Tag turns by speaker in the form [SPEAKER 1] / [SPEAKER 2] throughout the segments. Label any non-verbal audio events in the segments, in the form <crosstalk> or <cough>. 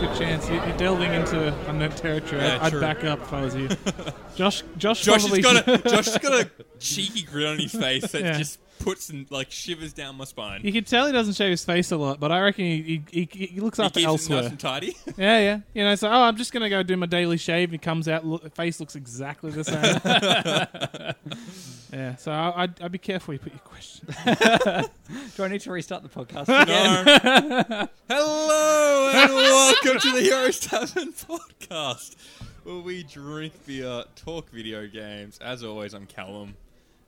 [SPEAKER 1] Good chance. You- You're delving into unknown territory.
[SPEAKER 2] Yeah,
[SPEAKER 1] I'd
[SPEAKER 2] true.
[SPEAKER 1] back up if I was
[SPEAKER 2] <laughs>
[SPEAKER 1] you. Josh, Josh,
[SPEAKER 2] Josh has
[SPEAKER 1] probably
[SPEAKER 2] got a Josh has got a cheeky grin on his face that
[SPEAKER 1] Yeah.
[SPEAKER 2] just puts and like shivers down my spine.
[SPEAKER 1] <laughs> You can tell he doesn't shave his face a lot, but I reckon he, he, he, he looks
[SPEAKER 2] he
[SPEAKER 1] after
[SPEAKER 2] keeps it nice
[SPEAKER 1] elsewhere. <laughs>
[SPEAKER 2] and tidy.
[SPEAKER 1] Yeah, yeah. You know, so oh, I'm just gonna go do my daily shave, and he comes out. Look, face looks exactly the same.
[SPEAKER 2] <laughs>
[SPEAKER 1] yeah. So I, I'd, I'd be careful you put your question.
[SPEAKER 3] Do I need to restart the podcast <laughs> again?
[SPEAKER 2] No. Hello and welcome to the Heroes Tavern podcast, where we drink beer, talk video games. As always, I'm Callum.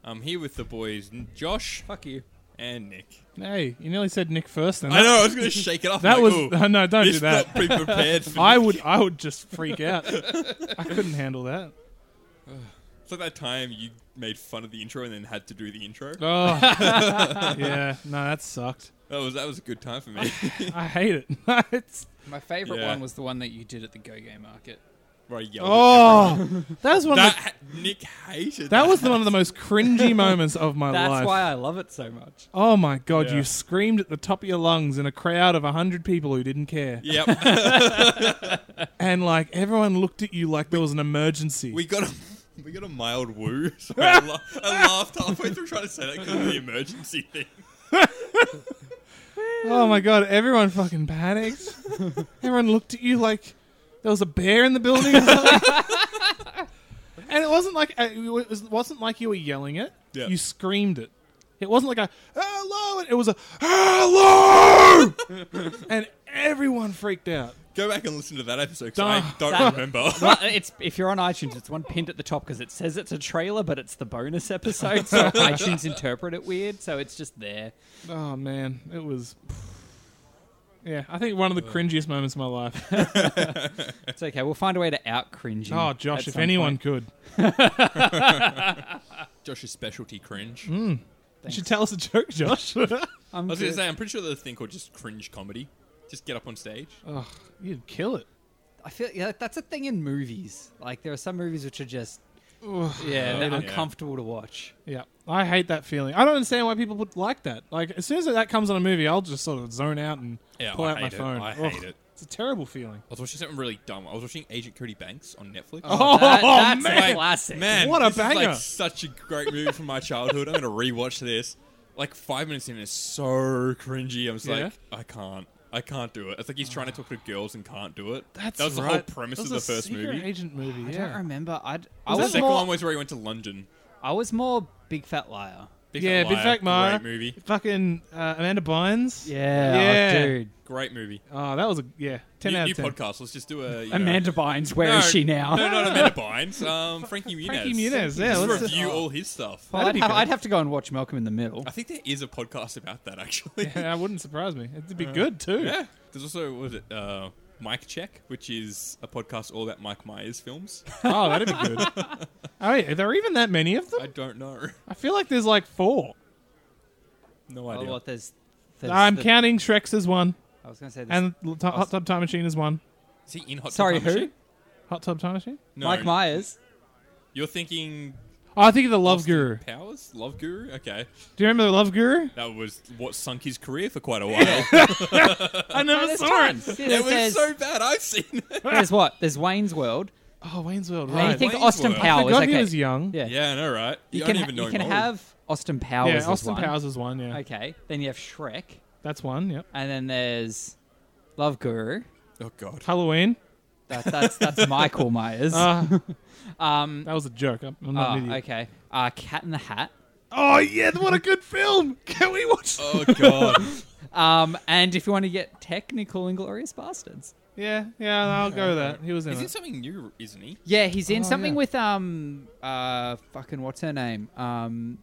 [SPEAKER 2] I'm here with the boys, N- Josh
[SPEAKER 3] Fuck you.
[SPEAKER 2] and Nick.
[SPEAKER 1] Hey, you nearly said Nick first. Then
[SPEAKER 2] I know I was going to shake it off.
[SPEAKER 1] That
[SPEAKER 2] like,
[SPEAKER 1] was <laughs>
[SPEAKER 2] "Ooh,
[SPEAKER 1] no, don't
[SPEAKER 2] this
[SPEAKER 1] do that.
[SPEAKER 2] Not pre
[SPEAKER 1] <laughs>
[SPEAKER 2] prepared. For
[SPEAKER 1] I
[SPEAKER 2] Nick."
[SPEAKER 1] would, I would just freak out. I couldn't handle that.
[SPEAKER 2] It's like that time you made fun of the intro and then had to do the intro. <laughs>
[SPEAKER 1] Oh, yeah. No, that sucked.
[SPEAKER 2] That was that was a good time
[SPEAKER 1] <laughs>
[SPEAKER 2] for me.
[SPEAKER 1] I hate it. <laughs> it's,
[SPEAKER 3] My favorite
[SPEAKER 2] Yeah.
[SPEAKER 3] one was the one that you did at the go-go market.
[SPEAKER 2] Where I yelled at everyone.
[SPEAKER 1] oh, that was one.
[SPEAKER 2] that
[SPEAKER 1] of
[SPEAKER 2] ha- Nick hated.
[SPEAKER 1] the, that was the, one of the most
[SPEAKER 2] <laughs>
[SPEAKER 1] cringy moments of my
[SPEAKER 3] That's
[SPEAKER 1] life.
[SPEAKER 3] why I love it so much.
[SPEAKER 1] Oh my god,
[SPEAKER 2] Yeah.
[SPEAKER 1] you screamed at the top of your lungs in a crowd of 100 people who didn't care.
[SPEAKER 2] Yep.
[SPEAKER 1] <laughs> And like everyone looked at you like there was an emergency.
[SPEAKER 2] We got a we got a mild woo. <laughs> Sorry, I, la- I laughed halfway through trying to say that because of the emergency thing.
[SPEAKER 1] oh my god, everyone fucking
[SPEAKER 3] <laughs>
[SPEAKER 1] panicked. everyone looked at you like there was a bear in the building or something.
[SPEAKER 3] <laughs>
[SPEAKER 1] and it wasn't like uh, it was- wasn't like you were yelling it.
[SPEAKER 2] Yeah.
[SPEAKER 1] You screamed it. It wasn't like a hello. It was a
[SPEAKER 3] <laughs>
[SPEAKER 1] hello. and everyone freaked out.
[SPEAKER 2] Go back and listen to that episode 'cause I
[SPEAKER 1] Don't-
[SPEAKER 2] don't
[SPEAKER 1] <laughs>
[SPEAKER 3] That-
[SPEAKER 2] remember. <laughs>
[SPEAKER 3] Well, uh, it's if you're on iTunes, it's one pinned at the top because it says it's a trailer, but it's the bonus episode,
[SPEAKER 1] <laughs>
[SPEAKER 3] so iTunes interpret it weird, so it's just there.
[SPEAKER 1] Oh man, it was. Yeah, I think one of the cringiest moments of my
[SPEAKER 3] <laughs>
[SPEAKER 1] life.
[SPEAKER 3] It's okay. We'll find a way to out cringe. you
[SPEAKER 1] Oh,
[SPEAKER 3] at
[SPEAKER 1] Josh, if
[SPEAKER 3] some
[SPEAKER 1] anyone
[SPEAKER 3] point.
[SPEAKER 1] could,
[SPEAKER 2] Josh's specialty cringe.
[SPEAKER 1] Mm, you should tell us a joke,
[SPEAKER 3] <laughs>
[SPEAKER 1] Josh.
[SPEAKER 3] I'm
[SPEAKER 2] I was going
[SPEAKER 3] good.
[SPEAKER 2] to say I'm pretty sure there's a thing called just cringe comedy. Just get up on stage.
[SPEAKER 1] oh, you'd kill it.
[SPEAKER 3] I feel yeah, that's a thing in movies. Like there are some movies which are just yeah, they're
[SPEAKER 2] Yeah.
[SPEAKER 3] uncomfortable to watch.
[SPEAKER 1] Yeah, I hate that feeling. I don't understand why people would like that. Like, as soon as that comes on a movie, I'll just sort of zone out and
[SPEAKER 2] Yeah,
[SPEAKER 1] pull
[SPEAKER 2] I
[SPEAKER 1] out my
[SPEAKER 2] hate it.
[SPEAKER 1] phone.
[SPEAKER 2] I hate
[SPEAKER 1] Ugh,
[SPEAKER 2] it.
[SPEAKER 1] It's a terrible feeling.
[SPEAKER 2] I was watching something really dumb. I was watching Agent Cody Banks on
[SPEAKER 1] <laughs>
[SPEAKER 2] Netflix.
[SPEAKER 1] Oh,
[SPEAKER 3] That- that's
[SPEAKER 1] man.
[SPEAKER 3] a classic.
[SPEAKER 2] Man,
[SPEAKER 1] What a
[SPEAKER 2] this is, like,
[SPEAKER 1] banger.
[SPEAKER 2] such a great movie from my childhood. I'm gonna rewatch this. Like five minutes in, it's so cringy. I'm just like, I can't, I can't do it. It's like he's trying to talk to girls and can't do it.
[SPEAKER 1] That's
[SPEAKER 2] that was the whole
[SPEAKER 1] right.
[SPEAKER 2] premise
[SPEAKER 1] That
[SPEAKER 2] of
[SPEAKER 1] was
[SPEAKER 2] the
[SPEAKER 1] a
[SPEAKER 2] first
[SPEAKER 1] secret
[SPEAKER 2] movie.
[SPEAKER 1] Agent movie.
[SPEAKER 3] I
[SPEAKER 1] yeah.
[SPEAKER 3] don't remember. I'd, I
[SPEAKER 1] Was that
[SPEAKER 2] The
[SPEAKER 3] was
[SPEAKER 2] second
[SPEAKER 1] more-
[SPEAKER 2] one was where he went to London.
[SPEAKER 3] I was more Big Fat Liar.
[SPEAKER 2] Big
[SPEAKER 1] yeah,
[SPEAKER 2] Fat
[SPEAKER 1] Big
[SPEAKER 2] Liar,
[SPEAKER 1] Fat Mara.
[SPEAKER 2] Great movie.
[SPEAKER 1] Fucking uh, Amanda Bynes.
[SPEAKER 3] Yeah, oh,
[SPEAKER 1] Yeah.
[SPEAKER 3] dude.
[SPEAKER 2] Great movie.
[SPEAKER 1] Oh, that was a yeah. Ten
[SPEAKER 2] new,
[SPEAKER 1] out
[SPEAKER 2] new
[SPEAKER 1] of ten.
[SPEAKER 2] podcast. Let's just do a you know-
[SPEAKER 3] Amanda Bynes, where is
[SPEAKER 2] No,
[SPEAKER 3] she
[SPEAKER 2] <laughs>
[SPEAKER 3] now?
[SPEAKER 2] No, not Amanda Bynes. Um, Frankie
[SPEAKER 1] <laughs>
[SPEAKER 2] Muniz.
[SPEAKER 1] Frankie Muniz. Yeah,
[SPEAKER 2] Let's
[SPEAKER 1] let's
[SPEAKER 2] review all his stuff.
[SPEAKER 3] Well,
[SPEAKER 1] That'd
[SPEAKER 3] I'd,
[SPEAKER 1] be
[SPEAKER 3] have,
[SPEAKER 1] good.
[SPEAKER 3] I'd have to go and watch Malcolm in the Middle.
[SPEAKER 2] I think there is a podcast about that actually.
[SPEAKER 1] Yeah, <laughs> that wouldn't surprise me. It'd be good too.
[SPEAKER 2] Yeah. There's also what was it? Uh, Mike Check, which is a podcast all about Mike Myers films.
[SPEAKER 1] Oh, that'd be good.
[SPEAKER 2] <laughs>
[SPEAKER 1] oh, wait, are there even that many of them?
[SPEAKER 2] I don't know. <laughs>
[SPEAKER 1] I feel like there's like four.
[SPEAKER 2] No
[SPEAKER 3] Oh,
[SPEAKER 2] idea.
[SPEAKER 3] what, there's, there's
[SPEAKER 1] I'm
[SPEAKER 3] the-
[SPEAKER 1] counting Shrek's as one,
[SPEAKER 3] I was going to say this.
[SPEAKER 1] and L- T- Hot Tub Time Machine is one.
[SPEAKER 2] is he in Hot Tub
[SPEAKER 3] Sorry,
[SPEAKER 2] Time
[SPEAKER 3] who?
[SPEAKER 2] Machine?
[SPEAKER 1] Hot Tub Time Machine.
[SPEAKER 2] No,
[SPEAKER 3] Mike Myers.
[SPEAKER 2] You're thinking
[SPEAKER 1] Oh, I think of the Love Guru. Do
[SPEAKER 2] Powers, Love Guru. Okay,
[SPEAKER 1] you remember the Love Guru?
[SPEAKER 2] that was what sunk his career for
[SPEAKER 3] <laughs>
[SPEAKER 2] quite a while.
[SPEAKER 1] I never
[SPEAKER 3] there's
[SPEAKER 1] saw
[SPEAKER 3] tons.
[SPEAKER 1] it.
[SPEAKER 3] Yeah,
[SPEAKER 2] it was
[SPEAKER 3] there's,
[SPEAKER 2] so bad. I've seen it.
[SPEAKER 3] <laughs> there's what? There's Wayne's World.
[SPEAKER 1] Oh, Wayne's World.
[SPEAKER 3] And
[SPEAKER 1] Right.
[SPEAKER 3] you think
[SPEAKER 2] Wayne's
[SPEAKER 3] Austin
[SPEAKER 2] World.
[SPEAKER 1] I
[SPEAKER 3] Powers.
[SPEAKER 1] forgot
[SPEAKER 3] okay.
[SPEAKER 1] he was young.
[SPEAKER 3] Yeah.
[SPEAKER 2] Yeah, I know, right?
[SPEAKER 3] You
[SPEAKER 2] I
[SPEAKER 3] can,
[SPEAKER 2] don't
[SPEAKER 3] ha-
[SPEAKER 2] even know
[SPEAKER 3] you can
[SPEAKER 2] him old.
[SPEAKER 3] have Austin Powers.
[SPEAKER 1] Yeah,
[SPEAKER 3] as
[SPEAKER 1] Austin
[SPEAKER 3] one.
[SPEAKER 1] Powers is one. Yeah,
[SPEAKER 3] Okay. Then you have Shrek.
[SPEAKER 1] that's one. Yep.
[SPEAKER 3] And then there's Love Guru.
[SPEAKER 2] Oh
[SPEAKER 3] <laughs>
[SPEAKER 2] God.
[SPEAKER 1] Halloween.
[SPEAKER 3] That, that's that's Michael Myers.
[SPEAKER 1] Uh,
[SPEAKER 3] um,
[SPEAKER 1] that was a joke. I'm, I'm not
[SPEAKER 3] oh,
[SPEAKER 1] an idiot.
[SPEAKER 3] okay. Uh, Cat in the Hat.
[SPEAKER 1] Oh yeah, what a good film! <laughs> Can we watch?
[SPEAKER 3] Uh,
[SPEAKER 2] Oh
[SPEAKER 3] <laughs>
[SPEAKER 2] God.
[SPEAKER 3] Um, and if you want to get technical, Inglorious Bastards.
[SPEAKER 1] Yeah, yeah, I'll go with that. He was in
[SPEAKER 2] He's in
[SPEAKER 1] it.
[SPEAKER 2] something new, isn't he?
[SPEAKER 3] Yeah, he's in
[SPEAKER 1] Oh,
[SPEAKER 3] something
[SPEAKER 1] yeah.
[SPEAKER 3] with um uh fucking what's her name um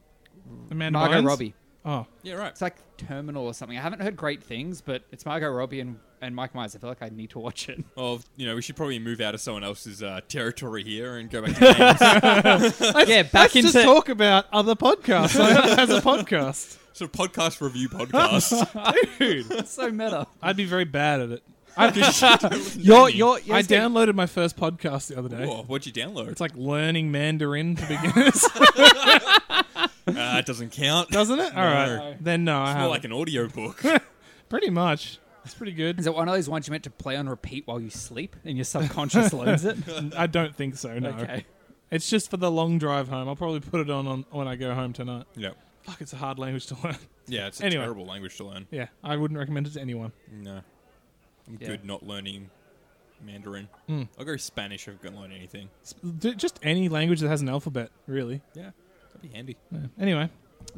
[SPEAKER 1] Amanda
[SPEAKER 3] Margot
[SPEAKER 1] Bynes?
[SPEAKER 3] Robbie.
[SPEAKER 1] Oh,
[SPEAKER 2] Yeah, right.
[SPEAKER 3] It's like Terminal or something. I haven't heard great things, but it's Margot Robbie and, and Mike Myers. I feel like I need to
[SPEAKER 2] <laughs>
[SPEAKER 3] watch it.
[SPEAKER 2] Well, you know, we should probably move out of someone else's uh, territory here and go back to games.
[SPEAKER 3] <laughs> yeah, back
[SPEAKER 1] let's
[SPEAKER 3] into
[SPEAKER 1] just talk about other podcasts as a podcast.
[SPEAKER 2] sort of podcast review
[SPEAKER 3] <laughs>
[SPEAKER 2] podcast. <laughs>
[SPEAKER 1] Dude,
[SPEAKER 3] <laughs> so meta.
[SPEAKER 1] I'd be very bad at it.
[SPEAKER 3] <laughs>
[SPEAKER 1] I,
[SPEAKER 3] You're you're, you're
[SPEAKER 1] I
[SPEAKER 3] just gonna-
[SPEAKER 1] downloaded my first podcast the other day.
[SPEAKER 2] Whoa, what'd you download?
[SPEAKER 1] It's like learning Mandarin for beginners,
[SPEAKER 2] Uh, it doesn't
[SPEAKER 1] <laughs>
[SPEAKER 2] count.
[SPEAKER 1] doesn't it? All right,
[SPEAKER 2] No.
[SPEAKER 1] then no, I
[SPEAKER 2] It's
[SPEAKER 1] have <laughs>
[SPEAKER 2] <laughs> more like an audio book.
[SPEAKER 1] pretty much. It's pretty good. <laughs>
[SPEAKER 3] Is it one of those ones you meant to play on repeat while you sleep and
[SPEAKER 1] <laughs>
[SPEAKER 3] your subconscious
[SPEAKER 2] <laughs>
[SPEAKER 3] learns it?
[SPEAKER 1] I don't think so. No,
[SPEAKER 3] Okay.
[SPEAKER 1] it's just for the long drive home. I'll probably put it on, on when I go home tonight.
[SPEAKER 2] Yeah.
[SPEAKER 1] Fuck, it's a hard language to <laughs> learn.
[SPEAKER 2] Yeah, it's a
[SPEAKER 1] Anyway.
[SPEAKER 2] terrible language to learn.
[SPEAKER 1] Yeah, I wouldn't recommend it to anyone.
[SPEAKER 2] No. I'm
[SPEAKER 3] Yeah.
[SPEAKER 2] good not learning Mandarin.
[SPEAKER 1] Hmm.
[SPEAKER 2] I'll go Spanish if I can learn anything.
[SPEAKER 1] S- d- Just any language that has an alphabet, really.
[SPEAKER 2] Yeah. That'd be handy.
[SPEAKER 1] Yeah. Anyway,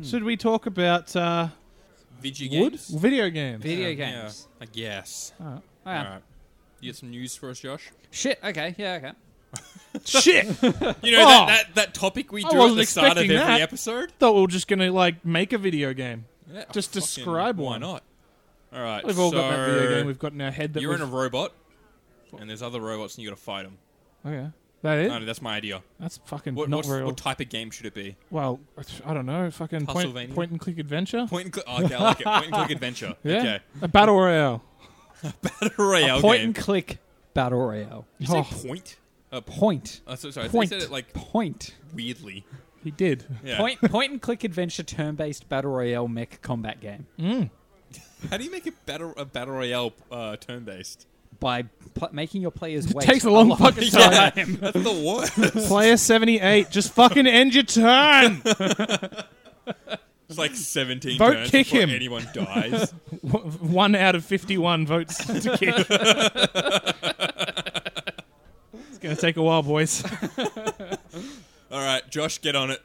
[SPEAKER 1] should we talk about uh,
[SPEAKER 2] Vigi
[SPEAKER 1] wood
[SPEAKER 2] games?
[SPEAKER 1] video games?
[SPEAKER 3] Video
[SPEAKER 2] Yeah,
[SPEAKER 3] games.
[SPEAKER 2] I guess.
[SPEAKER 1] Alright.
[SPEAKER 3] Oh, yeah.
[SPEAKER 2] All right. You got some news for us, Josh?
[SPEAKER 3] Shit. Okay. Yeah. Okay.
[SPEAKER 1] <laughs> Shit!
[SPEAKER 2] You know
[SPEAKER 1] Oh.
[SPEAKER 2] that, that, that topic we
[SPEAKER 1] I
[SPEAKER 2] do at
[SPEAKER 1] wasn't
[SPEAKER 2] the start of every
[SPEAKER 1] expecting that.
[SPEAKER 2] episode?
[SPEAKER 1] Thought we were just gonna like make a video game.
[SPEAKER 2] Yeah,
[SPEAKER 1] Just
[SPEAKER 2] fucking
[SPEAKER 1] describe
[SPEAKER 2] why
[SPEAKER 1] one.
[SPEAKER 2] not? All right.
[SPEAKER 1] We've all got that video
[SPEAKER 2] so
[SPEAKER 1] game we've got in our head. That
[SPEAKER 2] You're in a
[SPEAKER 1] we've-
[SPEAKER 2] robot, and there's other robots, and you got to fight them.
[SPEAKER 1] okay. Oh, That is
[SPEAKER 2] No, no, that's my idea.
[SPEAKER 1] that's fucking
[SPEAKER 2] What,
[SPEAKER 1] not
[SPEAKER 2] what's,
[SPEAKER 1] real.
[SPEAKER 2] what type of game should it be?
[SPEAKER 1] well, I don't know. Fucking point,
[SPEAKER 2] Castlevania?
[SPEAKER 1] point and click adventure.
[SPEAKER 2] Point and click. Oh, okay, I like it. Point
[SPEAKER 1] <laughs>
[SPEAKER 2] and click adventure.
[SPEAKER 1] yeah,
[SPEAKER 2] Okay. <laughs>
[SPEAKER 1] a battle royale.
[SPEAKER 2] Battle royale
[SPEAKER 3] Point
[SPEAKER 2] game.
[SPEAKER 3] and click battle royale.
[SPEAKER 2] Did you
[SPEAKER 1] Oh,
[SPEAKER 2] say point? Uh, po-
[SPEAKER 3] Point.
[SPEAKER 2] uh, so, sorry,
[SPEAKER 3] Point.
[SPEAKER 2] they said it like
[SPEAKER 3] point.
[SPEAKER 2] weirdly.
[SPEAKER 1] he did.
[SPEAKER 2] Yeah.
[SPEAKER 3] Point. Point and click adventure turn-based battle royale mech combat game
[SPEAKER 2] How do you make a battle a battle royale uh, turn based?
[SPEAKER 3] by pl- making your players wait.
[SPEAKER 1] takes a long fucking <laughs> time.
[SPEAKER 3] <laughs>
[SPEAKER 2] that's the worst.
[SPEAKER 1] Player seventy eight, just fucking end your turn.
[SPEAKER 2] <laughs> It's like seventeen.
[SPEAKER 1] Vote
[SPEAKER 2] turns
[SPEAKER 1] kick
[SPEAKER 2] before
[SPEAKER 1] him.
[SPEAKER 2] Anyone
[SPEAKER 1] <laughs>
[SPEAKER 2] dies.
[SPEAKER 1] W- One out of fifty one votes <laughs> to kick. it's gonna take a while, boys.
[SPEAKER 2] All right, Josh,
[SPEAKER 1] <laughs>
[SPEAKER 2] get on it.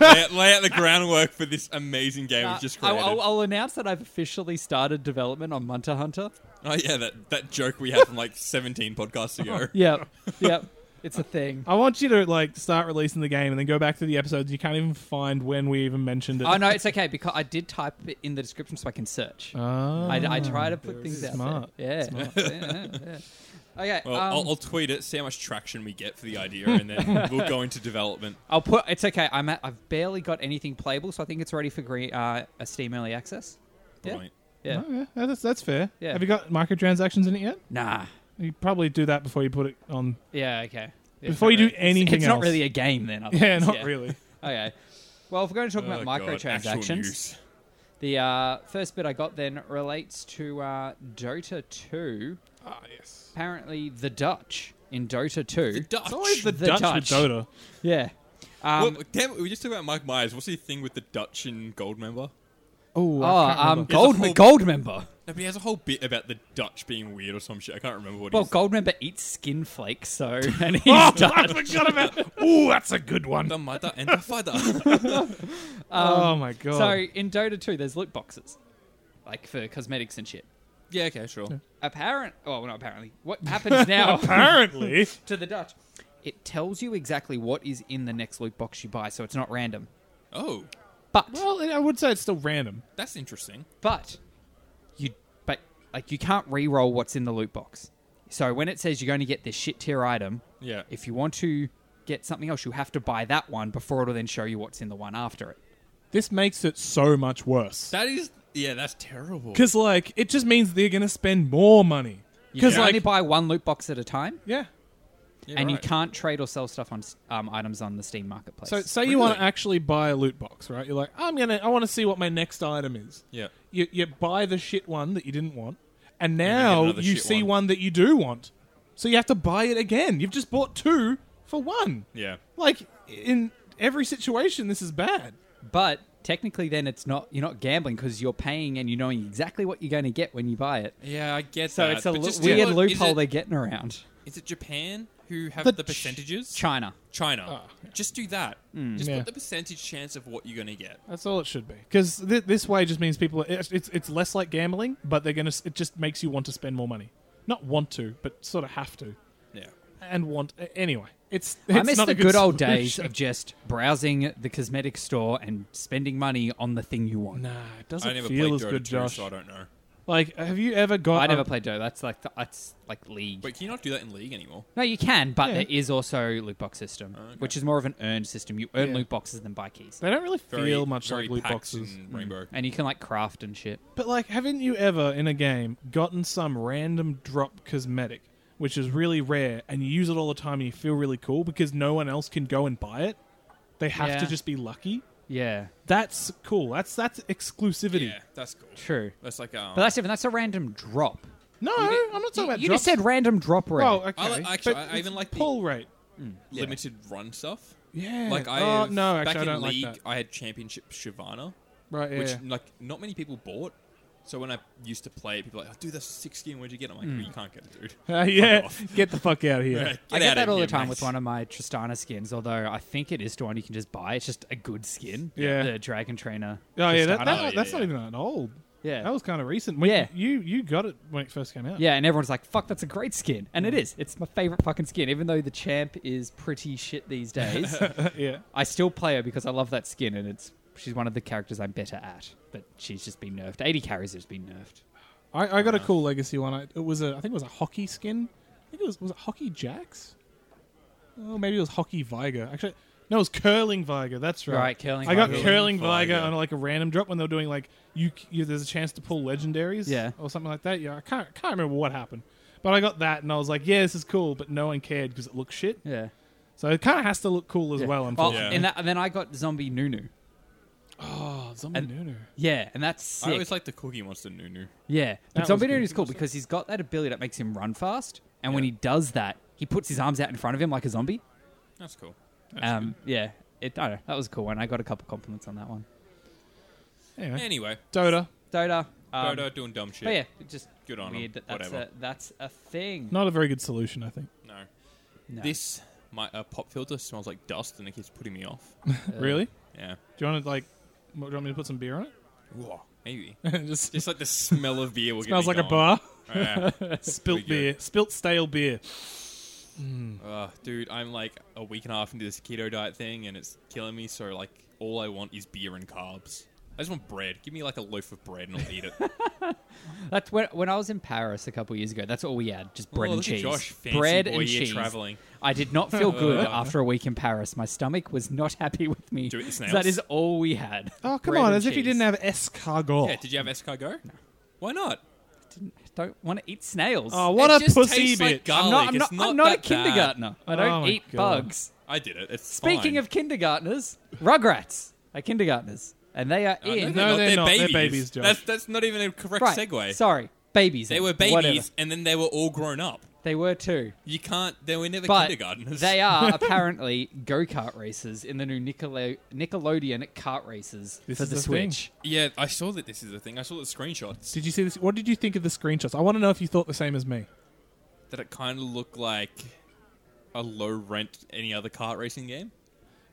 [SPEAKER 2] lay, out, lay out the groundwork for this amazing game
[SPEAKER 3] Uh,
[SPEAKER 2] we've just
[SPEAKER 3] I'll,
[SPEAKER 2] created.
[SPEAKER 3] I'll, I'll announce that I've officially started development on
[SPEAKER 1] <laughs>
[SPEAKER 3] Munter Hunter.
[SPEAKER 2] oh yeah, that, that joke we had from like seventeen podcasts ago.
[SPEAKER 1] <laughs>
[SPEAKER 3] Yep. Yep. It's a thing.
[SPEAKER 1] I want you to like start releasing the game and then go back to the episodes. You can't even find when we even mentioned it.
[SPEAKER 3] Oh no, it's okay because I did type it in the description so I can search.
[SPEAKER 1] Ah.
[SPEAKER 3] I, I try to put things out
[SPEAKER 1] Smart.
[SPEAKER 3] there. <laughs> Yeah. yeah, yeah. Okay.
[SPEAKER 2] Well,
[SPEAKER 3] um,
[SPEAKER 2] I'll, I'll tweet it, see how much traction we get for the idea,
[SPEAKER 1] <laughs>
[SPEAKER 2] and then we'll go into development.
[SPEAKER 3] I'll put. It's okay. I'm. At, I've barely got anything playable, so I think it's ready for green, uh, a Steam early access. Yeah.
[SPEAKER 2] Point.
[SPEAKER 3] Yeah.
[SPEAKER 1] Oh, yeah, that's that's fair.
[SPEAKER 3] Yeah.
[SPEAKER 1] Have you got microtransactions in it yet?
[SPEAKER 3] Nah.
[SPEAKER 1] You probably do that before you put it on. <laughs>
[SPEAKER 3] Yeah. Okay. It's
[SPEAKER 1] Before
[SPEAKER 3] not
[SPEAKER 1] you do
[SPEAKER 3] really- it's-
[SPEAKER 1] anything
[SPEAKER 3] it's
[SPEAKER 1] else.
[SPEAKER 3] not really a game then.
[SPEAKER 1] <laughs>
[SPEAKER 3] otherwise,
[SPEAKER 1] Yeah, not really.
[SPEAKER 3] Okay. Well, if we're going to talk
[SPEAKER 2] Oh,
[SPEAKER 3] about
[SPEAKER 2] God, actual
[SPEAKER 3] microtransactions,
[SPEAKER 2] news.
[SPEAKER 3] the uh, first bit I got then relates to uh, Dota 2.
[SPEAKER 1] Ah, yes.
[SPEAKER 3] Apparently, the Dutch in Dota 2.
[SPEAKER 2] The Dutch.
[SPEAKER 1] It's always the,
[SPEAKER 3] The
[SPEAKER 1] Dutch,
[SPEAKER 3] Dutch.
[SPEAKER 1] with Dota.
[SPEAKER 3] yeah. Um,
[SPEAKER 2] Well, damn, it, we just talked about Mike Myers. What's the thing with the Dutch and Gold member?
[SPEAKER 1] Oh,
[SPEAKER 3] oh, um, gold,
[SPEAKER 2] whole-
[SPEAKER 3] gold member.
[SPEAKER 2] No, but he has a whole bit about the Dutch being weird or some shit. I can't remember what
[SPEAKER 3] Well,
[SPEAKER 2] he's.
[SPEAKER 3] gold member eats skin
[SPEAKER 1] <laughs>
[SPEAKER 3] flakes, so and he's
[SPEAKER 1] oh, I
[SPEAKER 3] Dutch.
[SPEAKER 1] forgot about. Ooh, that's a good one.
[SPEAKER 2] The mother and the father.
[SPEAKER 1] oh my god.
[SPEAKER 3] So in Dota 2, there's loot boxes, like for cosmetics and shit.
[SPEAKER 2] yeah, okay, sure.
[SPEAKER 3] Apparent, oh, well, not apparently. What
[SPEAKER 1] <laughs>
[SPEAKER 3] happens now <laughs>
[SPEAKER 1] Apparently,
[SPEAKER 3] to the Dutch? It tells you exactly what is in the next loot box you buy, so it's not random.
[SPEAKER 2] Oh,
[SPEAKER 3] But
[SPEAKER 1] well, I would say it's still random.
[SPEAKER 2] that's interesting.
[SPEAKER 3] but you but like you can't re-roll what's in the loot box. So when it says you're going to get this shit tier item,
[SPEAKER 2] Yeah.
[SPEAKER 3] if you want to get something else, you have to buy that one before it'll then show you what's in the one after it.
[SPEAKER 1] This makes it so much worse.
[SPEAKER 2] that is. Yeah, that's terrible.
[SPEAKER 1] Because like, it just means they're gonna spend more money.
[SPEAKER 3] You can
[SPEAKER 1] Because
[SPEAKER 3] only
[SPEAKER 1] like,
[SPEAKER 3] buy one loot box at a time.
[SPEAKER 1] yeah.
[SPEAKER 2] Yeah,
[SPEAKER 3] and
[SPEAKER 2] right.
[SPEAKER 3] you can't trade or sell stuff on s- um, items on the Steam marketplace.
[SPEAKER 1] So say you want to
[SPEAKER 2] Really?
[SPEAKER 1] actually buy a loot box, right? You're like, I'm gonna, I want to see what my next item is.
[SPEAKER 2] Yeah.
[SPEAKER 1] You, you buy the shit one that you didn't want, and
[SPEAKER 2] you
[SPEAKER 1] now
[SPEAKER 2] get another
[SPEAKER 1] you
[SPEAKER 2] shit
[SPEAKER 1] see
[SPEAKER 2] one.
[SPEAKER 1] one. that you do want. So you have to buy it again. You've just bought two for one.
[SPEAKER 2] Yeah.
[SPEAKER 1] Like in every situation, this is bad.
[SPEAKER 3] but technically, then it's not you're not gambling because you're paying and you're knowing exactly what you're going to get when you buy it.
[SPEAKER 2] Yeah, I get
[SPEAKER 3] So
[SPEAKER 2] that.
[SPEAKER 3] it's a
[SPEAKER 2] but
[SPEAKER 3] lo-
[SPEAKER 2] just
[SPEAKER 3] weird
[SPEAKER 2] look,
[SPEAKER 3] loophole
[SPEAKER 2] Is
[SPEAKER 3] they're
[SPEAKER 2] it,
[SPEAKER 3] getting around.
[SPEAKER 2] is it Japan who have
[SPEAKER 1] The
[SPEAKER 2] the,
[SPEAKER 1] ch-
[SPEAKER 2] percentages?
[SPEAKER 3] China.
[SPEAKER 2] China. Just do that. just
[SPEAKER 1] Hmm. Yeah.
[SPEAKER 2] put the percentage chance of what you're going to get.
[SPEAKER 1] That's all it should be. Because th- this way just means people. It's, it's it's less like gambling, but they're gonna. s- It just makes you want to spend more money. Not want to, but sort of have to
[SPEAKER 2] Yeah.
[SPEAKER 1] and want. a- Anyway, it's.
[SPEAKER 3] I
[SPEAKER 1] it's
[SPEAKER 3] miss
[SPEAKER 1] not
[SPEAKER 3] the
[SPEAKER 1] a
[SPEAKER 3] good, old days
[SPEAKER 1] solution.
[SPEAKER 3] of just browsing the cosmetic store and spending money on the thing you want.
[SPEAKER 1] Nah, it doesn't
[SPEAKER 2] I never
[SPEAKER 1] feel
[SPEAKER 2] played
[SPEAKER 1] as
[SPEAKER 2] Dota
[SPEAKER 1] good,
[SPEAKER 2] 2,
[SPEAKER 1] Josh.
[SPEAKER 2] so I don't know.
[SPEAKER 1] Like, have you ever got?
[SPEAKER 3] I never
[SPEAKER 1] a-
[SPEAKER 3] played Dota. That's like the, that's like League.
[SPEAKER 2] Wait, can you not do that in League anymore?
[SPEAKER 3] No, you can, but
[SPEAKER 1] Yeah.
[SPEAKER 3] there is also loot box system,
[SPEAKER 2] Oh,
[SPEAKER 3] which is more of an earned system. You earn
[SPEAKER 1] Yeah.
[SPEAKER 3] loot boxes than buy keys,
[SPEAKER 1] They don't really feel
[SPEAKER 2] Very,
[SPEAKER 1] much
[SPEAKER 2] very
[SPEAKER 1] like loot
[SPEAKER 2] Pax
[SPEAKER 1] boxes.
[SPEAKER 3] Mm.
[SPEAKER 2] and Rainbow.
[SPEAKER 3] and you can like craft and shit.
[SPEAKER 1] But like, haven't you ever in a game gotten some random drop cosmetic, which is really rare, and you use it all the time, and you feel really cool because no one else can go and buy it. They have
[SPEAKER 3] Yeah.
[SPEAKER 1] to just be lucky.
[SPEAKER 3] Yeah,
[SPEAKER 1] That's cool. That's that's exclusivity.
[SPEAKER 2] Yeah, that's cool.
[SPEAKER 3] true.
[SPEAKER 2] That's like um.
[SPEAKER 3] But that's even that's a random drop.
[SPEAKER 1] No, I'm not talking about
[SPEAKER 3] you
[SPEAKER 1] drops.
[SPEAKER 3] just said random drop rate.
[SPEAKER 1] Oh, okay.
[SPEAKER 2] I like- actually,
[SPEAKER 1] But
[SPEAKER 2] I- I even
[SPEAKER 1] it's
[SPEAKER 2] like the-
[SPEAKER 1] pull rate.
[SPEAKER 2] yeah. limited run stuff.
[SPEAKER 1] Yeah.
[SPEAKER 2] Like I
[SPEAKER 1] oh,
[SPEAKER 2] have-
[SPEAKER 1] no,
[SPEAKER 2] back
[SPEAKER 1] actually, I
[SPEAKER 2] in
[SPEAKER 1] don't
[SPEAKER 2] league,
[SPEAKER 1] like that.
[SPEAKER 2] I had championship Shivana,
[SPEAKER 1] Right. Yeah.
[SPEAKER 2] which like not many people bought. So when I used to play, people were like, oh, "Dude, that's six skin. Where'd you get?" it?" I'm like, well, "You can't <laughs> get
[SPEAKER 3] <laughs>
[SPEAKER 2] it, dude."
[SPEAKER 1] Uh, <laughs> yeah.
[SPEAKER 2] <laughs> Fuck off.
[SPEAKER 1] Get the fuck out of here.
[SPEAKER 2] Right,
[SPEAKER 3] I Mm. get
[SPEAKER 2] outta
[SPEAKER 3] that all
[SPEAKER 2] here,
[SPEAKER 3] the time
[SPEAKER 2] mate.
[SPEAKER 3] with one of my Tristana skins, although I think it is the one you can just buy. It's just a good skin.
[SPEAKER 1] Yeah.
[SPEAKER 3] The Dragon Trainer.
[SPEAKER 1] Oh yeah, that,
[SPEAKER 3] Tristana.
[SPEAKER 1] that-
[SPEAKER 2] Oh, yeah,
[SPEAKER 1] that's not
[SPEAKER 2] yeah.
[SPEAKER 1] even that old.
[SPEAKER 3] yeah.
[SPEAKER 1] That was kind of recent. When
[SPEAKER 3] Yeah.
[SPEAKER 1] You you got it when it first came out.
[SPEAKER 3] yeah, and everyone's like, fuck, that's a great skin. And it is. It's my favorite fucking skin. Even though the champ is pretty shit these days,
[SPEAKER 1] <laughs> yeah.
[SPEAKER 3] I still play her because I love that skin and it's she's one of the characters I'm better at. But she's just been nerfed. 80 carries has been nerfed.
[SPEAKER 1] I, I got a cool legacy one. I, it was a I think it was a hockey skin. I think it was was it hockey jacks? Oh, maybe it was hockey Viger. Actually, no, it was curling Viger. That's right.
[SPEAKER 3] Right, curling
[SPEAKER 1] I got
[SPEAKER 3] Viger.
[SPEAKER 1] curling
[SPEAKER 2] Curling
[SPEAKER 1] Viger
[SPEAKER 2] Viger.
[SPEAKER 1] on like a random drop when they were doing like you, you there's a chance to pull legendaries.
[SPEAKER 3] Yeah.
[SPEAKER 1] Or something like that. Yeah. I can't can't remember what happened, but I got that and I was like, yeah, this is cool. But no one cared because it looks shit.
[SPEAKER 3] Yeah.
[SPEAKER 1] So it kind of has to look cool as well.
[SPEAKER 3] Oh,
[SPEAKER 1] Unfortunately.
[SPEAKER 2] Yeah.
[SPEAKER 3] and, that, and then I got Zombie Nunu.
[SPEAKER 1] Oh, zombie
[SPEAKER 3] And-
[SPEAKER 1] Nunu.
[SPEAKER 3] Yeah, and that's sick.
[SPEAKER 2] I always like the Cookie Monster Nunu.
[SPEAKER 3] Yeah,
[SPEAKER 1] That
[SPEAKER 3] but
[SPEAKER 1] was
[SPEAKER 3] Zombie
[SPEAKER 1] good.
[SPEAKER 3] Noon is cool because he's got that ability that makes him run fast, and when he does that, he puts his arms out in front of him like a zombie.
[SPEAKER 2] That's cool.
[SPEAKER 3] Um, yeah, it, I don't know, that was a cool one. I got a couple compliments on that one.
[SPEAKER 1] Anyway,
[SPEAKER 2] Anyway,
[SPEAKER 1] Dota.
[SPEAKER 3] Dota, um,
[SPEAKER 2] Dodo doing dumb shit.
[SPEAKER 3] But yeah, it just
[SPEAKER 2] Good on
[SPEAKER 3] weird
[SPEAKER 2] him.
[SPEAKER 3] that that's
[SPEAKER 2] Whatever.
[SPEAKER 3] a that's a thing.
[SPEAKER 1] Not a very good solution, I think.
[SPEAKER 2] No.
[SPEAKER 3] No.
[SPEAKER 2] This my uh, pop filter smells like dust and it keeps putting me off.
[SPEAKER 1] Really?
[SPEAKER 2] Yeah.
[SPEAKER 1] Do you want to like? Do you want me to put some beer on it?
[SPEAKER 2] Maybe.
[SPEAKER 1] <laughs> Just
[SPEAKER 2] Just like the smell of beer will
[SPEAKER 1] smells like
[SPEAKER 2] get me
[SPEAKER 1] a bar.
[SPEAKER 2] bar.
[SPEAKER 1] Spilt
[SPEAKER 2] Pretty
[SPEAKER 1] beer,
[SPEAKER 2] good.
[SPEAKER 1] spilt stale beer.
[SPEAKER 2] dude, I'm like a week and a half into this keto diet thing and it's killing me. So like, all I want is beer and carbs. I just want bread. Give me like a loaf of bread and I'll eat it.
[SPEAKER 3] That's when when I was in Paris a couple years ago. That's all we had, just bread
[SPEAKER 2] Oh,
[SPEAKER 3] and
[SPEAKER 2] look at
[SPEAKER 3] cheese.
[SPEAKER 2] Josh, fancy
[SPEAKER 3] bread
[SPEAKER 2] boy,
[SPEAKER 3] and
[SPEAKER 2] you're
[SPEAKER 3] cheese.
[SPEAKER 2] traveling.
[SPEAKER 3] I did
[SPEAKER 2] <laughs>
[SPEAKER 3] not feel good
[SPEAKER 2] Uh.
[SPEAKER 3] after a week in Paris. My stomach was not happy with me.
[SPEAKER 2] Do it with
[SPEAKER 3] So
[SPEAKER 2] snails.
[SPEAKER 3] That is all we had.
[SPEAKER 1] Oh come
[SPEAKER 3] Bread
[SPEAKER 1] on!
[SPEAKER 3] and
[SPEAKER 1] As if you
[SPEAKER 3] cheese.
[SPEAKER 1] didn't have escargot.
[SPEAKER 2] yeah. Did you have escargot? No. Why not?
[SPEAKER 3] Don't want to eat snails.
[SPEAKER 1] oh, what
[SPEAKER 2] It
[SPEAKER 1] a
[SPEAKER 2] just
[SPEAKER 1] pussy
[SPEAKER 2] tastes
[SPEAKER 1] bitch!
[SPEAKER 2] like garlic.
[SPEAKER 3] I'm not, I'm
[SPEAKER 2] It's
[SPEAKER 3] not, I'm
[SPEAKER 2] not
[SPEAKER 3] not a
[SPEAKER 2] that bad.
[SPEAKER 3] kindergartner. I
[SPEAKER 1] Oh
[SPEAKER 3] don't
[SPEAKER 1] my
[SPEAKER 3] eat
[SPEAKER 1] God.
[SPEAKER 3] bugs.
[SPEAKER 2] I did it. It's
[SPEAKER 3] Speaking
[SPEAKER 2] fine.
[SPEAKER 3] of kindergartners, Rugrats are kindergartners, and they are
[SPEAKER 2] Uh,
[SPEAKER 3] in.
[SPEAKER 1] No, they're not. They're babies, Josh.
[SPEAKER 2] That's that's not even a correct
[SPEAKER 3] right,
[SPEAKER 2] segue.
[SPEAKER 3] Sorry, babies.
[SPEAKER 2] They
[SPEAKER 3] then,
[SPEAKER 2] were babies,
[SPEAKER 3] whatever.
[SPEAKER 2] and then they were all grown up.
[SPEAKER 3] They were too.
[SPEAKER 2] You can't. They were never
[SPEAKER 3] But
[SPEAKER 2] kindergartners.
[SPEAKER 1] <laughs>
[SPEAKER 3] they are apparently go kart races in the new Nickel- Nickelodeon kart races
[SPEAKER 1] This
[SPEAKER 3] for
[SPEAKER 1] is
[SPEAKER 3] the
[SPEAKER 1] the thing.
[SPEAKER 3] Switch.
[SPEAKER 2] Yeah, I saw that this is the thing. I saw the screenshots
[SPEAKER 1] Did you see this? What did you think of the screenshots? I want to know if you thought the same as me.
[SPEAKER 2] that it kind of looked like a low rent any other kart racing game.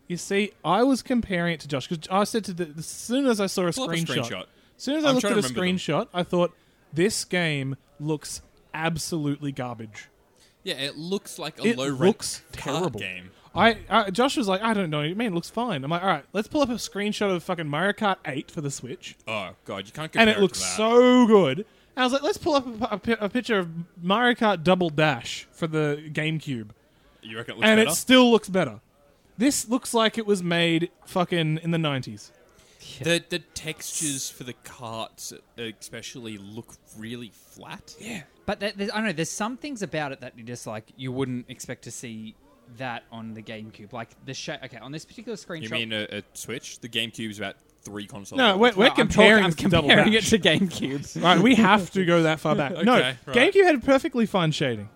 [SPEAKER 1] You see, I was comparing it to Josh because I said to the as soon as I saw a
[SPEAKER 2] Pull up a
[SPEAKER 1] screenshot,
[SPEAKER 2] screenshot.
[SPEAKER 1] as soon as I
[SPEAKER 2] I'm
[SPEAKER 1] looked
[SPEAKER 2] trying
[SPEAKER 1] at
[SPEAKER 2] to
[SPEAKER 1] a
[SPEAKER 2] remember
[SPEAKER 1] screenshot, I thought this game looks absolutely garbage.
[SPEAKER 2] Yeah, it looks like a
[SPEAKER 1] it
[SPEAKER 2] low rent
[SPEAKER 1] looks
[SPEAKER 2] kart
[SPEAKER 1] terrible.
[SPEAKER 2] game.
[SPEAKER 1] I, I Josh was like, I don't know, man, it looks fine. I'm like, all right, let's pull up a screenshot of fucking Mario Kart 8 for the Switch,
[SPEAKER 2] Oh god, you can't compare
[SPEAKER 1] and it looks
[SPEAKER 2] to that.
[SPEAKER 1] so good. And I was like, let's pull up a, pi- a pi- a picture of Mario Kart Double Dash for the GameCube,
[SPEAKER 2] You reckon it looks
[SPEAKER 1] and
[SPEAKER 2] better?
[SPEAKER 1] it still looks better. This looks like it was made fucking in the 90s.
[SPEAKER 2] The the textures for the carts, especially, look really flat. Yeah,
[SPEAKER 3] But there, there's, I don't know. There's some things about it that you just like. You wouldn't expect to see that on the GameCube. Like the shape. Okay, on this particular screenshot.
[SPEAKER 2] you mean a, a Switch? The GameCube's about three consoles.
[SPEAKER 1] No,
[SPEAKER 2] old.
[SPEAKER 1] we're, we're
[SPEAKER 3] No, I'm
[SPEAKER 1] comparing,
[SPEAKER 3] talking- I'm
[SPEAKER 1] it to Double
[SPEAKER 3] comparing it
[SPEAKER 1] Dash.
[SPEAKER 3] to GameCube. <laughs>
[SPEAKER 1] right, we have to go that far <laughs> back. no,
[SPEAKER 2] Okay, right.
[SPEAKER 1] GameCube had perfectly fine shading.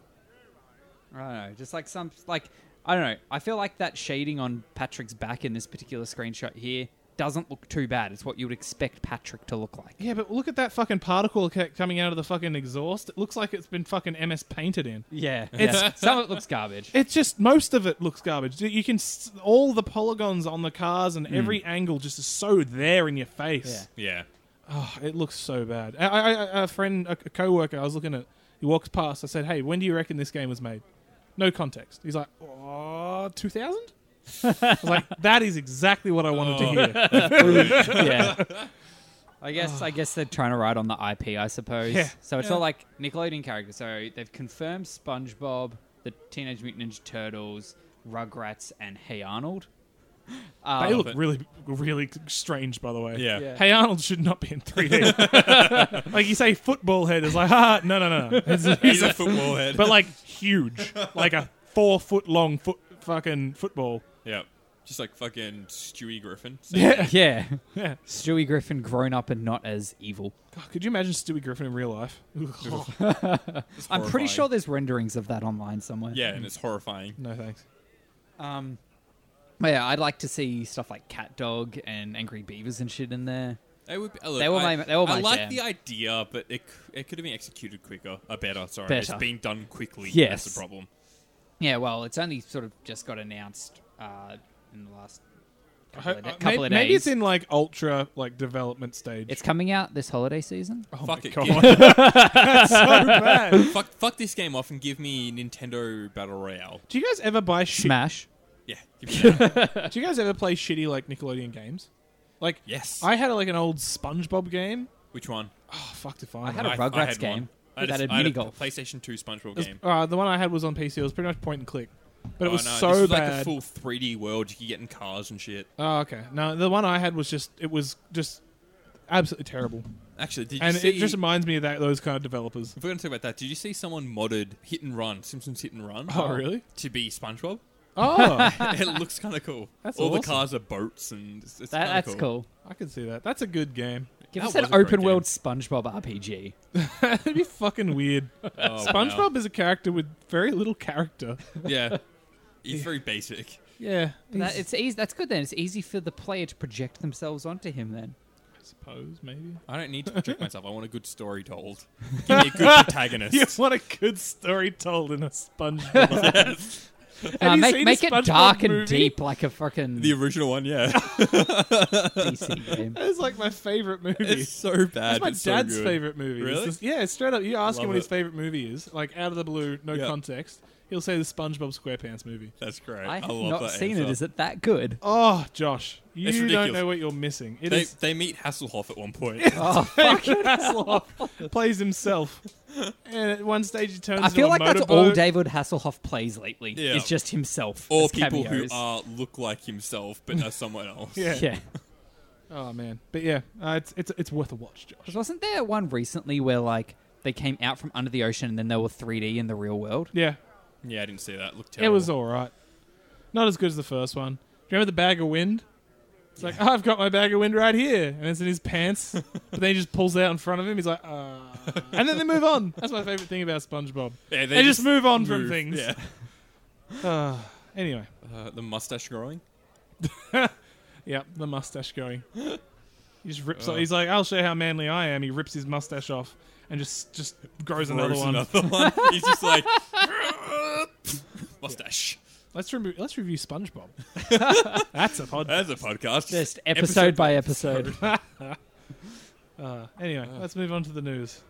[SPEAKER 3] I don't know. Just like some, like I don't know. I feel like that shading on Patrick's back in this particular screenshot here doesn't look too bad. It's what you would expect Patrick to look like.
[SPEAKER 1] Yeah, but look at that fucking particle ca- coming out of the fucking exhaust. It looks like it's been fucking MS painted in.
[SPEAKER 3] Yeah, yeah. some of it looks garbage.
[SPEAKER 1] It's just most of it looks garbage. You can s- all the polygons on the cars and every angle just is so there in your face.
[SPEAKER 2] Yeah,
[SPEAKER 1] Oh, it looks so bad. I, I, I, a friend, a, a coworker, I was looking at. He walks past. I said, "Hey, when do you reckon this game was made?" No context. He's like, "Oh, 2000? I was <laughs> like, "That is exactly what I wanted
[SPEAKER 2] Oh.
[SPEAKER 1] to
[SPEAKER 2] <laughs>
[SPEAKER 1] hear."
[SPEAKER 3] yeah. <laughs> I guess I guess they're trying to ride on the IP, I suppose.
[SPEAKER 1] Yeah.
[SPEAKER 3] So it's all like Nickelodeon characters. So they've confirmed SpongeBob, the Teenage Mutant Ninja Turtles, Rugrats, and Hey Arnold. Um,
[SPEAKER 1] They look
[SPEAKER 2] it.
[SPEAKER 1] really, really strange, by the way.
[SPEAKER 2] yeah,
[SPEAKER 3] Yeah.
[SPEAKER 1] Hey Arnold should not be in
[SPEAKER 2] <laughs>
[SPEAKER 1] 3D. like you say, football head is like, ah, no, no, no, no. It's-
[SPEAKER 2] He's a
[SPEAKER 1] <laughs>
[SPEAKER 2] football head.
[SPEAKER 1] <laughs> but like huge, like a four foot long foot fucking football.
[SPEAKER 2] yeah, Just like fucking Stewie Griffin.
[SPEAKER 1] Yeah.
[SPEAKER 3] <laughs> Yeah.
[SPEAKER 1] yeah.
[SPEAKER 3] Stewie Griffin grown up and not as evil.
[SPEAKER 1] God, could you imagine Stewie Griffin in real life? Ugh.
[SPEAKER 2] It's
[SPEAKER 3] I'm pretty
[SPEAKER 2] horrifying.
[SPEAKER 3] sure there's renderings of that online somewhere.
[SPEAKER 2] Yeah, and it's horrifying.
[SPEAKER 1] no thanks.
[SPEAKER 3] Um, but yeah, I'd like to see stuff like Cat Dog and Angry Beavers and shit in there.
[SPEAKER 2] They, would, uh, look,
[SPEAKER 3] They were
[SPEAKER 2] I,
[SPEAKER 3] my- they were
[SPEAKER 2] I
[SPEAKER 3] my
[SPEAKER 2] like
[SPEAKER 3] jam.
[SPEAKER 2] the idea, but it, c- it could have been executed quicker. Uh, better, sorry. It's
[SPEAKER 3] Better.
[SPEAKER 2] being done quickly. That's
[SPEAKER 3] Yes.
[SPEAKER 2] the problem.
[SPEAKER 3] Yeah, well, it's only sort of just got announced uh, in the last
[SPEAKER 1] I
[SPEAKER 3] couple,
[SPEAKER 1] hope-
[SPEAKER 3] of, da-
[SPEAKER 1] uh,
[SPEAKER 3] couple
[SPEAKER 1] may-
[SPEAKER 3] of days.
[SPEAKER 1] maybe it's in like ultra like development stage.
[SPEAKER 3] It's coming out this holiday season.
[SPEAKER 1] oh
[SPEAKER 2] Fuck
[SPEAKER 1] my
[SPEAKER 2] it,
[SPEAKER 1] God. <laughs> That's so bad.
[SPEAKER 2] Fuck, fuck this game off and give me Nintendo Battle Royale.
[SPEAKER 1] Do you guys ever buy shit?
[SPEAKER 3] Smash.
[SPEAKER 2] Yeah. Give me
[SPEAKER 1] <laughs>
[SPEAKER 2] that.
[SPEAKER 1] Do you guys ever play shitty like Nickelodeon games? Like
[SPEAKER 2] yes.
[SPEAKER 1] I had like an old SpongeBob game.
[SPEAKER 2] Which one?
[SPEAKER 1] Oh fuck, if I,
[SPEAKER 3] I had a
[SPEAKER 2] I-
[SPEAKER 3] Rugrats
[SPEAKER 2] I had
[SPEAKER 3] game
[SPEAKER 2] One. I had,
[SPEAKER 3] that
[SPEAKER 2] a,
[SPEAKER 3] had
[SPEAKER 2] I had a
[SPEAKER 3] mini golf.
[SPEAKER 2] PlayStation 2 SpongeBob
[SPEAKER 1] It
[SPEAKER 2] game.
[SPEAKER 1] was- uh, the one I had was on PC. It was pretty much point and click, but it was
[SPEAKER 2] oh, no,
[SPEAKER 1] so
[SPEAKER 2] this was
[SPEAKER 1] bad.
[SPEAKER 2] like a full 3D world. You could get in cars and shit.
[SPEAKER 1] oh okay, no, the one I had was just it was just absolutely terrible,
[SPEAKER 2] Actually, did you
[SPEAKER 1] and
[SPEAKER 2] see?
[SPEAKER 1] it just reminds me of that those kind of
[SPEAKER 2] <laughs>
[SPEAKER 1] developers.
[SPEAKER 2] if we're going to talk about that, did you see someone modded Hit and Run, Simpsons Hit and Run?
[SPEAKER 1] Oh, really?
[SPEAKER 2] To be SpongeBob?
[SPEAKER 1] Oh,
[SPEAKER 2] <laughs> it looks kind of cool.
[SPEAKER 1] That's
[SPEAKER 2] All the
[SPEAKER 1] awesome.
[SPEAKER 2] cars are boats, and it's, it's
[SPEAKER 3] That,
[SPEAKER 2] kinda
[SPEAKER 3] that's
[SPEAKER 2] cool.
[SPEAKER 3] cool.
[SPEAKER 1] I can see that. That's a good game. <laughs>
[SPEAKER 3] Give
[SPEAKER 2] That
[SPEAKER 3] us an
[SPEAKER 2] was a great
[SPEAKER 3] open world
[SPEAKER 2] game.
[SPEAKER 3] SpongeBob RPG.
[SPEAKER 1] That'd be fucking weird.
[SPEAKER 2] Oh,
[SPEAKER 1] SpongeBob
[SPEAKER 2] wow.
[SPEAKER 1] is a character with very little character.
[SPEAKER 2] Yeah, he's very basic.
[SPEAKER 1] Yeah,
[SPEAKER 3] That,
[SPEAKER 1] he's-
[SPEAKER 3] it's easy. That's good then. It's easy for the player to project themselves onto
[SPEAKER 2] <laughs>
[SPEAKER 3] him then.
[SPEAKER 1] I suppose maybe.
[SPEAKER 2] I don't need to project myself. I want a good
[SPEAKER 1] <laughs>
[SPEAKER 2] story told. Give me a good protagonist.
[SPEAKER 1] You want a good story told in a SpongeBob.
[SPEAKER 2] <laughs>
[SPEAKER 1] Have
[SPEAKER 3] Uh,
[SPEAKER 1] you
[SPEAKER 3] make
[SPEAKER 1] seen
[SPEAKER 3] make
[SPEAKER 1] the
[SPEAKER 3] it
[SPEAKER 1] SpongeBob
[SPEAKER 3] dark and
[SPEAKER 1] movie?
[SPEAKER 3] deep like a fucking <laughs>
[SPEAKER 2] The original one, yeah. <laughs>
[SPEAKER 3] DC game.
[SPEAKER 1] It's like my favorite movie.
[SPEAKER 2] it's so bad.
[SPEAKER 1] That's my
[SPEAKER 2] it's so
[SPEAKER 1] dad's
[SPEAKER 2] good.
[SPEAKER 1] favorite movie. It's
[SPEAKER 2] Really?
[SPEAKER 1] just- yeah, straight up. You ask
[SPEAKER 2] Love
[SPEAKER 1] him what his
[SPEAKER 2] it.
[SPEAKER 1] favorite movie is, like out of the blue, no
[SPEAKER 2] Yeah.
[SPEAKER 1] context. He'll say the SpongeBob SquarePants movie.
[SPEAKER 2] That's great.
[SPEAKER 3] I have
[SPEAKER 2] love
[SPEAKER 3] not
[SPEAKER 2] that
[SPEAKER 3] seen
[SPEAKER 2] answer.
[SPEAKER 3] it. Is it that good?
[SPEAKER 1] Oh, Josh, you
[SPEAKER 2] It's
[SPEAKER 1] don't
[SPEAKER 2] ridiculous.
[SPEAKER 1] know what you're missing. It
[SPEAKER 2] They,
[SPEAKER 1] is
[SPEAKER 2] they meet Hasselhoff at
[SPEAKER 1] <laughs>
[SPEAKER 2] one point.
[SPEAKER 3] Oh, fuck.
[SPEAKER 1] Hasselhoff plays
[SPEAKER 2] <laughs>
[SPEAKER 1] himself, and at one stage he turns.
[SPEAKER 3] I feel
[SPEAKER 1] into
[SPEAKER 3] like
[SPEAKER 1] a
[SPEAKER 3] that's
[SPEAKER 1] motorboat.
[SPEAKER 3] all David Hasselhoff plays lately.
[SPEAKER 2] Yeah.
[SPEAKER 3] Is just himself.
[SPEAKER 2] or
[SPEAKER 3] as
[SPEAKER 2] people
[SPEAKER 3] cameos.
[SPEAKER 2] who are look like himself but are someone else.
[SPEAKER 1] Yeah.
[SPEAKER 3] <laughs> Yeah.
[SPEAKER 1] Oh man, but yeah, uh, it's it's it's worth a watch, Josh.
[SPEAKER 3] 'Cause wasn't there one recently where like they came out from under the ocean and then they were 3D in the real world?
[SPEAKER 1] Yeah,
[SPEAKER 2] Yeah, I didn't see that. Looked
[SPEAKER 1] it
[SPEAKER 2] terrible.
[SPEAKER 1] was all right. Not as good as the first one. Do you remember the bag of wind? It's like "Oh, I've got my bag of wind right here, and it's in his
[SPEAKER 2] <laughs>
[SPEAKER 1] pants. but then he just pulls it out in front of him. He's like, uh... and then they move on. That's my favorite thing about SpongeBob.
[SPEAKER 2] Yeah,
[SPEAKER 1] They, just, move on from
[SPEAKER 2] move.
[SPEAKER 1] things.
[SPEAKER 2] Yeah.
[SPEAKER 1] Uh, anyway,
[SPEAKER 2] Uh, the mustache growing.
[SPEAKER 1] yeah, the mustache
[SPEAKER 2] <laughs>
[SPEAKER 1] going. He just rips.
[SPEAKER 2] Oh.
[SPEAKER 1] off- He's like, I'll show you how manly I am. He rips his mustache off and just just grows, another
[SPEAKER 2] Grows
[SPEAKER 1] one.
[SPEAKER 2] another one.
[SPEAKER 1] <laughs>
[SPEAKER 2] He's just like <laughs> mustache.
[SPEAKER 1] Let's remo- let's review
[SPEAKER 2] <laughs>
[SPEAKER 1] SpongeBob. That's a podcast.
[SPEAKER 2] That's a podcast.
[SPEAKER 3] Just episode,
[SPEAKER 2] <laughs>
[SPEAKER 3] by episode.
[SPEAKER 1] Uh, anyway, let's move on to the news.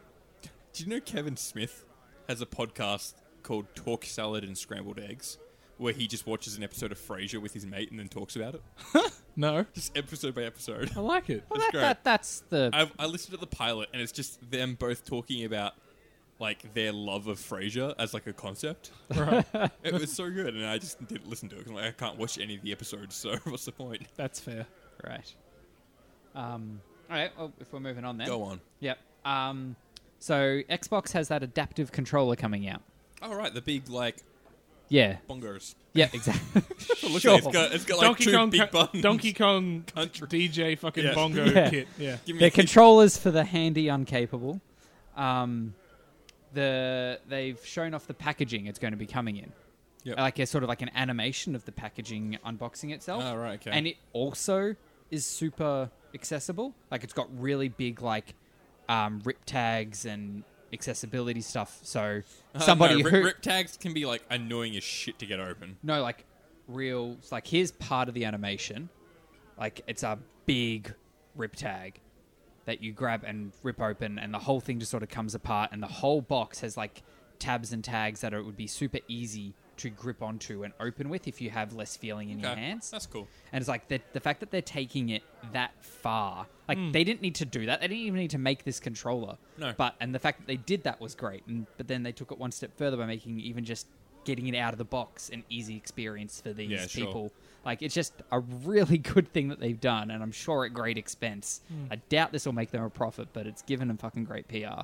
[SPEAKER 2] Do you know Kevin Smith has a podcast called Talk Salad and Scrambled Eggs, where he just watches an episode of Frasier with his mate and then talks about it, <laughs>
[SPEAKER 1] No,
[SPEAKER 2] just episode by episode. <laughs>
[SPEAKER 1] I like it.
[SPEAKER 3] Well,
[SPEAKER 2] That's
[SPEAKER 3] that,
[SPEAKER 2] great.
[SPEAKER 3] that, that's the.
[SPEAKER 2] I've, I listened to the pilot, and it's just them both talking about like their love of Frasier as like a concept.
[SPEAKER 1] Right.
[SPEAKER 2] It was so good, and I just didn't listen to it 'cause I'm like, I can't watch any of the episodes. So <laughs> what's the point?
[SPEAKER 1] That's fair.
[SPEAKER 3] right. Um, all right. Well, if we're moving on then.
[SPEAKER 2] Go on.
[SPEAKER 3] Yep. Um, so Xbox has that adaptive controller coming out.
[SPEAKER 2] All right, the big like
[SPEAKER 3] Yeah.
[SPEAKER 2] bongos.
[SPEAKER 3] Yeah. <laughs> Exactly.
[SPEAKER 2] <laughs> Look,
[SPEAKER 3] sure.
[SPEAKER 2] it's got, it's got like
[SPEAKER 1] Donkey
[SPEAKER 2] two
[SPEAKER 1] Kong,
[SPEAKER 2] big
[SPEAKER 1] co-
[SPEAKER 2] buttons.
[SPEAKER 1] Donkey Kong,
[SPEAKER 2] Country.
[SPEAKER 1] DJ fucking
[SPEAKER 2] Yeah.
[SPEAKER 1] bongo
[SPEAKER 3] Yeah.
[SPEAKER 1] kit. Yeah,
[SPEAKER 2] <laughs> Give me
[SPEAKER 3] The
[SPEAKER 2] a kick.
[SPEAKER 3] controllers for the handy uncapable. Um, the they've shown off the packaging it's going to be coming in.
[SPEAKER 2] Yep.
[SPEAKER 3] Like a sort of like an animation of the packaging unboxing itself.
[SPEAKER 2] Oh, right, okay.
[SPEAKER 3] And it also is super accessible. Like it's got really big like um, rip tags and accessibility stuff.
[SPEAKER 2] <laughs>
[SPEAKER 3] So
[SPEAKER 2] Uh,
[SPEAKER 3] somebody
[SPEAKER 2] no, rip,
[SPEAKER 3] who
[SPEAKER 2] rip tags can be like annoying as shit to get open.
[SPEAKER 3] no like real it's like here's part of the animation like it's a big rip tag that you grab and rip open and the whole thing just sort of comes apart and the whole box has like tabs and tags that it would be super easy to grip onto and open with if you have less feeling in your
[SPEAKER 2] Okay,
[SPEAKER 3] hands
[SPEAKER 2] That's cool.
[SPEAKER 3] and it's like the, the fact that they're taking it that far like they didn't need to do that they didn't even need to make this controller
[SPEAKER 2] Hmm. No.
[SPEAKER 3] but and the fact that they did that was great and but then they took it one step further by making even just getting it out of the box an easy experience for these
[SPEAKER 2] Yeah, sure.
[SPEAKER 3] people like it's just a really <laughs> good thing that they've done and i'm sure at great
[SPEAKER 2] Hmm.
[SPEAKER 3] expense i doubt this will make them a profit but it's given them fucking great pr
[SPEAKER 2] Yeah.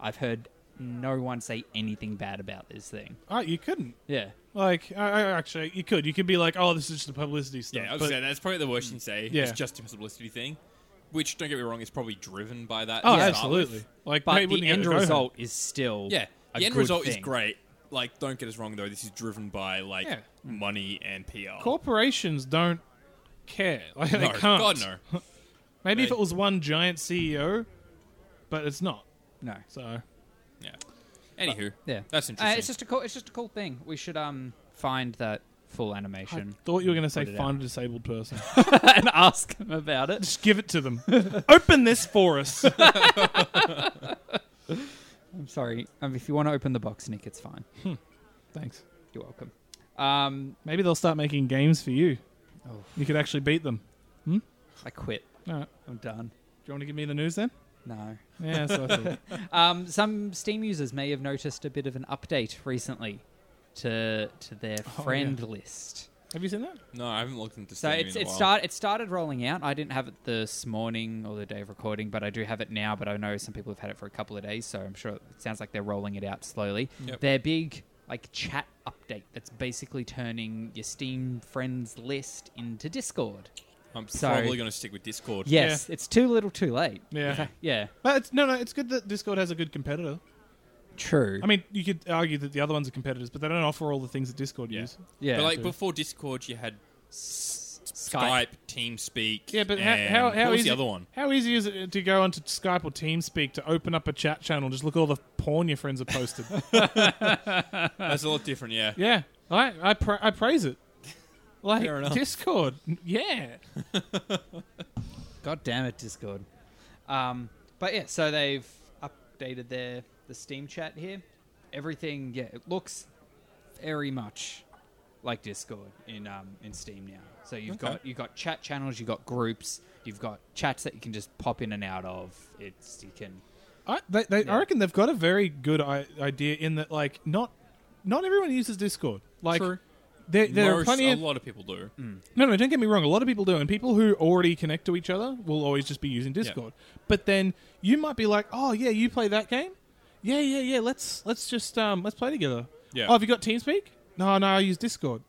[SPEAKER 3] i've heard no one say anything bad about this thing.
[SPEAKER 1] Oh, you couldn't.
[SPEAKER 3] Yeah.
[SPEAKER 1] Like, I, I actually, you could. You could be like, oh, this is just the publicity stuff.
[SPEAKER 2] Yeah, I was
[SPEAKER 1] but-
[SPEAKER 2] saying that's probably the worst thing to say.
[SPEAKER 1] Yeah.
[SPEAKER 2] It's just a publicity thing, which don't get me wrong, is probably driven by that.
[SPEAKER 1] oh,
[SPEAKER 2] to start
[SPEAKER 1] absolutely.
[SPEAKER 2] with.
[SPEAKER 1] Like,
[SPEAKER 3] But
[SPEAKER 1] they wouldn't
[SPEAKER 3] the
[SPEAKER 1] get
[SPEAKER 3] end
[SPEAKER 1] to go home.
[SPEAKER 3] result is still
[SPEAKER 2] Yeah,
[SPEAKER 3] a
[SPEAKER 2] the end
[SPEAKER 3] good
[SPEAKER 2] result is
[SPEAKER 3] thing.
[SPEAKER 2] great. Like, don't get us wrong though. This is driven by like
[SPEAKER 1] Yeah.
[SPEAKER 2] money and PR.
[SPEAKER 1] Corporations don't care. <laughs> Like,
[SPEAKER 2] no,
[SPEAKER 1] they can't.
[SPEAKER 2] God no.
[SPEAKER 3] <laughs>
[SPEAKER 1] Maybe if
[SPEAKER 2] They-
[SPEAKER 1] it was one giant CEO, but it's not.
[SPEAKER 3] No.
[SPEAKER 1] So
[SPEAKER 2] Yeah. Anywho,
[SPEAKER 3] Yeah.
[SPEAKER 2] that's
[SPEAKER 3] Uh,
[SPEAKER 2] interesting.
[SPEAKER 3] it's just a cool. It's just a cool thing. We should um find that full
[SPEAKER 1] I
[SPEAKER 3] animation
[SPEAKER 1] thought you were going to say
[SPEAKER 3] Put it out. <laughs>
[SPEAKER 1] find a disabled person. <laughs>
[SPEAKER 3] and ask them about it.
[SPEAKER 1] Just give it to them. <laughs> Open this for us.
[SPEAKER 3] I'm sorry. Um, if you want to open the box, Nick, it's fine.
[SPEAKER 1] Thanks.
[SPEAKER 3] You're welcome. Um,
[SPEAKER 1] Maybe they'll start making games for you.
[SPEAKER 3] Oh.
[SPEAKER 1] You could actually beat them.
[SPEAKER 3] I quit.
[SPEAKER 1] All right.
[SPEAKER 3] I'm done.
[SPEAKER 1] Do you want to give me the news then?
[SPEAKER 3] No.
[SPEAKER 1] Yeah, so I
[SPEAKER 2] <laughs>
[SPEAKER 1] thought.
[SPEAKER 3] Um, some Steam users may have noticed a bit of an update recently to to their
[SPEAKER 1] Oh, yeah.
[SPEAKER 3] friend list.
[SPEAKER 1] Have you seen that?
[SPEAKER 2] no, I haven't looked into
[SPEAKER 3] So
[SPEAKER 2] Steam
[SPEAKER 3] it's
[SPEAKER 2] in a
[SPEAKER 3] it
[SPEAKER 2] while.
[SPEAKER 3] start it started rolling out. I didn't have it this morning or the day of recording, but I do have it now. But I know some people have had it for a couple of days, so I'm sure it sounds like they're rolling it out slowly.
[SPEAKER 2] Yep.
[SPEAKER 3] Their big like chat update that's basically turning your Steam friends list into Discord.
[SPEAKER 2] I'm
[SPEAKER 3] so-
[SPEAKER 2] probably going to stick with Discord.
[SPEAKER 3] Yes, it's too little, too late.
[SPEAKER 1] Yeah.
[SPEAKER 3] Yeah,
[SPEAKER 1] But it's, no, no, it's good that Discord has a good competitor.
[SPEAKER 3] true.
[SPEAKER 1] I mean, you could argue that the other ones are competitors, but they don't offer all the things that Discord
[SPEAKER 2] Yeah.
[SPEAKER 1] uses.
[SPEAKER 3] yeah,
[SPEAKER 2] but like
[SPEAKER 1] dude.
[SPEAKER 2] before Discord, you had
[SPEAKER 3] S-
[SPEAKER 2] Skype, TeamSpeak.
[SPEAKER 1] Yeah, but
[SPEAKER 2] and
[SPEAKER 1] how, how,
[SPEAKER 2] what
[SPEAKER 1] how
[SPEAKER 2] was
[SPEAKER 1] easy
[SPEAKER 2] the other one?
[SPEAKER 1] How easy is it to go onto Skype or TeamSpeak to open up a chat channel and just look at all the porn your friends have
[SPEAKER 2] <laughs>
[SPEAKER 1] posted?
[SPEAKER 2] That's a lot different. Yeah,
[SPEAKER 1] yeah, I I, pra- I praise it. Like
[SPEAKER 2] Fair enough.
[SPEAKER 1] Discord, yeah.
[SPEAKER 3] God damn it, Discord. Um, but yeah, so they've updated their the Steam chat here. Everything, yeah, it looks very much like Discord in um, in Steam now. So you've
[SPEAKER 2] Okay.
[SPEAKER 3] got you've got chat channels, you've got groups, you've got chats that you can just pop in and out of. It's you can
[SPEAKER 1] I they, they,
[SPEAKER 3] Yeah.
[SPEAKER 1] I reckon they've got a very good I- idea in that like not not everyone uses Discord. Like
[SPEAKER 2] True.
[SPEAKER 1] there there are
[SPEAKER 2] Most-
[SPEAKER 1] plenty
[SPEAKER 2] a
[SPEAKER 1] of
[SPEAKER 2] lot of people do.
[SPEAKER 1] No, no, don't get me wrong. A lot of people do, and people who already connect to each other will always just be using Discord. But then you might be like, "Oh yeah, you play that game? Yeah, yeah, yeah. Let's let's just um let's play together.
[SPEAKER 2] Yeah.
[SPEAKER 1] Oh, have you got TeamSpeak? No, no, I use Discord.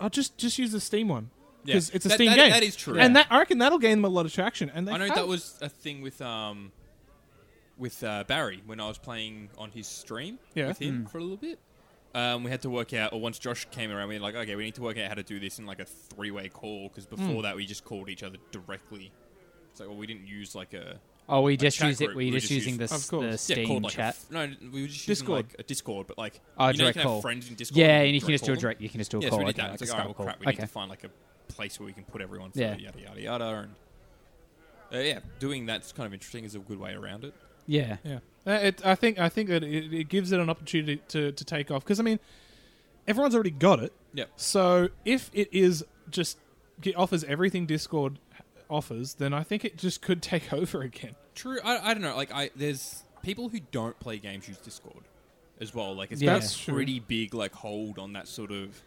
[SPEAKER 1] I'll just just use the Steam one
[SPEAKER 2] Yeah.
[SPEAKER 1] because it's a
[SPEAKER 2] That-
[SPEAKER 1] Steam
[SPEAKER 2] that-
[SPEAKER 1] game.
[SPEAKER 2] that is true.
[SPEAKER 1] and
[SPEAKER 2] Yeah.
[SPEAKER 1] that I reckon that'll gain them a lot of traction. And they
[SPEAKER 2] I know
[SPEAKER 1] have-
[SPEAKER 2] that was a thing with um with uh, Barry when I was playing on his stream
[SPEAKER 1] Yeah.
[SPEAKER 2] with him for a little bit. Um, we had to work out, or once Josh came around, we were like, okay, we need to work out how to do this in like a three-way call because before that we just called each other directly. It's like, well, we didn't use like a
[SPEAKER 3] oh we
[SPEAKER 2] just
[SPEAKER 3] just
[SPEAKER 2] chat use
[SPEAKER 3] use
[SPEAKER 2] it- group,
[SPEAKER 3] it.
[SPEAKER 2] we
[SPEAKER 3] We're
[SPEAKER 2] we're just
[SPEAKER 3] just
[SPEAKER 2] just
[SPEAKER 3] using
[SPEAKER 2] using
[SPEAKER 3] the,
[SPEAKER 2] used-
[SPEAKER 1] the- Of course. the
[SPEAKER 2] yeah,
[SPEAKER 3] Steam
[SPEAKER 2] called like
[SPEAKER 3] chat.
[SPEAKER 2] A, f- no, we were just
[SPEAKER 1] Discord.
[SPEAKER 2] using like a Discord, but like you
[SPEAKER 3] Oh,
[SPEAKER 2] know, you
[SPEAKER 3] direct
[SPEAKER 2] can
[SPEAKER 3] call.
[SPEAKER 2] have friends in Discord.
[SPEAKER 3] yeah, and you can
[SPEAKER 2] direct
[SPEAKER 3] just do a
[SPEAKER 2] call them.
[SPEAKER 3] direct. You can just do a
[SPEAKER 2] Yeah, so
[SPEAKER 3] call.
[SPEAKER 2] we did
[SPEAKER 3] okay,
[SPEAKER 2] that. It's like,
[SPEAKER 3] a
[SPEAKER 2] all right, well,
[SPEAKER 3] Skype call.
[SPEAKER 2] crap, we need
[SPEAKER 3] Okay.
[SPEAKER 2] to find like a place where we can put everyone. For
[SPEAKER 3] Yeah.
[SPEAKER 2] yada yada yada, and uh, yeah, doing that's kind of interesting. Is a good way around it.
[SPEAKER 3] Yeah,
[SPEAKER 1] Yeah, Uh, it, I think I think that it, it gives it an opportunity to to take off because I mean, everyone's already got it.
[SPEAKER 2] Yep.
[SPEAKER 1] So if it is just it offers everything Discord offers, then I think it just could <laughs> take over again.
[SPEAKER 2] True. I, I don't know. Like, I there's people who don't play games use Discord as well. Like, it's
[SPEAKER 3] Yeah.
[SPEAKER 2] got
[SPEAKER 1] That's
[SPEAKER 2] a
[SPEAKER 1] true.
[SPEAKER 2] pretty big like hold on that sort of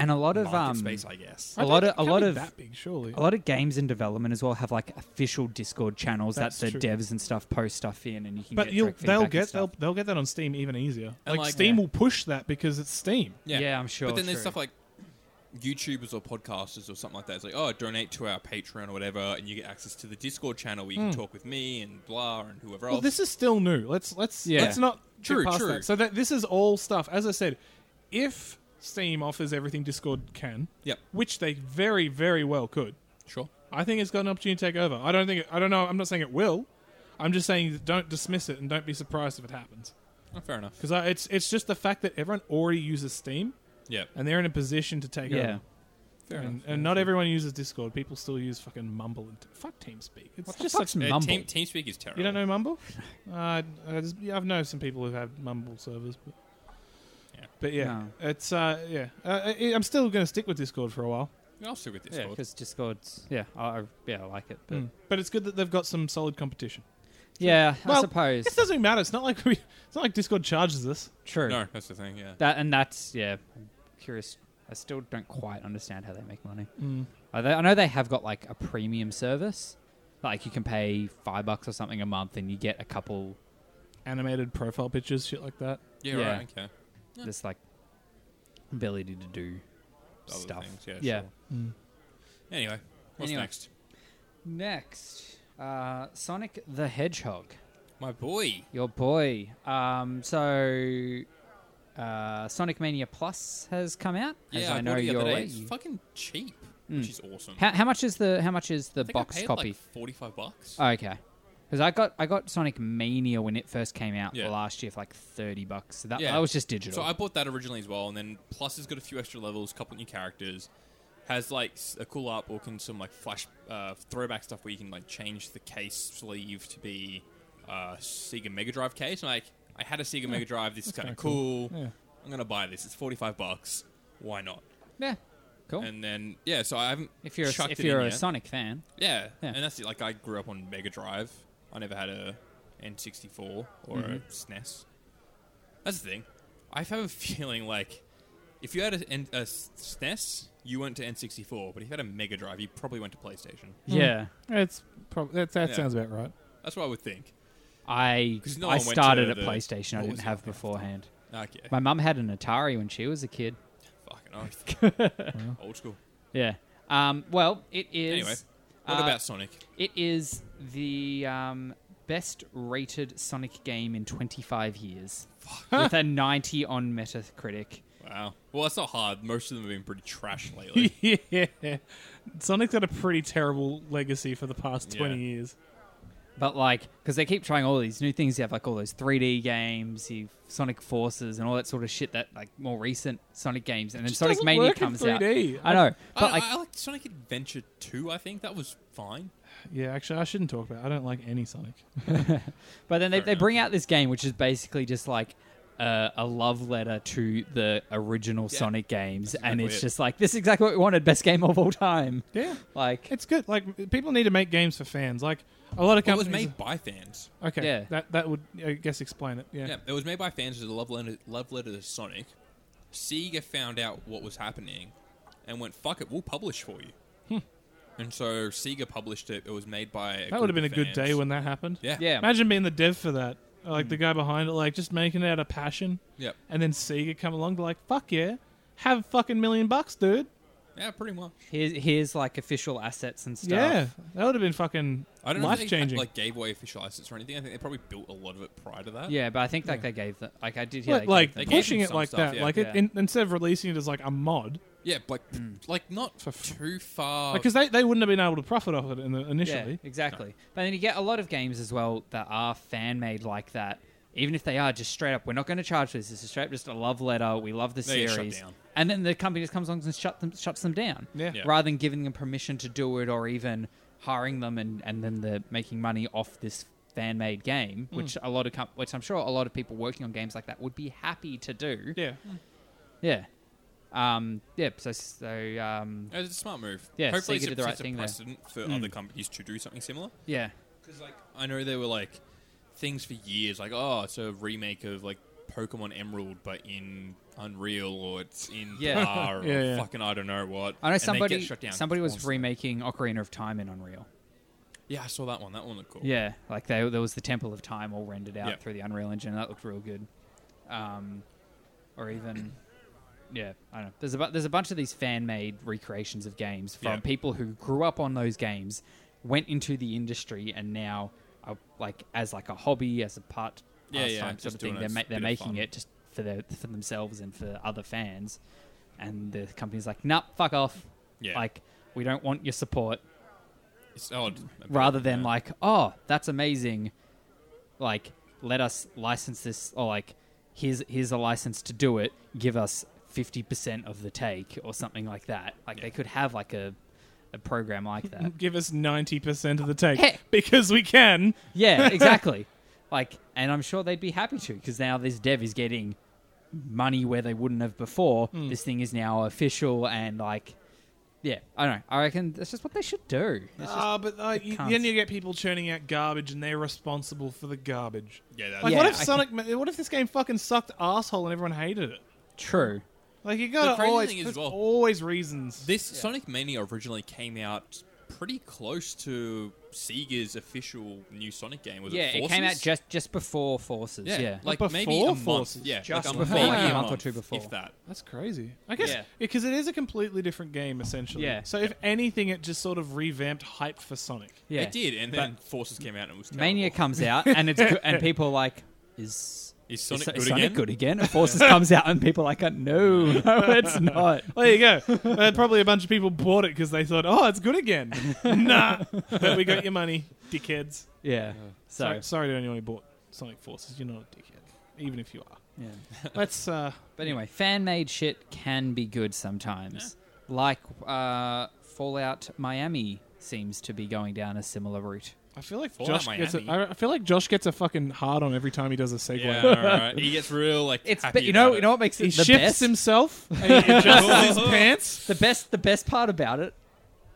[SPEAKER 3] and a lot of
[SPEAKER 2] market
[SPEAKER 3] um,
[SPEAKER 2] space, I guess.
[SPEAKER 3] a lot of
[SPEAKER 1] I don't think
[SPEAKER 3] a
[SPEAKER 1] it
[SPEAKER 3] lot
[SPEAKER 1] can't
[SPEAKER 3] of
[SPEAKER 1] be that big, surely.
[SPEAKER 3] A lot of games in development as well have like official Discord channels
[SPEAKER 1] That's
[SPEAKER 3] that the
[SPEAKER 1] true.
[SPEAKER 3] devs and stuff post stuff in, and you can.
[SPEAKER 1] But
[SPEAKER 3] get
[SPEAKER 1] you'll
[SPEAKER 3] direct feedback
[SPEAKER 1] they'll
[SPEAKER 3] and
[SPEAKER 1] get
[SPEAKER 3] stuff.
[SPEAKER 1] they'll they'll get that on Steam even easier.
[SPEAKER 2] And
[SPEAKER 1] Like,
[SPEAKER 2] like-
[SPEAKER 1] Steam
[SPEAKER 3] Yeah.
[SPEAKER 1] will push that because it's Steam.
[SPEAKER 3] Yeah, I'm sure,
[SPEAKER 2] But then there's
[SPEAKER 3] true.
[SPEAKER 2] stuff like YouTubers or podcasters or something like that. It's like, oh, donate to our Patreon or whatever, and you get access to the Discord channel where you
[SPEAKER 3] Hmm.
[SPEAKER 2] can talk with me and blah and whoever
[SPEAKER 1] Well,
[SPEAKER 2] else.
[SPEAKER 1] this is still new. Let's let's
[SPEAKER 3] Yeah.
[SPEAKER 1] let's not get
[SPEAKER 2] True,
[SPEAKER 1] past
[SPEAKER 2] true.
[SPEAKER 1] that. So that this is all stuff. As I said, if Steam offers everything Discord can,
[SPEAKER 2] Yep.
[SPEAKER 1] which they very very well could,
[SPEAKER 2] Sure.
[SPEAKER 1] I think it's got an opportunity to take over. I don't think it, I don't know. I'm not saying it will. I'm just saying that don't dismiss it and don't be surprised if it happens
[SPEAKER 2] Oh, fair enough.
[SPEAKER 1] because it's it's just the fact that everyone already uses Steam
[SPEAKER 2] Yeah.
[SPEAKER 1] and they're in a position to take
[SPEAKER 3] yeah,
[SPEAKER 1] over.
[SPEAKER 2] Fair
[SPEAKER 1] and,
[SPEAKER 2] enough.
[SPEAKER 1] and not everyone uses Discord. People still use fucking Mumble and fuck TeamSpeak. It's just such
[SPEAKER 2] Uh,
[SPEAKER 3] mumble.
[SPEAKER 2] Team, TeamSpeak is terrible.
[SPEAKER 1] you don't know
[SPEAKER 2] <laughs>
[SPEAKER 1] Mumble? uh, I just, yeah, I've known some people who have Mumble servers, but
[SPEAKER 2] Yeah.
[SPEAKER 1] but yeah,
[SPEAKER 3] No.
[SPEAKER 1] it's uh, yeah. Uh, I, I'm still going to stick with Discord for a while.
[SPEAKER 2] I'll stick with
[SPEAKER 3] yeah,
[SPEAKER 2] Discord.
[SPEAKER 3] because Discord's yeah, I, I- yeah, I like it, but
[SPEAKER 1] Mm. But it's good that they've got some solid competition.
[SPEAKER 3] yeah, I
[SPEAKER 1] Well,
[SPEAKER 3] suppose
[SPEAKER 1] It doesn't matter. It's not like <laughs> we. It's not like Discord charges us.
[SPEAKER 3] true.
[SPEAKER 2] no, that's the thing. Yeah.
[SPEAKER 3] That and that's yeah. I'm curious. I still don't quite understand how they make money.
[SPEAKER 1] Mm.
[SPEAKER 3] I, I know they have got like a premium service, like you can pay five bucks or something a month, and you get a couple
[SPEAKER 1] animated profile pictures, shit like that.
[SPEAKER 2] Yeah,
[SPEAKER 3] Yeah.
[SPEAKER 2] right. Okay.
[SPEAKER 3] This like ability to do
[SPEAKER 2] Other
[SPEAKER 3] stuff.
[SPEAKER 2] things, yeah,
[SPEAKER 3] yeah. Mm.
[SPEAKER 2] sure. Anyway, what's
[SPEAKER 3] Anyway.
[SPEAKER 2] next?
[SPEAKER 3] Next, uh, Sonic the Hedgehog,
[SPEAKER 2] My boy.
[SPEAKER 3] your boy. Um, so, uh, Sonic Mania Plus has come out. as
[SPEAKER 2] Yeah,
[SPEAKER 3] I,
[SPEAKER 2] I,
[SPEAKER 3] know
[SPEAKER 2] bought it the
[SPEAKER 3] you're
[SPEAKER 2] other
[SPEAKER 3] aware.
[SPEAKER 2] day. It's
[SPEAKER 3] You-
[SPEAKER 2] fucking cheap, which is awesome.
[SPEAKER 3] how, how much is the how much is the
[SPEAKER 2] I think I
[SPEAKER 3] box
[SPEAKER 2] paid,
[SPEAKER 3] copy?
[SPEAKER 2] Like Forty-five bucks.
[SPEAKER 3] Oh, okay. Because I got I got Sonic Mania when it first came out
[SPEAKER 2] Yeah.
[SPEAKER 3] last year for like thirty bucks. So that,
[SPEAKER 2] Yeah.
[SPEAKER 3] that was just
[SPEAKER 2] so
[SPEAKER 3] digital.
[SPEAKER 2] I bought that originally as well, and then Plus has got a few extra levels, a couple new characters, has like s- a cool artbook and some like flash uh, throwback stuff where you can like change the case sleeve to be uh, Sega Mega Drive case. And, like I had a Sega Mega Drive. This is kind of
[SPEAKER 1] kinda cool.
[SPEAKER 2] cool.
[SPEAKER 1] Yeah.
[SPEAKER 2] I'm gonna buy this. It's forty-five bucks. Why not?
[SPEAKER 3] yeah, cool.
[SPEAKER 2] And then yeah, so I haven't.
[SPEAKER 3] if you're a,
[SPEAKER 2] chucked
[SPEAKER 3] if
[SPEAKER 2] it in
[SPEAKER 3] you're a
[SPEAKER 2] yet.
[SPEAKER 3] Sonic fan,
[SPEAKER 2] Yeah.
[SPEAKER 3] Yeah.
[SPEAKER 2] and that's it. Like I grew up on Mega Drive. I never had a N64 or a
[SPEAKER 3] Mm-hmm.
[SPEAKER 2] SNES. That's the thing. I have a <laughs> feeling like if you had a, N- a S- SNES, you went to N64, but if you had a Mega Drive, you probably went to PlayStation.
[SPEAKER 3] yeah,
[SPEAKER 1] It's prob- that, that
[SPEAKER 2] Yeah.
[SPEAKER 1] sounds about <laughs> right.
[SPEAKER 2] That's what I would think.
[SPEAKER 3] I
[SPEAKER 2] <laughs> 'Cause no
[SPEAKER 3] I
[SPEAKER 2] one went
[SPEAKER 3] started
[SPEAKER 2] to
[SPEAKER 3] at
[SPEAKER 2] the-
[SPEAKER 3] PlayStation. I
[SPEAKER 2] what
[SPEAKER 3] didn't
[SPEAKER 2] was it?
[SPEAKER 3] have beforehand.
[SPEAKER 2] Okay.
[SPEAKER 3] My mum had an Atari when she was a kid. <laughs>
[SPEAKER 2] Fucking oath. Old school.
[SPEAKER 3] Yeah. Um, well, it is.
[SPEAKER 2] Anyway, What
[SPEAKER 3] uh,
[SPEAKER 2] about Sonic?
[SPEAKER 3] It is the um, best rated Sonic game in 25 years, with a 90 on Metacritic.
[SPEAKER 2] Wow. Well, that's not hard. Most of them have been pretty
[SPEAKER 3] <laughs>
[SPEAKER 2] trash lately.
[SPEAKER 1] yeah. Sonic's got a pretty terrible legacy for the past 20
[SPEAKER 2] Yeah.
[SPEAKER 1] years.
[SPEAKER 3] But like, because they keep trying all these new things. You have like all those 3D games, you have Sonic Forces, and all that sort of shit. That like more recent Sonic games, and then
[SPEAKER 1] just
[SPEAKER 3] Sonic
[SPEAKER 1] doesn't
[SPEAKER 3] Mania
[SPEAKER 1] work in
[SPEAKER 3] comes out.
[SPEAKER 1] 3D.
[SPEAKER 3] I know, but
[SPEAKER 2] I,
[SPEAKER 3] like,
[SPEAKER 2] I liked Sonic Adventure 2, I think. That was fine.
[SPEAKER 1] Yeah, actually, I shouldn't talk about it. I don't like any Sonic.
[SPEAKER 3] But then they,
[SPEAKER 2] Fair
[SPEAKER 3] they
[SPEAKER 2] enough.
[SPEAKER 3] bring out this game, which is basically just like uh, a love letter to the original
[SPEAKER 2] Yeah.
[SPEAKER 3] Sonic games,
[SPEAKER 2] That's
[SPEAKER 3] and
[SPEAKER 2] exactly
[SPEAKER 3] it's
[SPEAKER 2] it.
[SPEAKER 3] just like this is exactly what we wanted, best game of
[SPEAKER 2] <laughs>
[SPEAKER 3] all time.
[SPEAKER 1] Yeah.
[SPEAKER 3] Like,
[SPEAKER 1] It's good. Like, people need to make games for fans. Like, a lot of
[SPEAKER 2] It
[SPEAKER 1] companies.
[SPEAKER 2] was made by fans.
[SPEAKER 1] Okay,
[SPEAKER 3] Yeah.
[SPEAKER 1] that that would I guess explain it. Yeah,
[SPEAKER 2] Yeah, it was made by fans as a love letter, love letter to Sonic. Sega found out what was happening and went, fuck it, we'll publish for you. And so Sega published it. It was made by. A
[SPEAKER 1] Hmm. that would have been
[SPEAKER 2] group
[SPEAKER 1] a
[SPEAKER 2] of
[SPEAKER 1] good
[SPEAKER 2] fans.
[SPEAKER 1] day when that happened.
[SPEAKER 2] Yeah.
[SPEAKER 3] yeah,
[SPEAKER 1] imagine being the dev for that. Like the guy behind it, like just making it out of passion,
[SPEAKER 2] Yep.
[SPEAKER 1] and then Sega come along, be like fuck yeah, have a fucking million bucks, dude.
[SPEAKER 2] Yeah, pretty much.
[SPEAKER 3] here's, here's like official assets and stuff.
[SPEAKER 1] Yeah, that would have been fucking
[SPEAKER 2] I don't know
[SPEAKER 1] life
[SPEAKER 2] if they
[SPEAKER 1] changing.
[SPEAKER 2] like gave away official assets or anything. I think they probably built a lot of it prior to that.
[SPEAKER 3] Yeah, but I think like they gave the like I did hear
[SPEAKER 1] But,
[SPEAKER 3] they
[SPEAKER 1] like
[SPEAKER 3] gave them-
[SPEAKER 2] gave
[SPEAKER 1] pushing
[SPEAKER 2] him
[SPEAKER 1] it
[SPEAKER 2] some
[SPEAKER 1] like
[SPEAKER 2] stuff,
[SPEAKER 1] that,
[SPEAKER 2] yeah.
[SPEAKER 1] like It,
[SPEAKER 3] Yeah.
[SPEAKER 1] in, instead of releasing it as like a mod,
[SPEAKER 2] yeah, like
[SPEAKER 3] Hmm.
[SPEAKER 2] like not
[SPEAKER 1] For fr-
[SPEAKER 2] too far.
[SPEAKER 1] because they, they wouldn't have been able to profit off it in the,
[SPEAKER 2] <laughs>
[SPEAKER 1] initially.
[SPEAKER 3] yeah, exactly. But then you get a lot of games as well that are fan made like that. Even if they are just straight up, we're not going to charge for this. This is straight up just a love letter. We love the
[SPEAKER 2] They get shut
[SPEAKER 3] series,
[SPEAKER 2] down.
[SPEAKER 3] and then the company just comes along and shut them, shuts them down.
[SPEAKER 1] Yeah.
[SPEAKER 2] Yeah.
[SPEAKER 3] rather than giving them permission to do it or even hiring them and, and then they're making money off this fan made game,
[SPEAKER 2] Mm.
[SPEAKER 3] which a lot of com- which I'm sure a lot of people working on games like that would be happy to do.
[SPEAKER 1] yeah.
[SPEAKER 3] Yeah. Um, yeah. So so um,
[SPEAKER 2] it was a smart move.
[SPEAKER 3] Yeah,
[SPEAKER 2] hopefully
[SPEAKER 3] Sega
[SPEAKER 2] it
[SPEAKER 3] did the right
[SPEAKER 2] sets
[SPEAKER 3] thing
[SPEAKER 2] a
[SPEAKER 3] there. Hmm.
[SPEAKER 2] precedent for other companies to do something similar.
[SPEAKER 3] yeah.
[SPEAKER 2] Because like I know there were like things for years, like oh, it's a remake of like Pokemon Emerald, but in Unreal, or it's in
[SPEAKER 3] Yeah. <laughs>
[SPEAKER 2] Blar, or
[SPEAKER 1] Yeah, yeah.
[SPEAKER 2] fucking I don't know what.
[SPEAKER 3] I know
[SPEAKER 2] and they
[SPEAKER 3] somebody
[SPEAKER 2] get shut down
[SPEAKER 3] somebody was
[SPEAKER 2] constantly.
[SPEAKER 3] remaking Ocarina of Time in Unreal.
[SPEAKER 2] Yeah, I saw that one. That one looked cool.
[SPEAKER 3] Yeah, like they, there was the Temple of Time all rendered out
[SPEAKER 2] Yeah.
[SPEAKER 3] through the Unreal Engine. That looked real good. Um, or even, yeah, I don't know. There's a bu- there's a bunch of these fan made recreations of games from
[SPEAKER 2] Yeah.
[SPEAKER 3] people who grew up on those games, went into the industry, and now are like as like a hobby, as a part
[SPEAKER 2] Yeah,
[SPEAKER 3] pastime
[SPEAKER 2] yeah,
[SPEAKER 3] sort
[SPEAKER 2] just
[SPEAKER 3] of thing.
[SPEAKER 2] doing it
[SPEAKER 3] They're
[SPEAKER 2] as
[SPEAKER 3] ma-
[SPEAKER 2] a
[SPEAKER 3] they're
[SPEAKER 2] bit of
[SPEAKER 3] making
[SPEAKER 2] fun.
[SPEAKER 3] it just for their for themselves and for other fans, and the company's like, nah, fuck off.
[SPEAKER 2] Yeah.
[SPEAKER 3] Like we don't want your support
[SPEAKER 2] It's odd.
[SPEAKER 3] rather than
[SPEAKER 2] Yeah.
[SPEAKER 3] like, oh, that's amazing. Like, let us license this, or like, here's here's a license to do it. Give us fifty percent of the take, or something like that. Like they could have like a a program
[SPEAKER 2] <laughs>
[SPEAKER 3] like that.
[SPEAKER 1] Give us ninety percent of the take
[SPEAKER 3] Hey.
[SPEAKER 1] <laughs> because we can.
[SPEAKER 3] yeah,
[SPEAKER 2] <laughs>
[SPEAKER 3] exactly. Like, and I'm sure they'd be happy to because now this dev is getting money where they wouldn't have before.
[SPEAKER 2] Hmm.
[SPEAKER 3] This thing is now official and like. Yeah, I don't know. I reckon that's just what they should do. It's just-
[SPEAKER 1] Ah, but uh, you,
[SPEAKER 3] cunts.
[SPEAKER 1] then you get people churning out garbage, and they're responsible for the garbage.
[SPEAKER 2] Yeah, that,
[SPEAKER 1] Like,
[SPEAKER 3] Yeah,
[SPEAKER 1] what if
[SPEAKER 3] I
[SPEAKER 1] Sonic? What if this game fucking sucked asshole and everyone hated it?
[SPEAKER 3] true.
[SPEAKER 1] Like, you gotta
[SPEAKER 2] The crazy
[SPEAKER 1] always
[SPEAKER 2] thing is
[SPEAKER 1] there's
[SPEAKER 2] as well-
[SPEAKER 1] always reasons.
[SPEAKER 2] this Sonic Mania originally came out pretty close to Sega's official new Sonic game. Was
[SPEAKER 3] yeah,
[SPEAKER 2] it?
[SPEAKER 3] it came out
[SPEAKER 2] Forces?
[SPEAKER 3] just just before Forces. Yeah,
[SPEAKER 2] like
[SPEAKER 1] Before
[SPEAKER 2] maybe a month.
[SPEAKER 1] Forces?
[SPEAKER 2] Yeah,
[SPEAKER 3] Just
[SPEAKER 2] like a
[SPEAKER 3] before,
[SPEAKER 2] maybe
[SPEAKER 1] like a
[SPEAKER 2] a
[SPEAKER 1] month
[SPEAKER 3] or two before.
[SPEAKER 2] if that.
[SPEAKER 1] That's crazy. I guess
[SPEAKER 3] Yeah.
[SPEAKER 1] because it is a completely different game essentially.
[SPEAKER 3] Yeah.
[SPEAKER 1] So if anything, it just sort of revamped hype for Sonic.
[SPEAKER 3] yeah.
[SPEAKER 2] It did, and then Forces came out and it was terrible.
[SPEAKER 3] Mania comes out and it's good, and people are like is.
[SPEAKER 2] Is
[SPEAKER 3] Is
[SPEAKER 2] Sonic
[SPEAKER 3] Sonic,
[SPEAKER 2] good again?
[SPEAKER 3] good again? And Forces comes out and people are like, no, <laughs> no, it's not.
[SPEAKER 1] There you go. <laughs> uh, probably a bunch of people bought it because they thought, "Oh, it's good again." nah, but we got your money, dickheads.
[SPEAKER 3] Yeah.
[SPEAKER 1] Sorry,
[SPEAKER 3] So,
[SPEAKER 1] sorry to anyone who bought Sonic Forces. You're not a dickhead, even if you are.
[SPEAKER 3] <laughs> yeah.
[SPEAKER 1] Let's. uh
[SPEAKER 3] But anyway, fan made shit can be good sometimes. Like uh, Fallout Miami seems to be going down a similar route.
[SPEAKER 1] I feel like
[SPEAKER 2] Fallout
[SPEAKER 1] Josh gets. A,
[SPEAKER 2] Miami.
[SPEAKER 1] I I feel like Josh gets a fucking hard on every time he does a segue.
[SPEAKER 2] Yeah, all right. He gets real like
[SPEAKER 3] It's
[SPEAKER 2] happy
[SPEAKER 3] but you know
[SPEAKER 2] about
[SPEAKER 3] you know what makes it
[SPEAKER 1] He
[SPEAKER 3] the
[SPEAKER 1] shifts
[SPEAKER 3] best.
[SPEAKER 1] himself.
[SPEAKER 2] <laughs>
[SPEAKER 1] And he adjusts his
[SPEAKER 2] Oh.
[SPEAKER 1] pants.
[SPEAKER 3] the best the best part about it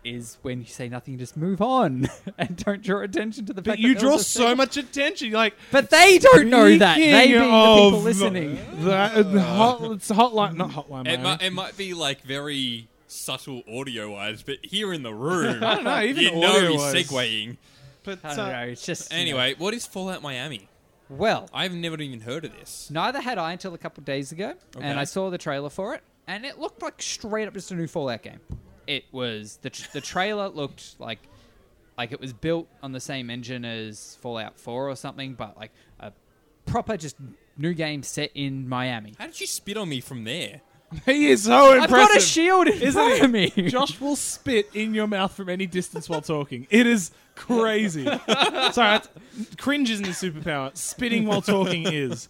[SPEAKER 3] is when you say nothing, just move on <laughs> and don't draw attention to the fact
[SPEAKER 1] But you
[SPEAKER 3] that there
[SPEAKER 1] draw
[SPEAKER 3] was a
[SPEAKER 1] so
[SPEAKER 3] second-
[SPEAKER 1] much attention. You're like,
[SPEAKER 3] But they don't know that. They
[SPEAKER 1] Speaking
[SPEAKER 3] being the people
[SPEAKER 1] of
[SPEAKER 3] listening.
[SPEAKER 1] That, uh, hot, it's hotline, not hotline.
[SPEAKER 2] it. It,
[SPEAKER 1] Miami.
[SPEAKER 2] might, it might be like very subtle audio wise, but here in the
[SPEAKER 1] <laughs>
[SPEAKER 2] room,
[SPEAKER 1] I don't know. Even
[SPEAKER 2] you know he's
[SPEAKER 1] audio-wise.
[SPEAKER 2] segueing.
[SPEAKER 1] But
[SPEAKER 3] I
[SPEAKER 1] uh,
[SPEAKER 3] don't know. It's just you know.
[SPEAKER 2] Anyway, what is Fallout Miami?
[SPEAKER 3] Well,
[SPEAKER 2] I've never even heard of this.
[SPEAKER 3] Neither had I until a couple of days ago,
[SPEAKER 2] Okay.
[SPEAKER 3] and I saw the trailer for it, and it looked like straight up just a new Fallout game. It was the tr- the trailer looked like like it was built on the same engine as Fallout Four or something, but like a proper just new game set in Miami.
[SPEAKER 2] How did you spit on me from there?
[SPEAKER 1] he is so
[SPEAKER 3] I've
[SPEAKER 1] impressive.
[SPEAKER 3] got
[SPEAKER 1] <laughs>
[SPEAKER 3] a shield in
[SPEAKER 1] Isn't
[SPEAKER 3] front
[SPEAKER 1] it?
[SPEAKER 3] of me.
[SPEAKER 1] Josh will spit in your mouth from any distance while talking. It is crazy. Sorry, that's, cringe isn't a superpower. Spitting while talking is,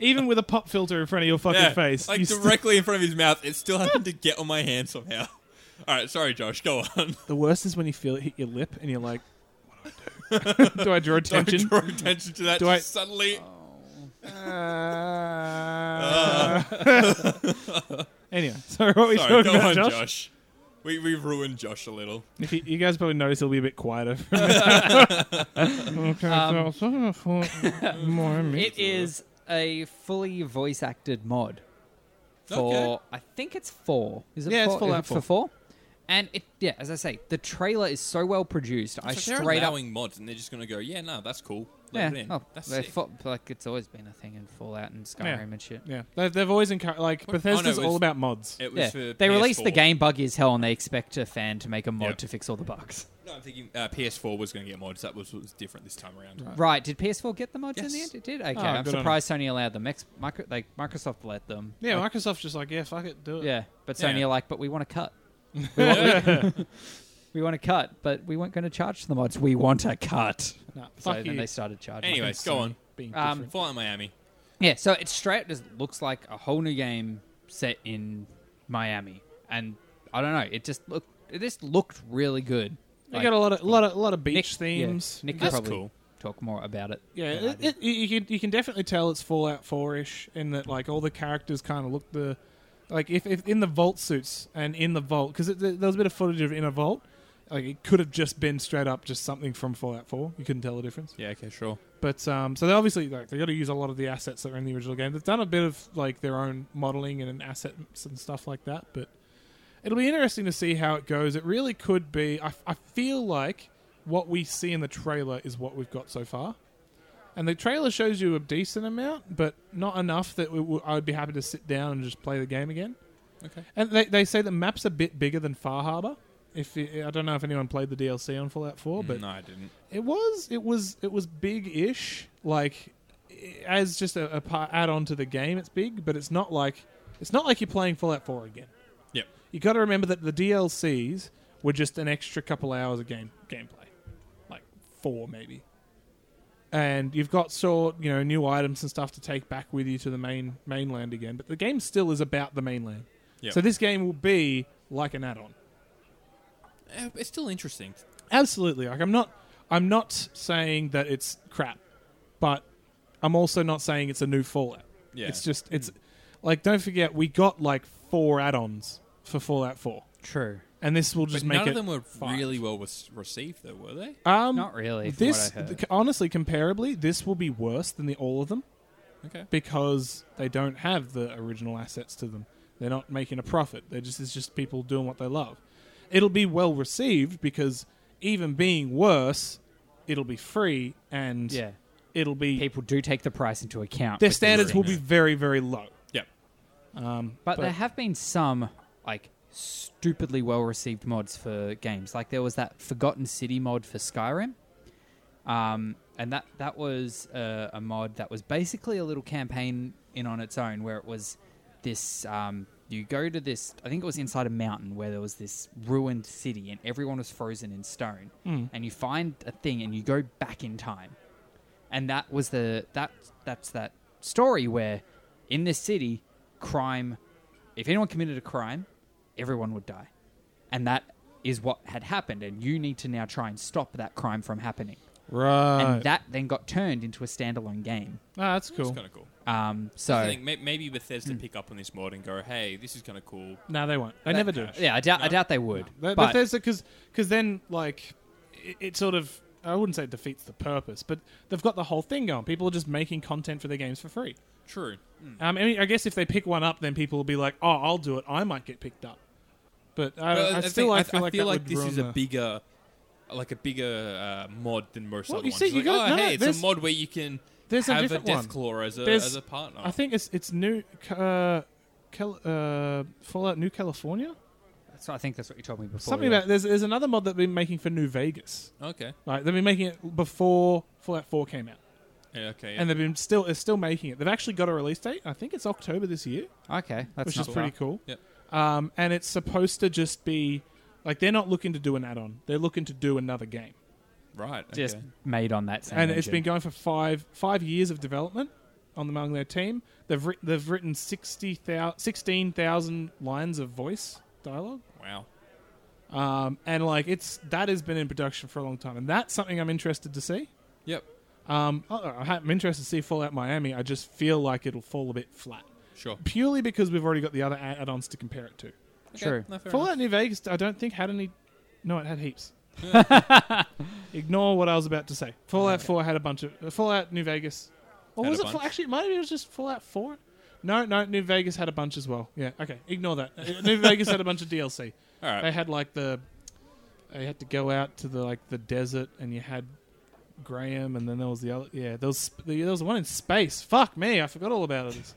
[SPEAKER 1] even with a pop filter in front of your fucking
[SPEAKER 2] Yeah,
[SPEAKER 1] face.
[SPEAKER 2] like
[SPEAKER 1] you st-
[SPEAKER 2] directly in front of his mouth. It still happened to get on my hand somehow. All right, sorry, Josh. Go on. <laughs>
[SPEAKER 1] the worst is when you feel it hit your lip and you're like, "What do <laughs> I do? do I draw
[SPEAKER 2] Don't
[SPEAKER 1] attention?
[SPEAKER 2] draw attention to that.
[SPEAKER 1] Do I-
[SPEAKER 2] just
[SPEAKER 1] <laughs>
[SPEAKER 2] suddenly?
[SPEAKER 1] Uh, anyway, so what we
[SPEAKER 2] sorry,
[SPEAKER 1] talking
[SPEAKER 2] go
[SPEAKER 1] about,
[SPEAKER 2] on,
[SPEAKER 1] Josh?
[SPEAKER 2] Josh. We we've ruined Josh a little.
[SPEAKER 1] If you, you guys probably notice, he'll be a bit quieter. okay,
[SPEAKER 3] Um,
[SPEAKER 1] so more
[SPEAKER 3] <laughs> It is a fully voice acted mod for
[SPEAKER 2] Okay.
[SPEAKER 3] I think it's four. Is it
[SPEAKER 1] Yeah, it's
[SPEAKER 3] four? Is
[SPEAKER 1] Fallout
[SPEAKER 3] it for four? And it yeah, as I say, the trailer is so well produced. I
[SPEAKER 2] So they're
[SPEAKER 3] straight up
[SPEAKER 2] allowing mods, and they're just gonna go, yeah, no, that's cool.
[SPEAKER 3] yeah,
[SPEAKER 2] Let it in.
[SPEAKER 3] oh,
[SPEAKER 2] that's
[SPEAKER 3] they
[SPEAKER 2] sick.
[SPEAKER 3] fo- like it's always been a thing in Fallout and Skyrim and shit.
[SPEAKER 1] Yeah, they've, they've always encouraged. Like Bethesda's
[SPEAKER 2] it was-
[SPEAKER 1] all about mods.
[SPEAKER 2] It was
[SPEAKER 3] Yeah,
[SPEAKER 2] for
[SPEAKER 3] they released the
[SPEAKER 2] PS4.
[SPEAKER 3] game buggy as hell, and they expect a fan to make a mod
[SPEAKER 2] Yep.
[SPEAKER 3] to fix all the bugs.
[SPEAKER 2] No, I'm thinking uh, PS4 was going to get mods. That was, was different this time around.
[SPEAKER 3] Right? Did PS4 get the mods in the
[SPEAKER 2] Yes.
[SPEAKER 3] end? It did. Okay,
[SPEAKER 1] Oh,
[SPEAKER 3] I'm
[SPEAKER 1] good on 'em.
[SPEAKER 3] surprised Sony allowed them. Ex- micro- like Microsoft let them.
[SPEAKER 1] yeah,
[SPEAKER 3] Like,
[SPEAKER 1] Microsoft's just like, yeah, fuck it, do it.
[SPEAKER 3] yeah. But
[SPEAKER 2] Yeah.
[SPEAKER 3] Sony are like, but we want to cut. <laughs>
[SPEAKER 2] Yeah.
[SPEAKER 3] We want to cut, but we weren't going to charge the mods. We want a cut.
[SPEAKER 1] Nah,
[SPEAKER 3] So
[SPEAKER 1] fuck you.
[SPEAKER 3] then they started charging.
[SPEAKER 2] Anyway. Anyways, go on.
[SPEAKER 1] Being
[SPEAKER 3] Um,
[SPEAKER 1] different.
[SPEAKER 2] Fallout Miami.
[SPEAKER 3] Yeah, so it's straight just looks like a whole new game set in Miami. And I don't know, it just looked it just looked really good.
[SPEAKER 1] They
[SPEAKER 3] Like,
[SPEAKER 1] got a lot of lot of lot of beach
[SPEAKER 3] Nick-
[SPEAKER 1] themes.
[SPEAKER 3] yeah, Nick
[SPEAKER 2] That's
[SPEAKER 3] could probably
[SPEAKER 2] cool.
[SPEAKER 3] talk more about it.
[SPEAKER 1] Yeah,
[SPEAKER 3] than I
[SPEAKER 1] it,
[SPEAKER 3] did.
[SPEAKER 1] it, you, can, you can definitely tell it's Fallout 4 ish in that, like, all the characters kind of look the. Like, if, if in the vault suits and in the vault, because there was a bit of footage of in a vault, like, it could have just been straight up just something from Fallout 4. You couldn't tell the difference.
[SPEAKER 2] Yeah, okay, sure.
[SPEAKER 1] But, um, so they obviously, like, they got to use a lot of the assets that were in the original game. They've done a bit of, like, their own modeling and assets and stuff like that, but it'll be interesting to see how it goes. It really could be. I, I feel like what we see in the trailer is what we've got so far, and the trailer shows you a decent amount, but not enough that we, w- I would be happy to sit down and just play the game again.
[SPEAKER 2] Okay.
[SPEAKER 1] And they they say the map's a bit bigger than Far Harbor. If it, I don't know if anyone played the DLC on Fallout Four, but
[SPEAKER 2] no, I didn't.
[SPEAKER 1] it was it was it was big ish. Like i- as just a, a part add on to the game, it's big, but it's not like it's not like you're playing Fallout Four again
[SPEAKER 2] Yep.
[SPEAKER 1] you got to remember that the DLCs were just an extra couple hours of game gameplay, like four maybe. And you've got sort you know new items and stuff to take back with you to the main mainland again, but the game still is about the mainland.
[SPEAKER 2] Yep.
[SPEAKER 1] So this game will be like an add-on.
[SPEAKER 2] Uh, it's still interesting.
[SPEAKER 1] Absolutely. Like I'm not I'm not saying that it's crap, but I'm also not saying it's a new Fallout.
[SPEAKER 2] Yeah.
[SPEAKER 1] It's just it's like don't forget we got like four add-ons for Fallout 4.
[SPEAKER 3] True.
[SPEAKER 1] And this will just
[SPEAKER 2] But
[SPEAKER 1] make
[SPEAKER 2] none
[SPEAKER 1] it
[SPEAKER 2] of them were
[SPEAKER 1] five.
[SPEAKER 2] really well was received, though, were they?
[SPEAKER 1] Um,
[SPEAKER 3] Not really, from
[SPEAKER 1] This
[SPEAKER 3] what I heard.
[SPEAKER 1] th- honestly, comparably, this will be worse than the all of them
[SPEAKER 2] Okay.
[SPEAKER 1] because they don't have the original assets to them. They're not making a profit. They're just it's just people doing what they love. It'll be well received because even being worse, it'll be free and
[SPEAKER 3] Yeah.
[SPEAKER 1] it'll be
[SPEAKER 3] People do take the price into account.
[SPEAKER 1] their
[SPEAKER 3] with these
[SPEAKER 1] standards will be
[SPEAKER 3] things.
[SPEAKER 1] very very low.
[SPEAKER 2] Yep.
[SPEAKER 3] But,
[SPEAKER 1] But-
[SPEAKER 3] there have been some like stupidly well received mods for games. Like there was that Forgotten City mod for Skyrim, um, and that that was a, a mod that was basically a little campaign in on its own, where it was this. Um, you go to this. I think it was inside a mountain where there was this ruined city, and everyone was frozen in stone. And you find a thing, and you go back in time and that was the that that's that story where in this city crime if anyone committed a crime everyone would die and that is what had happened and you need to now try and stop that crime from happening
[SPEAKER 1] Right.
[SPEAKER 3] and that then got turned into a standalone game
[SPEAKER 1] ah, that's cool.
[SPEAKER 2] It's kind of cool.
[SPEAKER 3] um,
[SPEAKER 2] I
[SPEAKER 3] so Hmm.
[SPEAKER 2] think may- maybe Bethesda pick up on this mod and go, "Hey, this is kind of cool."
[SPEAKER 1] No, they won't. They never do.
[SPEAKER 3] yeah I doubt, I doubt they would
[SPEAKER 1] But,
[SPEAKER 3] but
[SPEAKER 1] Bethesda, because then like it, it sort of I wouldn't say it defeats the purpose, but they've got the whole thing going. People are just making content for their games for free.
[SPEAKER 2] True.
[SPEAKER 1] Um, I, mean, I guess if they pick one up, then people will be like, "Oh, I'll do it. I might get picked up." But I,
[SPEAKER 2] But
[SPEAKER 1] I,
[SPEAKER 2] I
[SPEAKER 1] still
[SPEAKER 2] think-
[SPEAKER 1] I feel like, that would
[SPEAKER 2] this
[SPEAKER 1] ruin
[SPEAKER 2] is
[SPEAKER 1] the-
[SPEAKER 2] a bigger, like a bigger uh, mod than most
[SPEAKER 1] Well,
[SPEAKER 2] other
[SPEAKER 1] you
[SPEAKER 2] ones.
[SPEAKER 1] see,
[SPEAKER 2] It's
[SPEAKER 1] you
[SPEAKER 2] like,
[SPEAKER 1] got-
[SPEAKER 2] oh,
[SPEAKER 1] no, no,
[SPEAKER 2] hey, it's
[SPEAKER 1] there's-
[SPEAKER 2] a mod where you can
[SPEAKER 1] there's a
[SPEAKER 2] have
[SPEAKER 1] different
[SPEAKER 2] death
[SPEAKER 1] one.
[SPEAKER 2] claw as a,
[SPEAKER 1] There's-
[SPEAKER 2] as a partner.
[SPEAKER 1] I think it's it's new uh, Cal- uh, Fallout New California.
[SPEAKER 3] so I think that's what you told me before
[SPEAKER 1] Something
[SPEAKER 3] yeah.
[SPEAKER 1] about there's there's another mod that they've been making for New Vegas.
[SPEAKER 2] okay.
[SPEAKER 1] Like they've been making it before Fallout 4 came out,
[SPEAKER 2] Yeah, okay.
[SPEAKER 1] and they've been still they're still making it. They've actually got a release date. I think it's October this year,
[SPEAKER 3] okay that's
[SPEAKER 1] which
[SPEAKER 3] not
[SPEAKER 1] is pretty
[SPEAKER 3] far.
[SPEAKER 1] cool.
[SPEAKER 2] Yep.
[SPEAKER 1] Um, and it's supposed to just be like they're not looking to do an add-on; they're looking to do another game.
[SPEAKER 2] right. Okay.
[SPEAKER 3] just made on that same
[SPEAKER 1] and it's been
[SPEAKER 3] engine.
[SPEAKER 1] going for five five years of development on the among their team. They've writ they've written 60,000 16,000 lines of voice dialogue,
[SPEAKER 2] wow.
[SPEAKER 1] um, and like it's that has been in production for a long time, and that's something I'm interested to see.
[SPEAKER 2] Yep.
[SPEAKER 1] Um, I- I'm interested to see Fallout Miami. I just feel like it'll fall a bit flat,
[SPEAKER 2] Sure.
[SPEAKER 1] purely because we've already got the other ad- add-ons to compare it to.
[SPEAKER 2] Okay,
[SPEAKER 3] True.
[SPEAKER 2] no, fair
[SPEAKER 1] Fallout
[SPEAKER 2] enough.
[SPEAKER 1] New Vegas, I don't think had any. No, it had
[SPEAKER 2] <laughs>
[SPEAKER 1] heaps. <laughs> Ignore what I was about to say. Fallout 4 had a bunch of. uh, Fallout New Vegas. Or
[SPEAKER 2] Had
[SPEAKER 1] was
[SPEAKER 2] a
[SPEAKER 1] it. Fall,
[SPEAKER 2] bunch.
[SPEAKER 1] actually, it might have been it was just Fallout 4. No, no, New Vegas had a bunch as well. Yeah, okay. Ignore that. Uh, New Vegas had a bunch of DLC.
[SPEAKER 2] All <laughs> right.
[SPEAKER 1] They had like the. They had to go out to the like the desert, and you had Graham, and then there was the other. Yeah, there was sp- there was one in space. Fuck me, I forgot all about
[SPEAKER 2] <laughs>
[SPEAKER 1] it.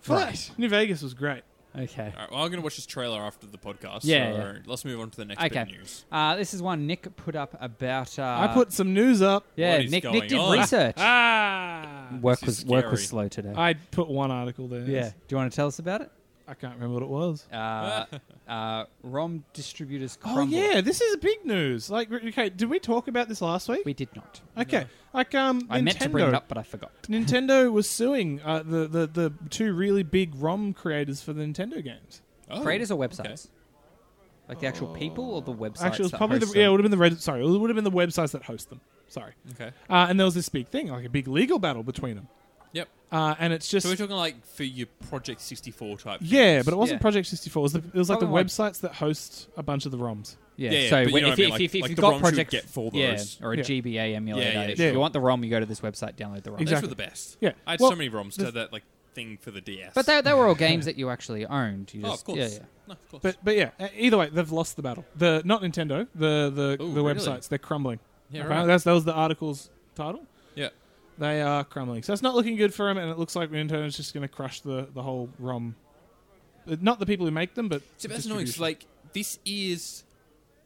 [SPEAKER 1] Fallout
[SPEAKER 3] Right.
[SPEAKER 1] New Vegas was great.
[SPEAKER 3] okay
[SPEAKER 2] All right, well, I'm going to watch this trailer after the podcast.
[SPEAKER 3] Yeah,
[SPEAKER 2] so
[SPEAKER 3] yeah.
[SPEAKER 2] Let's move on to the next bit of
[SPEAKER 3] okay
[SPEAKER 2] news.
[SPEAKER 3] uh, this is one Nick put up about uh,
[SPEAKER 1] I put some news up.
[SPEAKER 3] yeah
[SPEAKER 2] What is
[SPEAKER 3] Nick
[SPEAKER 2] going
[SPEAKER 3] Nick did
[SPEAKER 2] on?
[SPEAKER 1] <laughs>
[SPEAKER 3] research
[SPEAKER 1] Ah,
[SPEAKER 3] work
[SPEAKER 2] This
[SPEAKER 3] was
[SPEAKER 2] is
[SPEAKER 3] work was
[SPEAKER 2] scary.
[SPEAKER 3] slow today.
[SPEAKER 1] I put one article there.
[SPEAKER 3] yeah. Do you want to tell us about it?
[SPEAKER 1] I can't remember what it was.
[SPEAKER 3] Uh, uh, ROM distributors
[SPEAKER 1] Oh
[SPEAKER 3] crumble.
[SPEAKER 1] yeah, this is big news. Like, re- okay, did we talk about this last week?
[SPEAKER 3] We did not.
[SPEAKER 1] okay, like um,
[SPEAKER 3] I
[SPEAKER 1] Nintendo.
[SPEAKER 3] meant to bring it up, but I forgot.
[SPEAKER 1] Nintendo was suing uh, the, the the two really big ROM creators for the Nintendo games.
[SPEAKER 2] Oh,
[SPEAKER 3] Creators or websites?
[SPEAKER 2] okay.
[SPEAKER 3] Like the actual people or the websites?
[SPEAKER 1] Actually, it was
[SPEAKER 3] that
[SPEAKER 1] probably the
[SPEAKER 3] host
[SPEAKER 1] yeah, it
[SPEAKER 3] them?
[SPEAKER 1] would have been the red, sorry, it would have been the websites that host them. Sorry,
[SPEAKER 2] Okay.
[SPEAKER 1] uh, and there was this big thing, like a big legal battle between them,
[SPEAKER 2] Yep.
[SPEAKER 1] uh, and it's just
[SPEAKER 2] So we're talking like for your Project 64 type.
[SPEAKER 1] yeah,
[SPEAKER 2] things.
[SPEAKER 1] but it wasn't
[SPEAKER 3] Yeah.
[SPEAKER 1] Project sixty four. It was, the, it was like the
[SPEAKER 3] Probably like-
[SPEAKER 1] websites that host a bunch of the ROMs.
[SPEAKER 3] Yeah.
[SPEAKER 2] Yeah, yeah,
[SPEAKER 3] so
[SPEAKER 2] but you
[SPEAKER 3] when-
[SPEAKER 2] know what
[SPEAKER 3] if,
[SPEAKER 2] I mean,
[SPEAKER 3] if,
[SPEAKER 2] like-
[SPEAKER 3] if,
[SPEAKER 2] like
[SPEAKER 3] you've
[SPEAKER 2] the
[SPEAKER 3] got
[SPEAKER 2] ROMs you
[SPEAKER 3] project
[SPEAKER 2] get for those.
[SPEAKER 3] yeah, or a
[SPEAKER 1] Yeah.
[SPEAKER 3] GBA emulator.
[SPEAKER 2] Yeah, yeah,
[SPEAKER 3] if
[SPEAKER 1] yeah.
[SPEAKER 3] you want the ROM, you go to this website, download the ROM.
[SPEAKER 1] Exactly.
[SPEAKER 2] Those were the best.
[SPEAKER 1] Yeah.
[SPEAKER 2] I had
[SPEAKER 1] Well,
[SPEAKER 2] so many ROMs
[SPEAKER 1] the-
[SPEAKER 2] to that like thing for the DS.
[SPEAKER 3] But they, they were all games that you actually owned. You
[SPEAKER 2] oh,
[SPEAKER 3] just-
[SPEAKER 2] of course.
[SPEAKER 3] Yeah, yeah.
[SPEAKER 2] No, of course.
[SPEAKER 1] But but yeah, e- either way, they've lost the battle. The not Nintendo, the the,
[SPEAKER 2] Ooh,
[SPEAKER 1] the
[SPEAKER 2] really?
[SPEAKER 1] websites they're crumbling.
[SPEAKER 2] Yeah,
[SPEAKER 1] Apparently
[SPEAKER 2] right.
[SPEAKER 1] that's, that was the article's title.
[SPEAKER 2] yeah.
[SPEAKER 1] They are crumbling, so it's not looking good for them, and it looks like Nintendo's just going to crush the the whole ROM. Uh, Not the people who make them, but
[SPEAKER 2] See,
[SPEAKER 1] the
[SPEAKER 2] but that's annoying. 'cause,
[SPEAKER 1] distribution.
[SPEAKER 2] like this is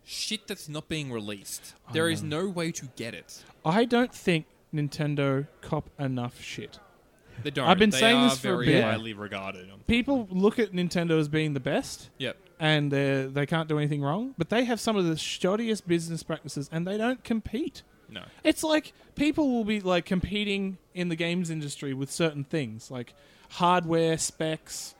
[SPEAKER 2] shit that's not being released. There is no way to get it.
[SPEAKER 1] I don't think Nintendo cop enough shit.
[SPEAKER 2] They don't.
[SPEAKER 1] I've been
[SPEAKER 2] They
[SPEAKER 1] saying
[SPEAKER 2] are
[SPEAKER 1] this for a
[SPEAKER 2] very
[SPEAKER 1] bit.
[SPEAKER 2] highly regarded. Um,
[SPEAKER 1] People look at Nintendo as being the best,
[SPEAKER 2] Yep.
[SPEAKER 1] and they they can't do anything wrong, but they have some of the shoddiest business practices, and they don't compete.
[SPEAKER 2] No.
[SPEAKER 1] It's like people will be like competing in the games industry with certain things like hardware specs,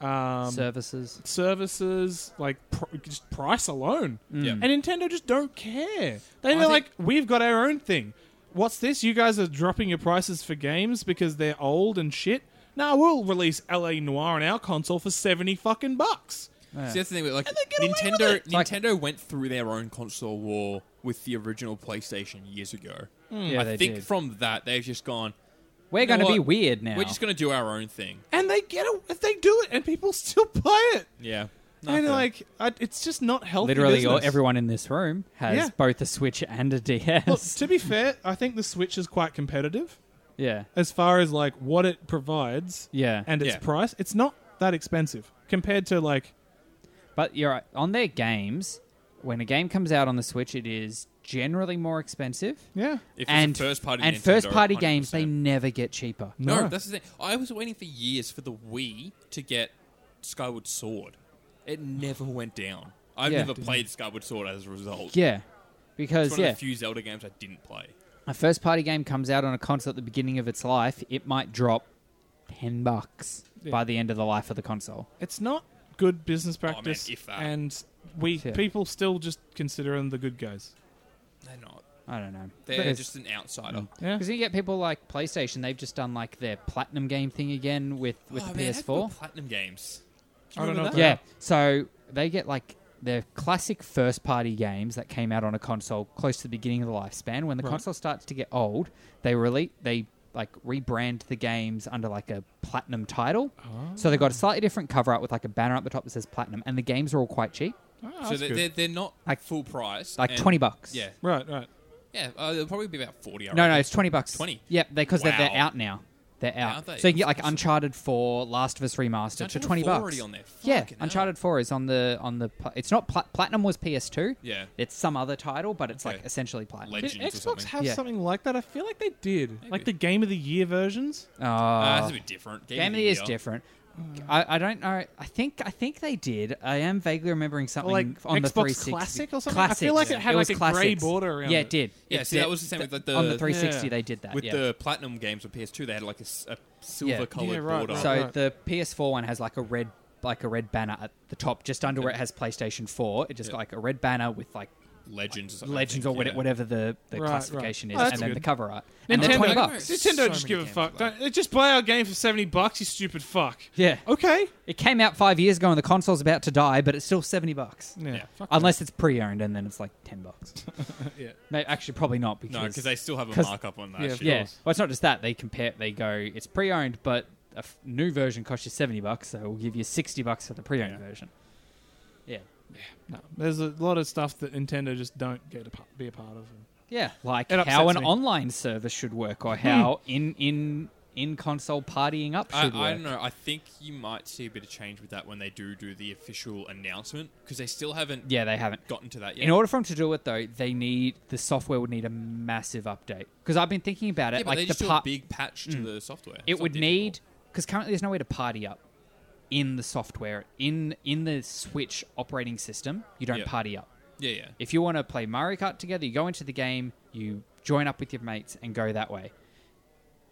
[SPEAKER 1] um,
[SPEAKER 3] Services.
[SPEAKER 1] services, like pr- just price alone.
[SPEAKER 2] Yep.
[SPEAKER 1] And Nintendo just don't care. They're
[SPEAKER 2] think-
[SPEAKER 1] like, we've got our own thing. What's this? You guys are dropping your prices for games because they're old and shit. Nah, we'll release LA Noir on our console for seventy fucking bucks.
[SPEAKER 2] See, that's the thing. Like
[SPEAKER 1] they get away with
[SPEAKER 2] Nintendo,
[SPEAKER 1] it.
[SPEAKER 3] Like-
[SPEAKER 2] Nintendo went through their own console war with the original PlayStation years ago.
[SPEAKER 1] Hmm.
[SPEAKER 3] Yeah,
[SPEAKER 2] I
[SPEAKER 3] they
[SPEAKER 2] think
[SPEAKER 3] did.
[SPEAKER 2] from that they've just gone.
[SPEAKER 3] We're
[SPEAKER 2] "You know
[SPEAKER 3] going to be
[SPEAKER 2] what?
[SPEAKER 3] weird now.
[SPEAKER 2] We're just going to do our own thing.
[SPEAKER 1] <laughs> And they get a- they do it, and people still buy it.
[SPEAKER 2] Yeah.
[SPEAKER 1] and
[SPEAKER 2] Nothing.
[SPEAKER 1] like, I, it's just not healthy.
[SPEAKER 3] Literally, all,
[SPEAKER 1] business.
[SPEAKER 3] everyone in this room has
[SPEAKER 1] Yeah.
[SPEAKER 3] both a Switch and a <laughs> DS.
[SPEAKER 1] Look, to be fair, I think the Switch is quite competitive
[SPEAKER 3] yeah,
[SPEAKER 1] as far as like what it provides
[SPEAKER 3] yeah.
[SPEAKER 1] and its
[SPEAKER 2] Yeah.
[SPEAKER 1] price. It's not that expensive compared to like
[SPEAKER 3] But you're right. On their games, when a game comes out on the Switch, it is generally more expensive.
[SPEAKER 1] yeah.
[SPEAKER 2] If it's
[SPEAKER 3] and
[SPEAKER 2] a first party
[SPEAKER 3] and
[SPEAKER 2] Nintendo,
[SPEAKER 3] first party games,
[SPEAKER 2] 100%.
[SPEAKER 3] they never get cheaper.
[SPEAKER 2] No,
[SPEAKER 1] No.
[SPEAKER 2] that's the thing. I was waiting for years for the Wii to get Skyward Sword. It never went down. I've
[SPEAKER 3] Yeah.
[SPEAKER 2] never played Skyward Sword as a result.
[SPEAKER 3] Yeah,
[SPEAKER 2] it's
[SPEAKER 3] because
[SPEAKER 2] one
[SPEAKER 3] yeah,
[SPEAKER 2] of the few Zelda games I didn't play.
[SPEAKER 3] a first party game comes out on a console at the beginning of its life, it might drop ten bucks
[SPEAKER 1] Yeah.
[SPEAKER 3] by the end of the life of the console.
[SPEAKER 1] It's not good business
[SPEAKER 2] Oh, man,
[SPEAKER 1] practice,
[SPEAKER 2] if uh, that.
[SPEAKER 1] and we
[SPEAKER 3] Yeah.
[SPEAKER 1] people still just consider them the good guys.
[SPEAKER 2] They're not.
[SPEAKER 3] I don't know.
[SPEAKER 2] They're
[SPEAKER 3] Because-
[SPEAKER 2] just an
[SPEAKER 3] Mm.
[SPEAKER 2] outsider.
[SPEAKER 1] Yeah,
[SPEAKER 3] Because you get people like PlayStation, they've just done like their platinum game thing again with with
[SPEAKER 2] Oh,
[SPEAKER 3] the
[SPEAKER 2] man,
[SPEAKER 3] PS4.
[SPEAKER 2] how good platinum games. Do you
[SPEAKER 1] I don't
[SPEAKER 2] remember
[SPEAKER 1] know
[SPEAKER 2] that?
[SPEAKER 3] Yeah, so they get like their classic first party games that came out on a console close to the beginning of the lifespan. When the
[SPEAKER 1] Right.
[SPEAKER 3] console starts to get old, they release they like rebrand the games under like a platinum title. So they got a slightly different cover art with like a banner up the top that says platinum, and the games are all quite cheap,
[SPEAKER 1] Ah,
[SPEAKER 2] So
[SPEAKER 1] that's
[SPEAKER 2] they're,
[SPEAKER 1] good.
[SPEAKER 2] they're, they're not
[SPEAKER 3] Like-
[SPEAKER 2] full price.
[SPEAKER 3] like
[SPEAKER 2] and-
[SPEAKER 3] twenty bucks.
[SPEAKER 2] Yeah.
[SPEAKER 1] right, right.
[SPEAKER 2] Yeah. Uh, it'll probably be about 40 I
[SPEAKER 3] No, no,
[SPEAKER 2] reckon.
[SPEAKER 3] it's twenty bucks.
[SPEAKER 2] 20?
[SPEAKER 3] Yep, because they're, they're
[SPEAKER 2] Wow.
[SPEAKER 3] out now. They're out.
[SPEAKER 2] aren't they?
[SPEAKER 3] So you can get like
[SPEAKER 2] Awesome.
[SPEAKER 3] Uncharted Four, Last of Us Remastered
[SPEAKER 2] Uncharted
[SPEAKER 3] for twenty
[SPEAKER 2] 4
[SPEAKER 3] bucks.
[SPEAKER 2] already on there.
[SPEAKER 3] Yeah,
[SPEAKER 2] Fucking hell.
[SPEAKER 3] Uncharted Four is on the on the. pla- It's not pla- platinum was PS2.
[SPEAKER 2] Yeah.
[SPEAKER 3] it's some other title, but it's
[SPEAKER 2] Okay.
[SPEAKER 3] like essentially platinum.
[SPEAKER 2] Legend.
[SPEAKER 1] Did
[SPEAKER 2] Legends or
[SPEAKER 1] Xbox
[SPEAKER 2] something.
[SPEAKER 1] have
[SPEAKER 3] Yeah.
[SPEAKER 1] something like that? I feel like they did,
[SPEAKER 2] Maybe.
[SPEAKER 1] like the Game of the Year versions.
[SPEAKER 3] Oh,
[SPEAKER 2] Uh, that's a bit different. Game,
[SPEAKER 3] Game
[SPEAKER 2] of
[SPEAKER 3] of the Year is
[SPEAKER 2] Year.
[SPEAKER 3] different. I, I don't know. I think I think they did. I am vaguely remembering something
[SPEAKER 1] like
[SPEAKER 3] on the
[SPEAKER 1] Xbox
[SPEAKER 3] 360.
[SPEAKER 1] Classic or something? I feel like it
[SPEAKER 3] Classics.
[SPEAKER 1] had, like,
[SPEAKER 3] was
[SPEAKER 1] a grey
[SPEAKER 3] classics.
[SPEAKER 1] border around
[SPEAKER 3] Yeah,
[SPEAKER 1] it.
[SPEAKER 3] it did.
[SPEAKER 2] Yeah,
[SPEAKER 3] It
[SPEAKER 2] see, that
[SPEAKER 3] did.
[SPEAKER 2] was the same with, like, the-
[SPEAKER 3] on the 360.
[SPEAKER 1] Yeah.
[SPEAKER 3] They did that
[SPEAKER 2] With
[SPEAKER 3] yeah.
[SPEAKER 2] the platinum games on PS2, they had like a, s- a silver colored
[SPEAKER 1] Yeah, right,
[SPEAKER 2] border.
[SPEAKER 1] right.
[SPEAKER 3] so
[SPEAKER 1] Oh,
[SPEAKER 3] the PS4 one has like a red like a red banner at the top, just under where it has PlayStation 4. It just got
[SPEAKER 2] Yeah.
[SPEAKER 3] like a red banner with like
[SPEAKER 2] Legends, or something, I
[SPEAKER 3] legends
[SPEAKER 2] think,
[SPEAKER 3] or what-
[SPEAKER 2] yeah.
[SPEAKER 3] whatever the, the
[SPEAKER 1] Right, right.
[SPEAKER 3] classification
[SPEAKER 1] Oh,
[SPEAKER 3] is,
[SPEAKER 1] that's
[SPEAKER 3] and then
[SPEAKER 1] good.
[SPEAKER 3] the cover art. And they're
[SPEAKER 1] Nintendo,
[SPEAKER 3] twenty bucks.
[SPEAKER 2] It's-
[SPEAKER 1] Nintendo
[SPEAKER 2] So
[SPEAKER 1] just
[SPEAKER 2] many
[SPEAKER 1] give a
[SPEAKER 2] games
[SPEAKER 1] fuck.
[SPEAKER 2] like that.
[SPEAKER 1] Don't- just play our game for seventy bucks, you stupid fuck.
[SPEAKER 3] Yeah,
[SPEAKER 1] Okay.
[SPEAKER 3] it came out five years ago, and the console's about to die, but it's still seventy bucks.
[SPEAKER 1] Yeah.
[SPEAKER 2] Yeah.
[SPEAKER 1] Fuck
[SPEAKER 3] Unless it's pre-owned, and then it's like
[SPEAKER 2] <laughs>
[SPEAKER 3] ten bucks.
[SPEAKER 1] Yeah.
[SPEAKER 3] No, actually, probably not because
[SPEAKER 2] No, because they still have a
[SPEAKER 3] 'cause-
[SPEAKER 2] markup on that
[SPEAKER 1] yeah,
[SPEAKER 2] shit.
[SPEAKER 1] yeah.
[SPEAKER 3] yeah. Well, it's not just that they compare. They go, it's pre-owned, but a f- new version costs you seventy bucks, so we'll give you sixty bucks for the pre-owned
[SPEAKER 2] Yeah.
[SPEAKER 3] version. Yeah,
[SPEAKER 1] No, there's a lot of stuff that Nintendo just don't get to pa- be a part of.
[SPEAKER 3] yeah. Like
[SPEAKER 1] It
[SPEAKER 3] how
[SPEAKER 1] upsets
[SPEAKER 3] an
[SPEAKER 1] me.
[SPEAKER 3] online service should work,
[SPEAKER 2] Hmm.
[SPEAKER 3] or how in in in console partying up
[SPEAKER 2] I,
[SPEAKER 3] should
[SPEAKER 2] I
[SPEAKER 3] work.
[SPEAKER 2] don't know. I think you might see a bit of change with that when they do do the official announcement because they still haven't
[SPEAKER 3] Yeah, they haven't.
[SPEAKER 2] gotten to that yet.
[SPEAKER 3] In order for them to do it, though, they need the software would need a massive update. Because I've been thinking about
[SPEAKER 2] yeah,
[SPEAKER 3] it,
[SPEAKER 2] but
[SPEAKER 3] like
[SPEAKER 2] they
[SPEAKER 3] the
[SPEAKER 2] just do
[SPEAKER 3] pa-
[SPEAKER 2] a big patch to the software.
[SPEAKER 3] it
[SPEAKER 2] It's not
[SPEAKER 3] would
[SPEAKER 2] difficult.
[SPEAKER 3] need because currently there's no way to party up in the software in in the Switch operating system. You don't
[SPEAKER 2] Yeah.
[SPEAKER 3] party up.
[SPEAKER 2] Yeah, yeah.
[SPEAKER 3] If you want to play Mario Kart together, you go into the game, you join up with your mates, and go that way.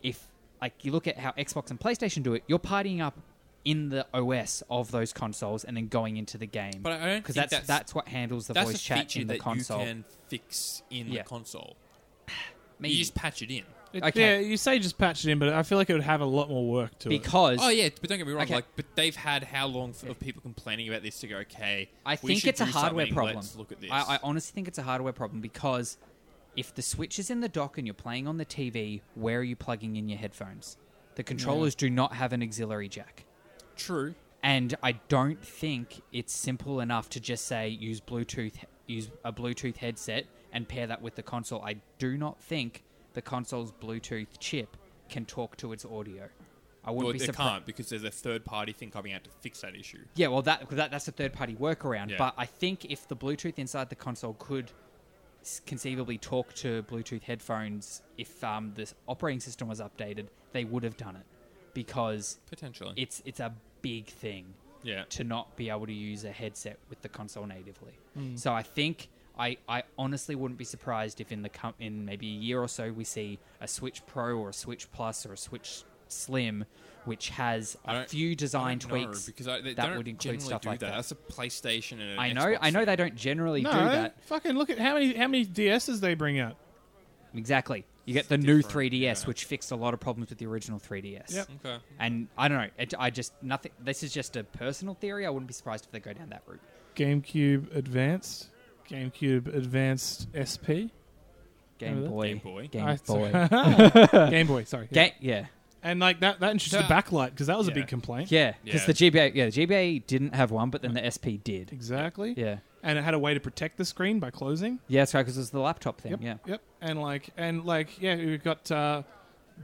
[SPEAKER 3] If like you look at how Xbox and PlayStation do it, you're partying up in the OS of those consoles and then going into the game.
[SPEAKER 2] But I don't
[SPEAKER 3] because
[SPEAKER 2] think that's
[SPEAKER 3] that's, that's what handles the
[SPEAKER 2] that's
[SPEAKER 3] voice
[SPEAKER 2] a
[SPEAKER 3] chat
[SPEAKER 2] feature
[SPEAKER 3] in the
[SPEAKER 2] that
[SPEAKER 3] console.
[SPEAKER 2] you can fix in
[SPEAKER 3] Yeah.
[SPEAKER 2] the console.
[SPEAKER 3] Maybe.
[SPEAKER 2] You just patch it in.
[SPEAKER 1] It, Yeah,
[SPEAKER 3] Okay.
[SPEAKER 1] you say just patch it in, but I feel like it would have a lot more work to it.
[SPEAKER 3] because
[SPEAKER 2] Oh yeah, but don't get me wrong.
[SPEAKER 3] Okay.
[SPEAKER 2] Like, but they've had how long f- of people complaining about this to go? Okay,
[SPEAKER 3] I
[SPEAKER 2] we
[SPEAKER 3] think
[SPEAKER 2] should
[SPEAKER 3] it's a
[SPEAKER 2] do
[SPEAKER 3] hardware
[SPEAKER 2] something,
[SPEAKER 3] problem.
[SPEAKER 2] Let's look at this.
[SPEAKER 3] I, I honestly think it's a hardware problem because if the Switch is in the dock and you're playing on the TV, where are you plugging in your headphones? The controllers do not have an auxiliary jack.
[SPEAKER 2] True.
[SPEAKER 3] And I don't think it's simple enough to just say use Bluetooth, use a Bluetooth headset and pair that with the console. I do not think the console's Bluetooth chip can talk to its audio. I wouldn't
[SPEAKER 2] Well,
[SPEAKER 3] be
[SPEAKER 2] they
[SPEAKER 3] surprised.
[SPEAKER 2] can't because there's a third party thing coming out to fix that issue.
[SPEAKER 3] Yeah, well, that, that that's a third party workaround.
[SPEAKER 2] Yeah.
[SPEAKER 3] But I think if the Bluetooth inside the console could s- conceivably talk to Bluetooth headphones, if um, this operating system was updated, they would have done it because
[SPEAKER 2] Potentially.
[SPEAKER 3] it's it's a big thing
[SPEAKER 2] yeah.
[SPEAKER 3] to not be able to use a headset with the console natively.
[SPEAKER 2] Mm.
[SPEAKER 3] So I think I, I honestly wouldn't be surprised if in the com- in maybe a year or so we see a Switch Pro or a Switch Plus or a Switch Slim, which has
[SPEAKER 2] I
[SPEAKER 3] a
[SPEAKER 2] don't-
[SPEAKER 3] few
[SPEAKER 2] I
[SPEAKER 3] design
[SPEAKER 2] don't know,
[SPEAKER 3] tweaks
[SPEAKER 2] because I, they
[SPEAKER 3] that
[SPEAKER 2] don't
[SPEAKER 3] would include
[SPEAKER 2] generally
[SPEAKER 3] stuff
[SPEAKER 2] do
[SPEAKER 3] like that.
[SPEAKER 2] That's a PlayStation and an
[SPEAKER 3] I know,
[SPEAKER 2] Xbox
[SPEAKER 3] I know
[SPEAKER 2] thing.
[SPEAKER 3] they don't generally
[SPEAKER 1] no,
[SPEAKER 3] do that.
[SPEAKER 1] fucking look at how many how many DSs they bring out.
[SPEAKER 3] Exactly. You get the
[SPEAKER 2] It's
[SPEAKER 3] new
[SPEAKER 2] different,
[SPEAKER 3] 3DS,
[SPEAKER 2] yeah.
[SPEAKER 3] which fixed a lot of problems with the original 3DS.
[SPEAKER 1] Yep.
[SPEAKER 2] Okay.
[SPEAKER 3] And I don't know. It, I just nothing. This is just a personal theory. I wouldn't be surprised if they go down that route.
[SPEAKER 1] GameCube Advanced, GameCube Advanced SP, Remember
[SPEAKER 3] Game
[SPEAKER 1] that?
[SPEAKER 3] Boy,
[SPEAKER 2] Game Boy.
[SPEAKER 3] Game <laughs>
[SPEAKER 1] I-
[SPEAKER 3] Boy,
[SPEAKER 1] Game Boy. Sorry,
[SPEAKER 3] Ga- yeah.
[SPEAKER 1] And like that, that introduced
[SPEAKER 2] So-
[SPEAKER 1] a backlight because that was a
[SPEAKER 2] Yeah.
[SPEAKER 1] big complaint.
[SPEAKER 3] Yeah, because
[SPEAKER 2] Yeah.
[SPEAKER 3] the GBA, yeah, the GBA didn't have one, but then the SP did.
[SPEAKER 1] Exactly.
[SPEAKER 3] Yeah,
[SPEAKER 1] And it had a way to protect the screen by closing.
[SPEAKER 3] yeah, that's right, because it was the laptop thing.
[SPEAKER 1] Yep.
[SPEAKER 3] Yeah,
[SPEAKER 1] Yep. And like and like yeah, we've got uh,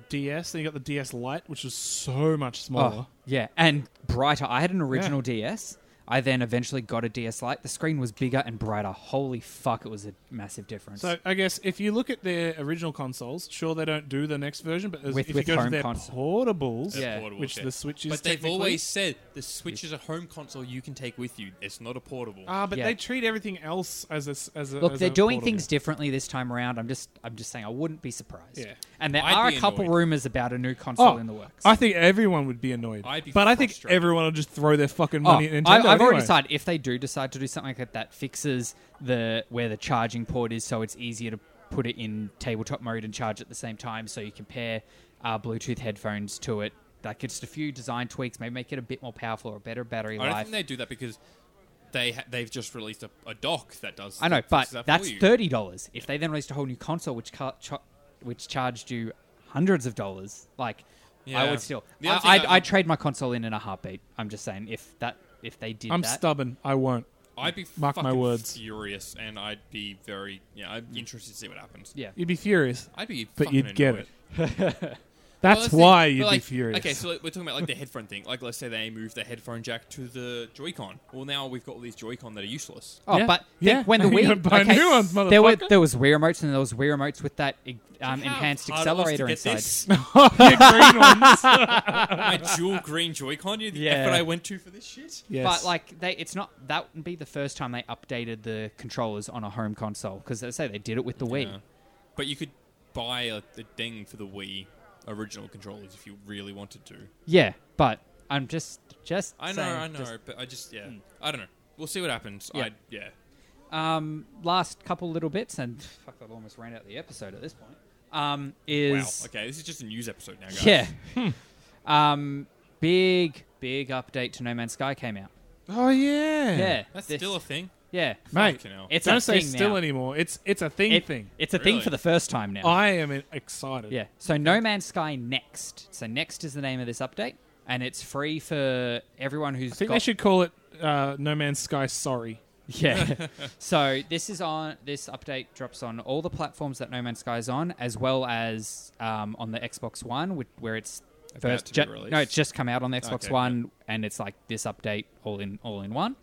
[SPEAKER 1] DS. Then you got the DS Lite, which was so much smaller.
[SPEAKER 3] Oh, yeah, and brighter. I had an original DS. I then eventually got a DS Lite. The screen was bigger and brighter. Holy fuck, it was a massive difference.
[SPEAKER 1] So I guess if you look at their original consoles, sure they don't do the next version, but as,
[SPEAKER 3] With-
[SPEAKER 1] if
[SPEAKER 3] with
[SPEAKER 1] you go to
[SPEAKER 3] home
[SPEAKER 1] their
[SPEAKER 3] console.
[SPEAKER 1] portables,
[SPEAKER 3] Yeah.
[SPEAKER 2] portable
[SPEAKER 1] which
[SPEAKER 2] shit.
[SPEAKER 1] the Switch is
[SPEAKER 2] But they've
[SPEAKER 1] technically-
[SPEAKER 2] always said the Switch is a home console you can take with you. It's not a portable.
[SPEAKER 1] ah, but
[SPEAKER 3] Yeah.
[SPEAKER 1] they treat everything else as a s- as a
[SPEAKER 3] Look,
[SPEAKER 1] as
[SPEAKER 3] they're
[SPEAKER 1] a
[SPEAKER 3] doing
[SPEAKER 1] portable.
[SPEAKER 3] things differently this time around. I'm just, I'm just saying, I wouldn't be surprised.
[SPEAKER 1] Yeah.
[SPEAKER 3] And there
[SPEAKER 2] I'd
[SPEAKER 3] are
[SPEAKER 2] be
[SPEAKER 3] a couple
[SPEAKER 2] annoyed.
[SPEAKER 3] rumors about a new console in the works.
[SPEAKER 1] Oh, I think everyone would be annoyed,
[SPEAKER 2] I'd be
[SPEAKER 1] but I think
[SPEAKER 2] frustrated.
[SPEAKER 1] everyone will just throw their fucking
[SPEAKER 3] Oh, I,
[SPEAKER 1] money at
[SPEAKER 3] I've
[SPEAKER 1] Nintendo.
[SPEAKER 3] already
[SPEAKER 1] anyway.
[SPEAKER 3] decided if they do decide to do something like that, that fixes the where the charging port is, so it's easier to put it in tabletop mode and charge at the same time. So you can pair uh, Bluetooth headphones to it. Like just a few design tweaks, maybe make it a bit more powerful or a better battery
[SPEAKER 2] I don't
[SPEAKER 3] life.
[SPEAKER 2] think they do that because they ha- they've just released a, a dock that does.
[SPEAKER 3] I know,
[SPEAKER 2] that
[SPEAKER 3] but
[SPEAKER 2] fixes that
[SPEAKER 3] that's
[SPEAKER 2] for you.
[SPEAKER 3] thirty dollars. If they then released a whole new console, which car- cha- which charged you hundreds of dollars, like I
[SPEAKER 2] Yeah.
[SPEAKER 3] would still,
[SPEAKER 2] The
[SPEAKER 3] I,
[SPEAKER 2] other thing
[SPEAKER 3] I'd,
[SPEAKER 2] that-
[SPEAKER 3] I'd trade my console in in a heartbeat. I'm just saying, if that if they did
[SPEAKER 1] I'm
[SPEAKER 3] that,
[SPEAKER 1] stubborn. I won't.
[SPEAKER 2] I'd be
[SPEAKER 1] Mark my
[SPEAKER 2] fucking
[SPEAKER 1] words.
[SPEAKER 2] furious, and I'd be very yeah. I'd be interested to see what happens.
[SPEAKER 3] yeah,
[SPEAKER 1] You'd be furious,
[SPEAKER 2] I'd be.
[SPEAKER 1] but
[SPEAKER 2] fucking
[SPEAKER 1] you'd get
[SPEAKER 2] annoyed. <laughs>
[SPEAKER 1] it. That's
[SPEAKER 2] Well,
[SPEAKER 1] why
[SPEAKER 2] the thing-
[SPEAKER 1] you'd
[SPEAKER 2] but,
[SPEAKER 1] be
[SPEAKER 2] like,
[SPEAKER 1] furious.
[SPEAKER 2] Okay, so like, we're talking about like the headphone thing. Like, let's say they move the headphone jack to the Joy-Con. Well, now we've got all these Joy-Con that are useless.
[SPEAKER 3] Oh,
[SPEAKER 1] Yeah.
[SPEAKER 3] but
[SPEAKER 1] Yeah.
[SPEAKER 3] think when the
[SPEAKER 1] <laughs> You
[SPEAKER 3] Wii
[SPEAKER 1] gotta buy
[SPEAKER 3] okay,
[SPEAKER 1] new ones,
[SPEAKER 3] there were
[SPEAKER 1] motherfucker.
[SPEAKER 3] there was Wii remotes and there was Wii remotes with that um,
[SPEAKER 2] How
[SPEAKER 3] enhanced
[SPEAKER 2] hard it was to
[SPEAKER 3] accelerator
[SPEAKER 2] get
[SPEAKER 3] inside.
[SPEAKER 2] this?
[SPEAKER 1] <laughs> The green ones.
[SPEAKER 2] My dual green Joy-Con. You know the
[SPEAKER 3] Yeah.
[SPEAKER 2] effort I went to for this shit.
[SPEAKER 1] Yes.
[SPEAKER 3] But like they, it's not that wouldn't be the first time they updated the controllers on a home console because they say they did it with the Wii.
[SPEAKER 2] Yeah. But you could buy a, a ding for the Wii original controllers if you really wanted to.
[SPEAKER 3] Yeah, but I'm just just
[SPEAKER 2] I know,
[SPEAKER 3] saying,
[SPEAKER 2] I know,
[SPEAKER 3] just-
[SPEAKER 2] but I just yeah, I don't know. We'll see what happens.
[SPEAKER 3] Yeah.
[SPEAKER 2] I yeah.
[SPEAKER 3] um, last couple little bits and fuck, I've almost ran out the episode at this point. Um,
[SPEAKER 2] Wow.
[SPEAKER 3] is
[SPEAKER 2] Okay, this is just a news episode now, guys.
[SPEAKER 1] Hmm.
[SPEAKER 3] yeah, um, big big update to No Man's Sky came out.
[SPEAKER 1] oh yeah,
[SPEAKER 3] Yeah,
[SPEAKER 2] That's
[SPEAKER 3] this-
[SPEAKER 2] still a thing.
[SPEAKER 3] yeah.
[SPEAKER 1] mate.
[SPEAKER 2] Fucking hell.
[SPEAKER 3] It's
[SPEAKER 1] don't
[SPEAKER 3] a
[SPEAKER 1] say
[SPEAKER 3] thing
[SPEAKER 1] still
[SPEAKER 3] now.
[SPEAKER 1] anymore. It's it's a thing
[SPEAKER 3] It-
[SPEAKER 1] thing.
[SPEAKER 3] It's a thing
[SPEAKER 2] Really?
[SPEAKER 3] for the first time now.
[SPEAKER 1] I am excited.
[SPEAKER 3] yeah. So No Man's Sky Next. So Next is the name of this update, and it's free for everyone who's
[SPEAKER 1] I think
[SPEAKER 3] got.
[SPEAKER 1] they should call it uh, No Man's Sky. Sorry. <laughs>
[SPEAKER 3] Yeah. so this is on. This update drops on all the platforms that No Man's Sky is on, as well as um, on the Xbox One, which, where it's
[SPEAKER 2] to
[SPEAKER 3] first.
[SPEAKER 2] be
[SPEAKER 3] ju-
[SPEAKER 2] released.
[SPEAKER 3] no, it's just come out on the Xbox
[SPEAKER 2] Okay,
[SPEAKER 3] One, and it's like this update all in all in one.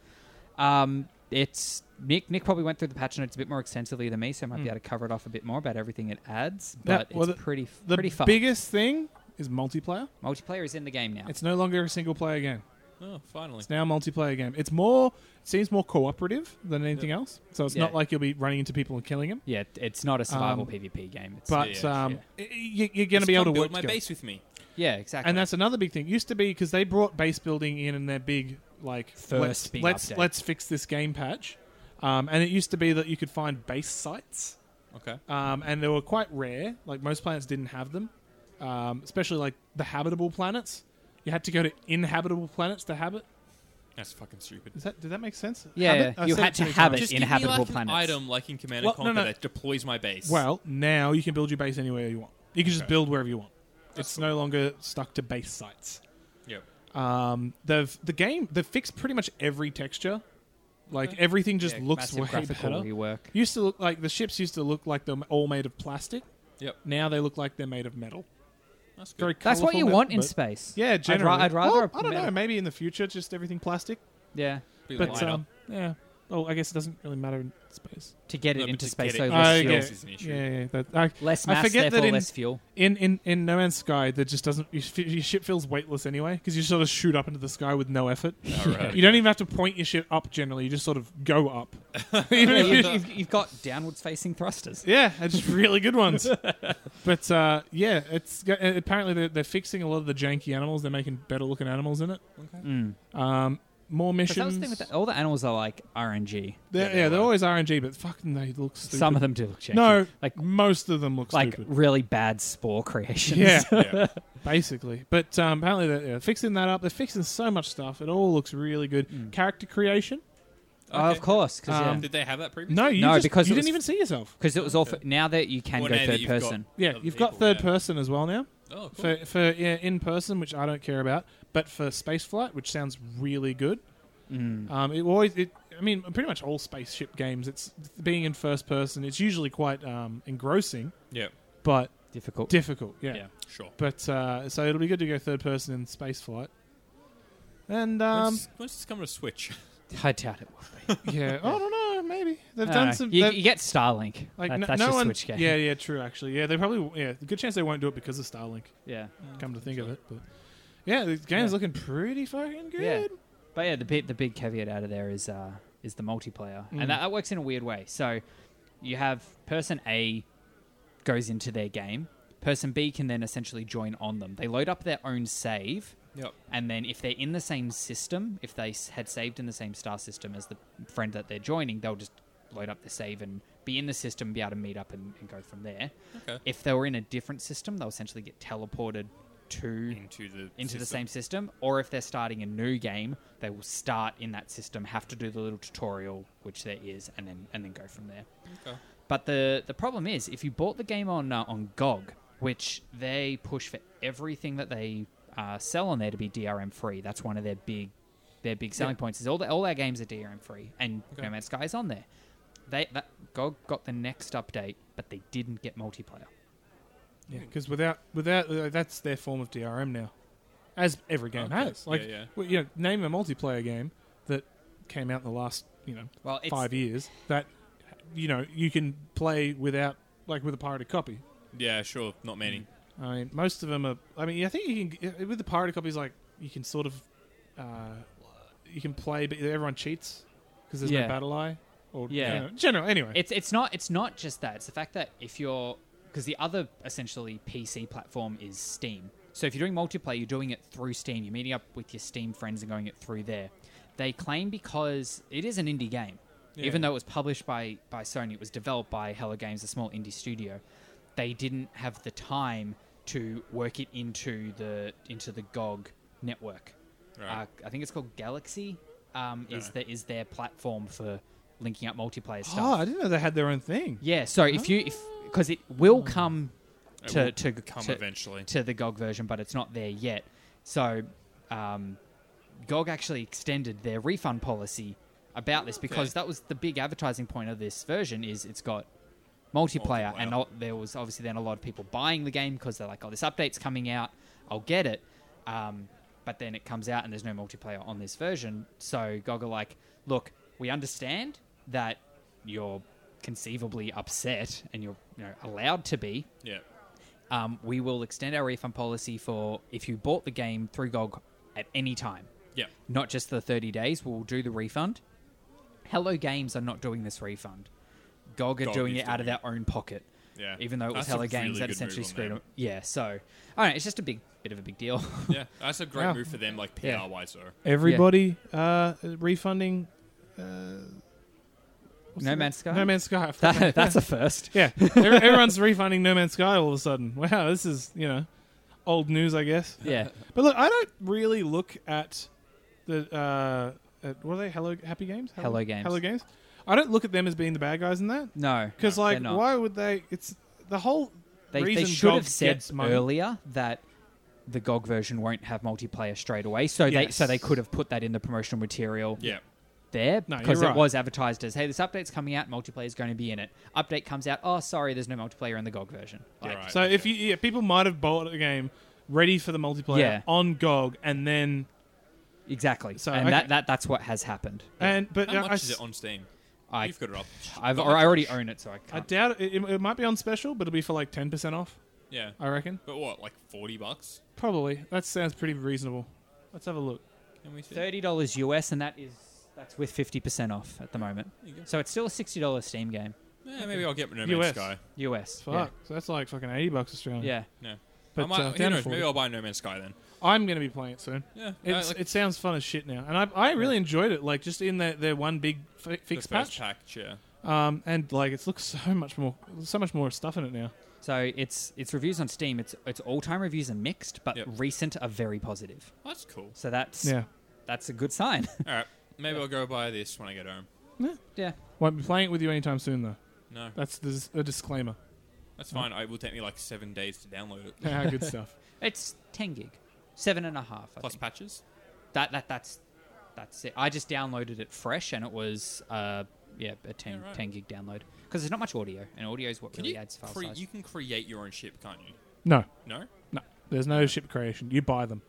[SPEAKER 3] Um, it's Nick. Nick probably went through the patch notes a bit more extensively than me, so I might be able to cover it off a bit more about everything it adds.
[SPEAKER 1] Hmm. Yeah,
[SPEAKER 3] But
[SPEAKER 1] well,
[SPEAKER 3] it's
[SPEAKER 1] the-
[SPEAKER 3] pretty
[SPEAKER 1] The
[SPEAKER 3] pretty fun.
[SPEAKER 1] biggest thing is multiplayer.
[SPEAKER 3] Multiplayer is in the game now.
[SPEAKER 1] It's no longer a single player game.
[SPEAKER 2] Oh, finally.
[SPEAKER 1] It's now a multiplayer game. It's more it seems more cooperative than anything else. So it's
[SPEAKER 3] Yeah.
[SPEAKER 1] not like you'll be running into people and killing them.
[SPEAKER 3] yeah, it's not a survival
[SPEAKER 1] Um,
[SPEAKER 3] PvP game. It's,
[SPEAKER 1] But
[SPEAKER 2] yeah,
[SPEAKER 1] um,
[SPEAKER 2] yeah.
[SPEAKER 1] y- y- you're going to
[SPEAKER 2] Just
[SPEAKER 1] be able to
[SPEAKER 2] come
[SPEAKER 1] work
[SPEAKER 2] build my
[SPEAKER 1] together.
[SPEAKER 2] base with me.
[SPEAKER 3] yeah, exactly.
[SPEAKER 1] And that's another big thing. Used to be because they brought base building in in their big like
[SPEAKER 3] First
[SPEAKER 1] let's
[SPEAKER 3] big
[SPEAKER 1] let's,
[SPEAKER 3] update.
[SPEAKER 1] let's fix this game patch. Um, and it used to be that you could find base sites,
[SPEAKER 2] Okay.
[SPEAKER 1] um, and they were quite rare. Like most planets didn't have them, um, especially like the habitable planets. You had to go to inhabitable planets to have it.
[SPEAKER 2] That's fucking stupid.
[SPEAKER 1] Is that did that make sense?
[SPEAKER 3] Yeah,
[SPEAKER 1] Habit? I
[SPEAKER 3] you
[SPEAKER 1] said
[SPEAKER 3] had
[SPEAKER 1] it
[SPEAKER 3] to
[SPEAKER 1] three
[SPEAKER 3] have
[SPEAKER 1] times.
[SPEAKER 3] it.
[SPEAKER 2] Just give me
[SPEAKER 3] inhabitable
[SPEAKER 2] like
[SPEAKER 3] planets.
[SPEAKER 2] an item like in Command
[SPEAKER 1] Well,
[SPEAKER 2] and
[SPEAKER 1] no,
[SPEAKER 2] Conquer
[SPEAKER 1] no.
[SPEAKER 2] that deploys my base.
[SPEAKER 1] Well, now you can build your base anywhere you want. You can just
[SPEAKER 2] Okay.
[SPEAKER 1] build wherever you want.
[SPEAKER 2] That's
[SPEAKER 1] it's
[SPEAKER 2] cool.
[SPEAKER 1] no longer stuck to base sites.
[SPEAKER 2] Yep.
[SPEAKER 1] Um, they've the game they've fixed pretty much every texture. Like
[SPEAKER 2] Okay.
[SPEAKER 1] everything just
[SPEAKER 3] Yeah,
[SPEAKER 1] looks
[SPEAKER 3] massive
[SPEAKER 1] way
[SPEAKER 3] graphical
[SPEAKER 1] better.
[SPEAKER 3] rework.
[SPEAKER 1] Used to look like the ships used to look like they're all made of plastic.
[SPEAKER 2] Yep.
[SPEAKER 1] Now they look like they're made of metal.
[SPEAKER 2] That's good.
[SPEAKER 1] Very
[SPEAKER 3] That's what
[SPEAKER 1] colourful
[SPEAKER 3] you
[SPEAKER 1] metal,
[SPEAKER 3] want in
[SPEAKER 1] but-
[SPEAKER 3] space.
[SPEAKER 1] Yeah,
[SPEAKER 3] I'd,
[SPEAKER 1] generally.
[SPEAKER 3] ra- I'd rather.
[SPEAKER 1] Well,
[SPEAKER 3] a
[SPEAKER 1] I don't know.
[SPEAKER 3] metal-
[SPEAKER 1] Maybe in the future, just everything plastic.
[SPEAKER 3] Yeah,
[SPEAKER 2] Be
[SPEAKER 1] But
[SPEAKER 2] lighter.
[SPEAKER 1] um, yeah. Oh, I guess it doesn't really matter in space.
[SPEAKER 3] to get
[SPEAKER 2] No,
[SPEAKER 3] it
[SPEAKER 2] but
[SPEAKER 3] into
[SPEAKER 2] to
[SPEAKER 3] space,
[SPEAKER 2] get
[SPEAKER 3] so
[SPEAKER 2] it-
[SPEAKER 3] less
[SPEAKER 2] I
[SPEAKER 3] fuel.
[SPEAKER 2] get- is an issue.
[SPEAKER 1] Oh, yeah, yeah. That, I,
[SPEAKER 3] Less
[SPEAKER 1] I
[SPEAKER 3] mass,
[SPEAKER 1] forget that
[SPEAKER 3] therefore
[SPEAKER 1] in-
[SPEAKER 3] less fuel.
[SPEAKER 1] in, in, in No Man's Sky, that just doesn't your, sh- your ship feels weightless anyway because you sort of shoot up into the sky with no effort. <laughs>
[SPEAKER 2] All right.
[SPEAKER 1] You don't even have to point your ship up. Generally, you just sort of go up. even if <laughs> you-
[SPEAKER 3] <laughs> you've, you've- you've got downwards facing thrusters.
[SPEAKER 1] yeah, they're just really good ones. but uh, yeah, it's go- uh, apparently they're, they're fixing a lot of the janky animals. They're making better looking animals in it.
[SPEAKER 2] Okay.
[SPEAKER 3] Mm.
[SPEAKER 1] Um, more
[SPEAKER 3] 'Cause that
[SPEAKER 1] missions.
[SPEAKER 3] was the thing with the, all the animals are like RNG.
[SPEAKER 1] They're-
[SPEAKER 2] Yeah,
[SPEAKER 1] yeah,
[SPEAKER 2] they
[SPEAKER 1] they're
[SPEAKER 2] were.
[SPEAKER 1] always RNG, but fucking they look stupid.
[SPEAKER 3] Some of them do look janky.
[SPEAKER 1] no,
[SPEAKER 3] like
[SPEAKER 1] like most of them look
[SPEAKER 3] like
[SPEAKER 1] stupid.
[SPEAKER 3] really bad spore
[SPEAKER 1] <laughs>
[SPEAKER 3] creations.
[SPEAKER 1] Yeah,
[SPEAKER 2] yeah.
[SPEAKER 1] basically. But um, apparently they're, yeah, fixing that up. They're fixing so much stuff. It all looks really good.
[SPEAKER 3] Hmm.
[SPEAKER 1] Character creation?
[SPEAKER 3] <laughs> Oh,
[SPEAKER 2] Okay.
[SPEAKER 3] of course, because
[SPEAKER 1] Um,
[SPEAKER 2] Did they have that previously?
[SPEAKER 1] No, you
[SPEAKER 3] No,
[SPEAKER 1] just-
[SPEAKER 3] because
[SPEAKER 1] you
[SPEAKER 3] it
[SPEAKER 1] didn't
[SPEAKER 3] was-
[SPEAKER 1] even see yourself.
[SPEAKER 3] it was all for, now that you can
[SPEAKER 2] Well,
[SPEAKER 3] go
[SPEAKER 2] now that
[SPEAKER 3] third
[SPEAKER 2] you've got
[SPEAKER 3] person.
[SPEAKER 1] Yeah,
[SPEAKER 2] other
[SPEAKER 1] you've got
[SPEAKER 2] people,
[SPEAKER 1] third
[SPEAKER 2] yeah.
[SPEAKER 1] person as well now.
[SPEAKER 2] Oh, cool.
[SPEAKER 1] for for yeah, in person, which I don't care about, but for space flight, which sounds really good.
[SPEAKER 3] Hmm.
[SPEAKER 1] Um, it always, it, I mean, pretty much all spaceship games. It's being in first person. It's usually quite um, engrossing,
[SPEAKER 2] yeah,
[SPEAKER 1] but
[SPEAKER 3] Difficult.
[SPEAKER 1] difficult. Yeah.
[SPEAKER 3] Yeah.
[SPEAKER 2] sure.
[SPEAKER 1] But uh, so it'll be good to go third person in space flight. And um,
[SPEAKER 2] when's, when's this coming
[SPEAKER 1] <laughs>
[SPEAKER 2] to Switch?
[SPEAKER 3] I doubt it will. <laughs>
[SPEAKER 1] yeah, I don't know. Maybe they've
[SPEAKER 3] I
[SPEAKER 1] done
[SPEAKER 3] dunno.
[SPEAKER 1] some.
[SPEAKER 3] You,
[SPEAKER 1] they've-
[SPEAKER 3] you get Starlink.
[SPEAKER 1] like
[SPEAKER 3] That-
[SPEAKER 1] no,
[SPEAKER 3] that's
[SPEAKER 1] no
[SPEAKER 3] your
[SPEAKER 1] one,
[SPEAKER 3] Switch game.
[SPEAKER 1] yeah, yeah, true. Actually, yeah, they probably, yeah, good chance they won't do it because of Starlink.
[SPEAKER 3] yeah.
[SPEAKER 1] Come to think of it, but yeah, the game's
[SPEAKER 3] Yeah.
[SPEAKER 1] looking pretty fucking good.
[SPEAKER 3] Yeah. But yeah, the big, the big caveat out of there is uh, is the multiplayer,
[SPEAKER 1] Mm.
[SPEAKER 3] and that, that works in a weird way. So you have person A goes into their game, person B can then essentially join on them. They load up their own save,
[SPEAKER 2] Yep.
[SPEAKER 3] and then if they're in the same system, if they s- had saved in the same star system as the friend that they're joining, they'll just load up the save and be in the system, be able to meet up and, and go from there.
[SPEAKER 2] Okay.
[SPEAKER 3] If they were in a different system, they'll essentially get teleported to
[SPEAKER 2] <laughs> Into the
[SPEAKER 3] into the same system, or if they're starting a new game, they will start in that system, have to do the little tutorial which there is, and then and then go from there.
[SPEAKER 2] Okay.
[SPEAKER 3] But the the problem is, if you bought the game on uh, on GOG, which they push for everything that they uh, sell on there to be DRM free, that's one of their big their big selling points. Is all the, all their games are DRM free, and
[SPEAKER 2] Okay.
[SPEAKER 3] No Man's Sky is on there. They that GOG got the next update, but they didn't get multiplayer.
[SPEAKER 1] Yeah, because without without uh, that's their form of DRM now, as every game
[SPEAKER 2] Okay.
[SPEAKER 1] has. Like,
[SPEAKER 2] Yeah, yeah.
[SPEAKER 1] well, you know, name a multiplayer game that came out in the last you know
[SPEAKER 3] Well, it's
[SPEAKER 1] five years that you know you can play without like with a pirated copy.
[SPEAKER 2] Yeah, sure. Not
[SPEAKER 3] Mm.
[SPEAKER 2] many.
[SPEAKER 1] I mean, most of them are. I mean, I think you can uh, with the pirated copies, like you can sort of uh, you can play, but everyone cheats because there's
[SPEAKER 3] Yeah.
[SPEAKER 1] no battle eye. Or,
[SPEAKER 3] Yeah.
[SPEAKER 1] you know, general. Anyway,
[SPEAKER 3] It's it's not it's not just that. It's the fact that if you're because the other essentially PC platform is Steam. So if you're doing multiplayer, you're doing it through Steam. You're meeting up with your Steam friends and going it through there. They claim because it is an indie game,
[SPEAKER 2] Yeah.
[SPEAKER 3] even though it was published by by Sony, it was developed by Hello Games, a small indie studio. They didn't have the time to work it into the into the GOG network.
[SPEAKER 2] Right.
[SPEAKER 3] Uh, I think it's called Galaxy. Um, is
[SPEAKER 2] Okay.
[SPEAKER 3] the, is their platform for linking up multiplayer stuff?
[SPEAKER 1] oh, I didn't know they had their own thing.
[SPEAKER 3] Yeah, so if you if because it will come
[SPEAKER 2] Oh. It
[SPEAKER 3] Uh, to
[SPEAKER 2] will
[SPEAKER 3] to
[SPEAKER 2] come
[SPEAKER 3] to,
[SPEAKER 2] eventually.
[SPEAKER 3] to the GOG version, but it's not there yet. So um, GOG actually extended their refund policy about this because
[SPEAKER 2] Okay.
[SPEAKER 3] that was the big advertising point of this version is it's got multiplayer,
[SPEAKER 2] Multiplayer.
[SPEAKER 3] and not, there was obviously then a lot of people buying the game because they're like, oh, this update's coming out, I'll get it. Um, but then it comes out and there's no multiplayer on this version. So GOG are like, look, we understand that you're conceivably upset and you're you know, allowed to be
[SPEAKER 2] yeah.
[SPEAKER 3] um, we will extend our refund policy for if you bought the game through GOG at any time,
[SPEAKER 2] Yeah.
[SPEAKER 3] not just the 30 days. We'll do the refund. Hello Games are not doing this refund. GOG are
[SPEAKER 2] GOG
[SPEAKER 3] doing
[SPEAKER 2] is
[SPEAKER 3] it out of
[SPEAKER 2] doing
[SPEAKER 3] their own pocket.
[SPEAKER 2] Yeah.
[SPEAKER 3] Even though it was
[SPEAKER 2] That's a
[SPEAKER 3] Hello
[SPEAKER 2] really
[SPEAKER 3] Games that
[SPEAKER 2] good
[SPEAKER 3] essentially
[SPEAKER 2] move on
[SPEAKER 3] screwed
[SPEAKER 2] them.
[SPEAKER 3] them. Yeah, so. I don't know, it's just a big bit of a big deal.
[SPEAKER 2] Yeah. That's a great
[SPEAKER 1] Yeah.
[SPEAKER 2] move for them, like PR
[SPEAKER 3] Yeah.
[SPEAKER 2] wise, though.
[SPEAKER 1] Everybody uh, refunding. Uh, what's
[SPEAKER 3] No
[SPEAKER 1] the
[SPEAKER 3] Man's
[SPEAKER 1] name?
[SPEAKER 3] Sky?
[SPEAKER 1] No Man's
[SPEAKER 3] <laughs>
[SPEAKER 1] Sky. I forgot.
[SPEAKER 3] <laughs> That- that's a first.
[SPEAKER 1] yeah, Every- everyone's refunding No Man's Sky all of a sudden. Wow, this is you know old news, I guess.
[SPEAKER 3] <laughs> Yeah.
[SPEAKER 1] But look, I don't really look at the uh, at, what are they? Hello, Happy Games.
[SPEAKER 3] Hello Games.
[SPEAKER 1] Hello Games. I don't look at them as being the bad guys in that
[SPEAKER 3] No.
[SPEAKER 1] because like
[SPEAKER 3] they're not.
[SPEAKER 1] why would they? It's the whole
[SPEAKER 3] They, they
[SPEAKER 1] reason
[SPEAKER 3] should
[SPEAKER 1] GOG
[SPEAKER 3] have said
[SPEAKER 1] gets money-
[SPEAKER 3] earlier that the GOG version won't have multiplayer straight away, so they so
[SPEAKER 1] Yes.
[SPEAKER 3] they could have put that in the promotional material.
[SPEAKER 2] Yeah.
[SPEAKER 3] there
[SPEAKER 1] No,
[SPEAKER 3] because
[SPEAKER 1] you're
[SPEAKER 3] it
[SPEAKER 1] right.
[SPEAKER 3] was advertised as, "Hey, this update's coming out. Multiplayer is going to be in it." Update comes out. Oh, sorry, there's no multiplayer in the GOG version.
[SPEAKER 2] You're
[SPEAKER 3] Like,
[SPEAKER 2] right.
[SPEAKER 1] So if you yeah, people might have bought a game ready for the multiplayer
[SPEAKER 3] Yeah.
[SPEAKER 1] on GOG and then
[SPEAKER 3] Exactly.
[SPEAKER 1] So,
[SPEAKER 3] and
[SPEAKER 1] okay.
[SPEAKER 3] that, that that's what has happened.
[SPEAKER 1] and but
[SPEAKER 2] How
[SPEAKER 1] I,
[SPEAKER 2] much
[SPEAKER 1] I
[SPEAKER 2] is
[SPEAKER 1] s-
[SPEAKER 2] it on Steam?
[SPEAKER 3] I
[SPEAKER 2] You've got it up.
[SPEAKER 3] I've
[SPEAKER 2] Not
[SPEAKER 3] or I
[SPEAKER 2] much.
[SPEAKER 3] already own it, so I
[SPEAKER 1] I
[SPEAKER 3] can't.
[SPEAKER 1] doubt it, it. It might be on special, but it'll be for like ten percent off.
[SPEAKER 2] Yeah.
[SPEAKER 1] I reckon.
[SPEAKER 2] But what, like forty bucks?
[SPEAKER 1] Probably. That sounds pretty reasonable. Let's have a look.
[SPEAKER 2] Can we see?
[SPEAKER 3] Thirty dollars US, and that is that's with fifty percent off at the moment.
[SPEAKER 2] There you go.
[SPEAKER 3] So it's still a sixty dollars Steam game
[SPEAKER 2] Yeah, maybe I'll get No Man's
[SPEAKER 1] US.
[SPEAKER 2] Sky.
[SPEAKER 3] US.
[SPEAKER 1] Fuck. So that's like fucking eighty bucks
[SPEAKER 3] Yeah.
[SPEAKER 1] Australian.
[SPEAKER 3] yeah.
[SPEAKER 2] No. I
[SPEAKER 1] But
[SPEAKER 2] might,
[SPEAKER 1] uh,
[SPEAKER 2] who
[SPEAKER 1] down
[SPEAKER 2] knows?
[SPEAKER 1] to
[SPEAKER 2] Maybe
[SPEAKER 1] 40.
[SPEAKER 2] I'll buy No Man's Sky then.
[SPEAKER 1] I'm gonna be playing it soon.
[SPEAKER 2] Yeah. I
[SPEAKER 1] It's,
[SPEAKER 2] like
[SPEAKER 1] it sounds fun as shit now, and I, I really enjoyed it. Like just in their, their one big fi-
[SPEAKER 2] the
[SPEAKER 1] fix
[SPEAKER 2] first
[SPEAKER 1] patch,
[SPEAKER 2] pack, yeah. Oh,
[SPEAKER 1] um, and like it's looks so much more, so much more stuff in it now.
[SPEAKER 3] So it's it's reviews on Steam. It's it's all time reviews are mixed, but
[SPEAKER 2] Yep.
[SPEAKER 3] recent are very positive.
[SPEAKER 2] That's cool.
[SPEAKER 3] So that's
[SPEAKER 1] Yeah,
[SPEAKER 3] that's a good sign. <laughs>
[SPEAKER 2] All right. Maybe I'll go buy this when I get home.
[SPEAKER 3] yeah.
[SPEAKER 1] won't be playing it with you anytime soon though.
[SPEAKER 2] No.
[SPEAKER 1] That's the, the disclaimer.
[SPEAKER 2] That's fine. It will take me like seven days to download it.
[SPEAKER 1] Ah, good stuff.
[SPEAKER 3] It's ten gig, seven and a half. I
[SPEAKER 2] Plus
[SPEAKER 3] think.
[SPEAKER 2] patches.
[SPEAKER 3] that that that's that's it. I just downloaded it fresh, and it was uh yeah a 10,
[SPEAKER 2] Yeah, right.
[SPEAKER 3] 10 gig download because there's not much audio, and audio is what
[SPEAKER 2] Can
[SPEAKER 3] really
[SPEAKER 2] you
[SPEAKER 3] adds file
[SPEAKER 2] cre-
[SPEAKER 3] size.
[SPEAKER 2] You can create your own ship, can't you?
[SPEAKER 1] No,
[SPEAKER 2] No.
[SPEAKER 1] no. There's no ship creation. You buy them,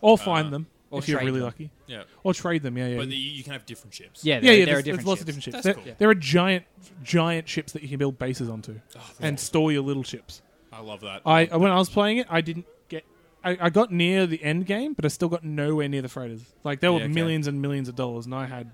[SPEAKER 1] or find
[SPEAKER 2] Ah.
[SPEAKER 1] them
[SPEAKER 3] Or
[SPEAKER 1] if you're
[SPEAKER 3] trade
[SPEAKER 1] really
[SPEAKER 3] them.
[SPEAKER 1] lucky,
[SPEAKER 2] Yeah.
[SPEAKER 1] or trade them. Yeah, yeah.
[SPEAKER 2] But
[SPEAKER 1] yeah.
[SPEAKER 2] the, you can have different ships.
[SPEAKER 3] yeah,
[SPEAKER 1] yeah,
[SPEAKER 3] there,
[SPEAKER 1] yeah,
[SPEAKER 3] there are
[SPEAKER 1] there's,
[SPEAKER 3] different
[SPEAKER 1] there's lots of
[SPEAKER 3] ships.
[SPEAKER 1] different ships.
[SPEAKER 2] That's
[SPEAKER 1] there,
[SPEAKER 2] cool. Yeah.
[SPEAKER 1] there are giant, giant ships that you can build bases onto, and store your little ships.
[SPEAKER 2] I love that.
[SPEAKER 1] I when I was playing it, I didn't get. I, I got near the end game, but I still got nowhere near the freighters. Like there were
[SPEAKER 2] Yeah, okay.
[SPEAKER 1] millions and millions of dollars, and I had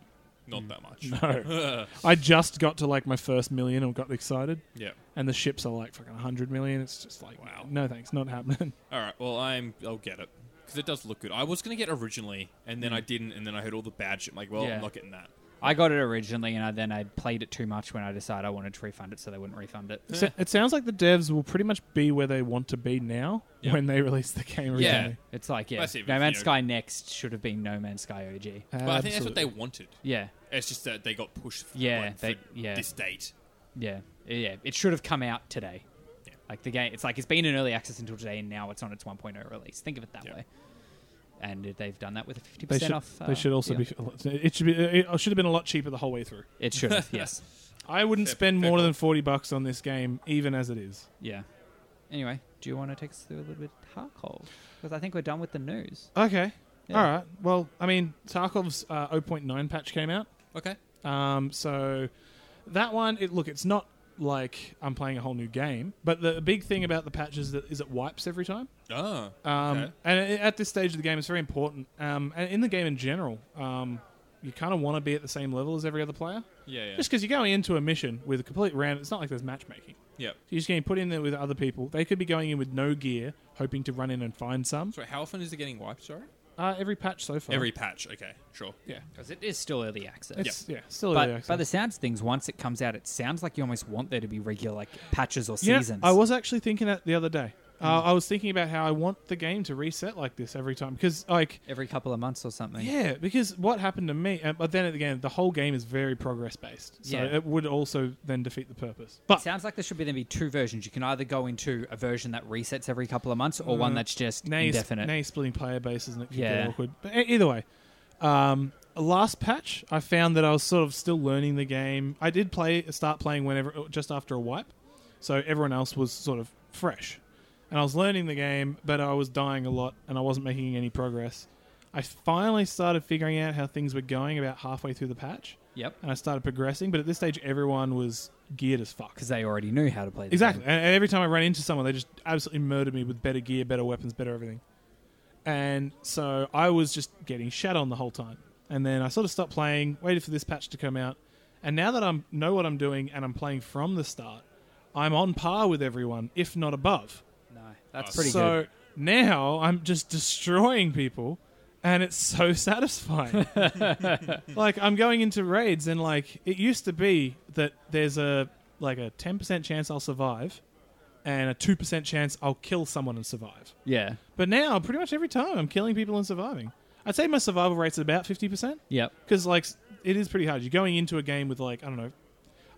[SPEAKER 2] Not that much.
[SPEAKER 1] <laughs> no. I just got to like my first million and got excited,
[SPEAKER 2] <laughs> yeah.
[SPEAKER 1] and the ships are like fucking hundred million. It's just like
[SPEAKER 2] Wow.
[SPEAKER 1] no thanks, not
[SPEAKER 2] <laughs>
[SPEAKER 1] happening.
[SPEAKER 2] All right. Well, I'm. I'll get it because it does look good. I was gonna get it originally, and then I
[SPEAKER 1] Mm.
[SPEAKER 2] didn't, and then I heard all the bad shit. I'm like, well,
[SPEAKER 3] Yeah.
[SPEAKER 2] I'm not getting that.
[SPEAKER 3] I got it originally, and I, then I played it too much when I decided I wanted to refund it, so they wouldn't refund it.
[SPEAKER 1] So it sounds like the devs will pretty much be where they want to be now
[SPEAKER 2] Yeah.
[SPEAKER 1] when they release the game.
[SPEAKER 2] Yeah.
[SPEAKER 1] Originally.
[SPEAKER 3] It's like yeah,
[SPEAKER 2] That's it,
[SPEAKER 3] No
[SPEAKER 2] you
[SPEAKER 3] Man's
[SPEAKER 2] know.
[SPEAKER 3] Sky Next should have been No Man's Sky
[SPEAKER 1] <laughs>
[SPEAKER 3] OG.
[SPEAKER 1] Yeah,
[SPEAKER 2] But I think that's what they wanted.
[SPEAKER 3] Yeah,
[SPEAKER 2] It's just that they got pushed. For,
[SPEAKER 3] Yeah,
[SPEAKER 2] like,
[SPEAKER 3] they-
[SPEAKER 2] for
[SPEAKER 3] yeah.
[SPEAKER 2] This date.
[SPEAKER 3] yeah, yeah. It should have come out today.
[SPEAKER 2] Yeah.
[SPEAKER 3] Like the game, it's like it's been in early access until today, and now it's on its 1.0 release. Think of it that
[SPEAKER 2] Yeah.
[SPEAKER 3] way. And they've done that with a 50%
[SPEAKER 1] They should,
[SPEAKER 3] off.
[SPEAKER 1] they
[SPEAKER 3] uh,
[SPEAKER 1] should also
[SPEAKER 3] deal.
[SPEAKER 1] be. It should be. It should have been a lot cheaper the whole way through.
[SPEAKER 3] It
[SPEAKER 1] <laughs>
[SPEAKER 3] should have, yes.
[SPEAKER 1] I wouldn't
[SPEAKER 2] Fair-
[SPEAKER 1] spend
[SPEAKER 2] fair
[SPEAKER 1] more
[SPEAKER 2] call.
[SPEAKER 1] than forty bucks on this game, even as it is.
[SPEAKER 3] Yeah. Anyway, do you want to take us through a little bit of Tarkov? Because I think we're done with the news.
[SPEAKER 1] Okay.
[SPEAKER 3] Yeah.
[SPEAKER 1] All right. Well, I mean, Tarkov's uh, 0.9 patch came out.
[SPEAKER 2] Okay.
[SPEAKER 1] Um, so that one, it look, it's not like I'm playing a whole new game, but the big thing about the patch is that is it wipes every time.
[SPEAKER 2] Oh.
[SPEAKER 1] Um,
[SPEAKER 2] Okay.
[SPEAKER 1] And i- at this stage of the game, it's very important. Um, and in the game in general, um, you kind of want to be at the same level as every other player,
[SPEAKER 2] Yeah. Yeah.
[SPEAKER 1] just because you're going into a mission with a complete random. It's not like there's matchmaking.
[SPEAKER 2] yeah.
[SPEAKER 1] You're just getting put in there with other people. They could be going in with no gear, hoping to run in and find some.
[SPEAKER 2] Sorry. How often is it getting wiped? Sorry.
[SPEAKER 1] Uh, every patch so far.
[SPEAKER 2] Every patch. Okay. Sure.
[SPEAKER 1] yeah.
[SPEAKER 3] Because it is still early access.
[SPEAKER 1] It's, yeah, still early
[SPEAKER 3] But
[SPEAKER 1] access.
[SPEAKER 3] by the sounds of things, once it comes out, it sounds like you almost want there to be regular like patches or
[SPEAKER 1] Yeah,
[SPEAKER 3] seasons.
[SPEAKER 1] I was actually thinking that the other day. Uh, I was thinking about how I want the game to reset like this every time because, like,
[SPEAKER 3] every couple of months or something.
[SPEAKER 1] yeah, because what happened to me, uh, but then again, the whole game is very progress based, so
[SPEAKER 3] Yeah.
[SPEAKER 1] it would also then defeat the purpose. But
[SPEAKER 3] Sounds like there should be there be two versions. You can either go into a version that resets every couple of months, or one
[SPEAKER 1] Uh,
[SPEAKER 3] that's just
[SPEAKER 1] now you're,
[SPEAKER 3] indefinite.
[SPEAKER 1] now you're splitting player bases and it could
[SPEAKER 3] Yeah.
[SPEAKER 1] get awkward. But e- either way, um, last patch, I found that I was sort of still learning the game. I did play start playing whenever uh, just after a wipe, so everyone else was sort of fresh, and I was learning the game, but I was dying a lot and I wasn't making any progress. I finally started figuring out how things were going about halfway through the patch,
[SPEAKER 3] Yep,
[SPEAKER 1] and I started progressing. But at this stage, everyone was geared as fuck.
[SPEAKER 3] because they already knew how to play. The
[SPEAKER 1] Exactly.
[SPEAKER 3] game.
[SPEAKER 1] And, and every time I ran into someone, they just absolutely murdered me with better gear, better weapons, better everything. And so I was just getting shat on the whole time. And then I sort of stopped playing, waited for this patch to come out. And now that I am know what I'm doing and I'm playing from the start, I'm on par with everyone, if not above.
[SPEAKER 3] No, that's
[SPEAKER 2] Awesome.
[SPEAKER 3] pretty
[SPEAKER 1] so
[SPEAKER 3] good.
[SPEAKER 1] now I'm just destroying people, and it's so <laughs>
[SPEAKER 3] <laughs>
[SPEAKER 1] satisfying. like I'm going into raids, and like it used to be that there's a like a 10% chance I'll survive, and a 2% chance I'll kill someone and survive.
[SPEAKER 3] Yeah.
[SPEAKER 1] But now, pretty much every time, I'm killing people and surviving. I'd say my survival rate's at about 50%
[SPEAKER 3] Yep.
[SPEAKER 1] because like s- it is pretty hard. You're going into a game with like I don't know.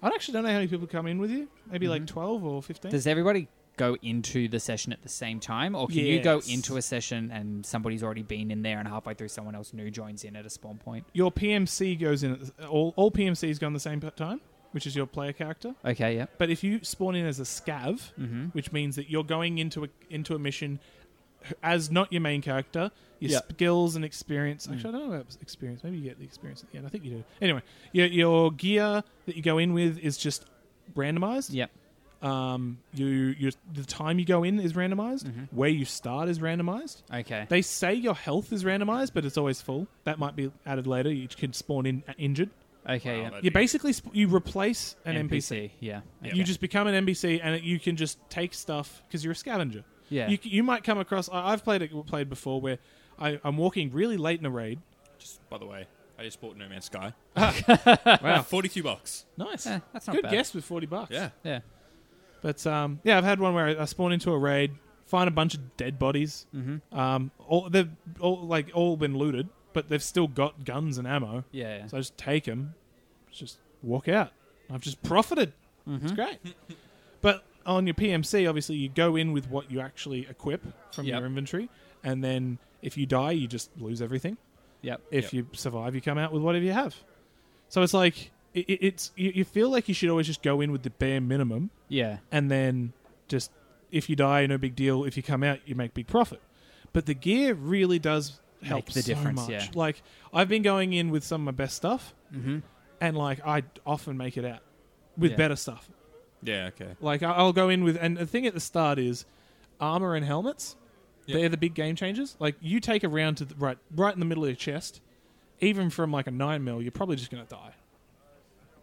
[SPEAKER 1] I actually don't know how many people come in with you. Maybe like 12 or 15.
[SPEAKER 3] Mm-hmm. Does everybody go into the session at the same time, or can you go
[SPEAKER 1] Yes.
[SPEAKER 3] into a session and somebody's already been in there, and halfway through someone else new joins in at a spawn point?
[SPEAKER 1] your PMC goes in at the, all all PMCs go in the same p- time, which is your player character.
[SPEAKER 3] Okay, yep. Mm-hmm.
[SPEAKER 1] But if you spawn in as a scav, which means that you're going into a into a mission as not your main character, your
[SPEAKER 3] Yeah.
[SPEAKER 1] skills and experience. Actually, I don't know about experience. Maybe you get the experience at the end. I think you do. Anyway, your your gear that you go in with is just randomized.
[SPEAKER 3] Yep.
[SPEAKER 1] Um, you you the time you go in is randomized. Where you start is randomized.
[SPEAKER 3] Okay.
[SPEAKER 1] They say your health is randomized, but it's always full. That might be added later. You can spawn in uh, injured.
[SPEAKER 3] okay,
[SPEAKER 2] Wow,
[SPEAKER 3] yep.
[SPEAKER 2] that'd
[SPEAKER 1] You
[SPEAKER 2] be-
[SPEAKER 1] basically sp- you replace an NPC.
[SPEAKER 3] Yeah.
[SPEAKER 1] You
[SPEAKER 3] okay.
[SPEAKER 1] just become an NPC, and you can just take stuff because you're a scavenger.
[SPEAKER 3] Yeah.
[SPEAKER 1] You, you might come across. I, I've played it played before where I, I'm walking really late in a
[SPEAKER 3] <laughs>
[SPEAKER 1] raid.
[SPEAKER 2] Just by the way, I just bought No Man's Sky. Ah,
[SPEAKER 1] Wow.
[SPEAKER 2] Forty-two bucks.
[SPEAKER 1] Nice.
[SPEAKER 3] Eh, that's not
[SPEAKER 1] Good
[SPEAKER 3] bad.
[SPEAKER 1] guess with forty bucks.
[SPEAKER 2] Yeah.
[SPEAKER 3] Yeah.
[SPEAKER 1] But um, yeah, I've had one where I, I spawn into a raid, find a bunch of dead bodies. Mm-hmm. Um, all they've all like all been looted, but they've still got guns and ammo.
[SPEAKER 3] Yeah. yeah.
[SPEAKER 1] So I just take
[SPEAKER 3] Mm-hmm.
[SPEAKER 1] them, just walk out. I've just profited. It's great. but on your PMC, obviously, you go in with what you actually equip from
[SPEAKER 3] Yep.
[SPEAKER 1] your inventory, and then if you die, you just lose everything.
[SPEAKER 3] Yep.
[SPEAKER 1] If
[SPEAKER 2] Yep.
[SPEAKER 1] you survive, you come out with whatever you have. So it's like it, it- it's you, you feel like you should always just go in with the bare minimum,
[SPEAKER 3] Yeah.
[SPEAKER 1] and then just if you die, no big deal. If you come out, you make big profit. But the gear really does help
[SPEAKER 3] the
[SPEAKER 1] so
[SPEAKER 3] difference,
[SPEAKER 1] much.
[SPEAKER 3] yeah.
[SPEAKER 1] Like I've been going in with some of my best stuff,
[SPEAKER 3] Mm-hmm.
[SPEAKER 1] and like I often make it out with
[SPEAKER 3] Yeah.
[SPEAKER 1] better stuff.
[SPEAKER 2] Yeah, okay.
[SPEAKER 1] Like I- I'll go in with, and the thing at the start is armor and helmets.
[SPEAKER 2] Yep.
[SPEAKER 1] They're the big game changers. Like you take a round to the, right, right in the middle of your chest, even from like a nine mil, you're probably just gonna die.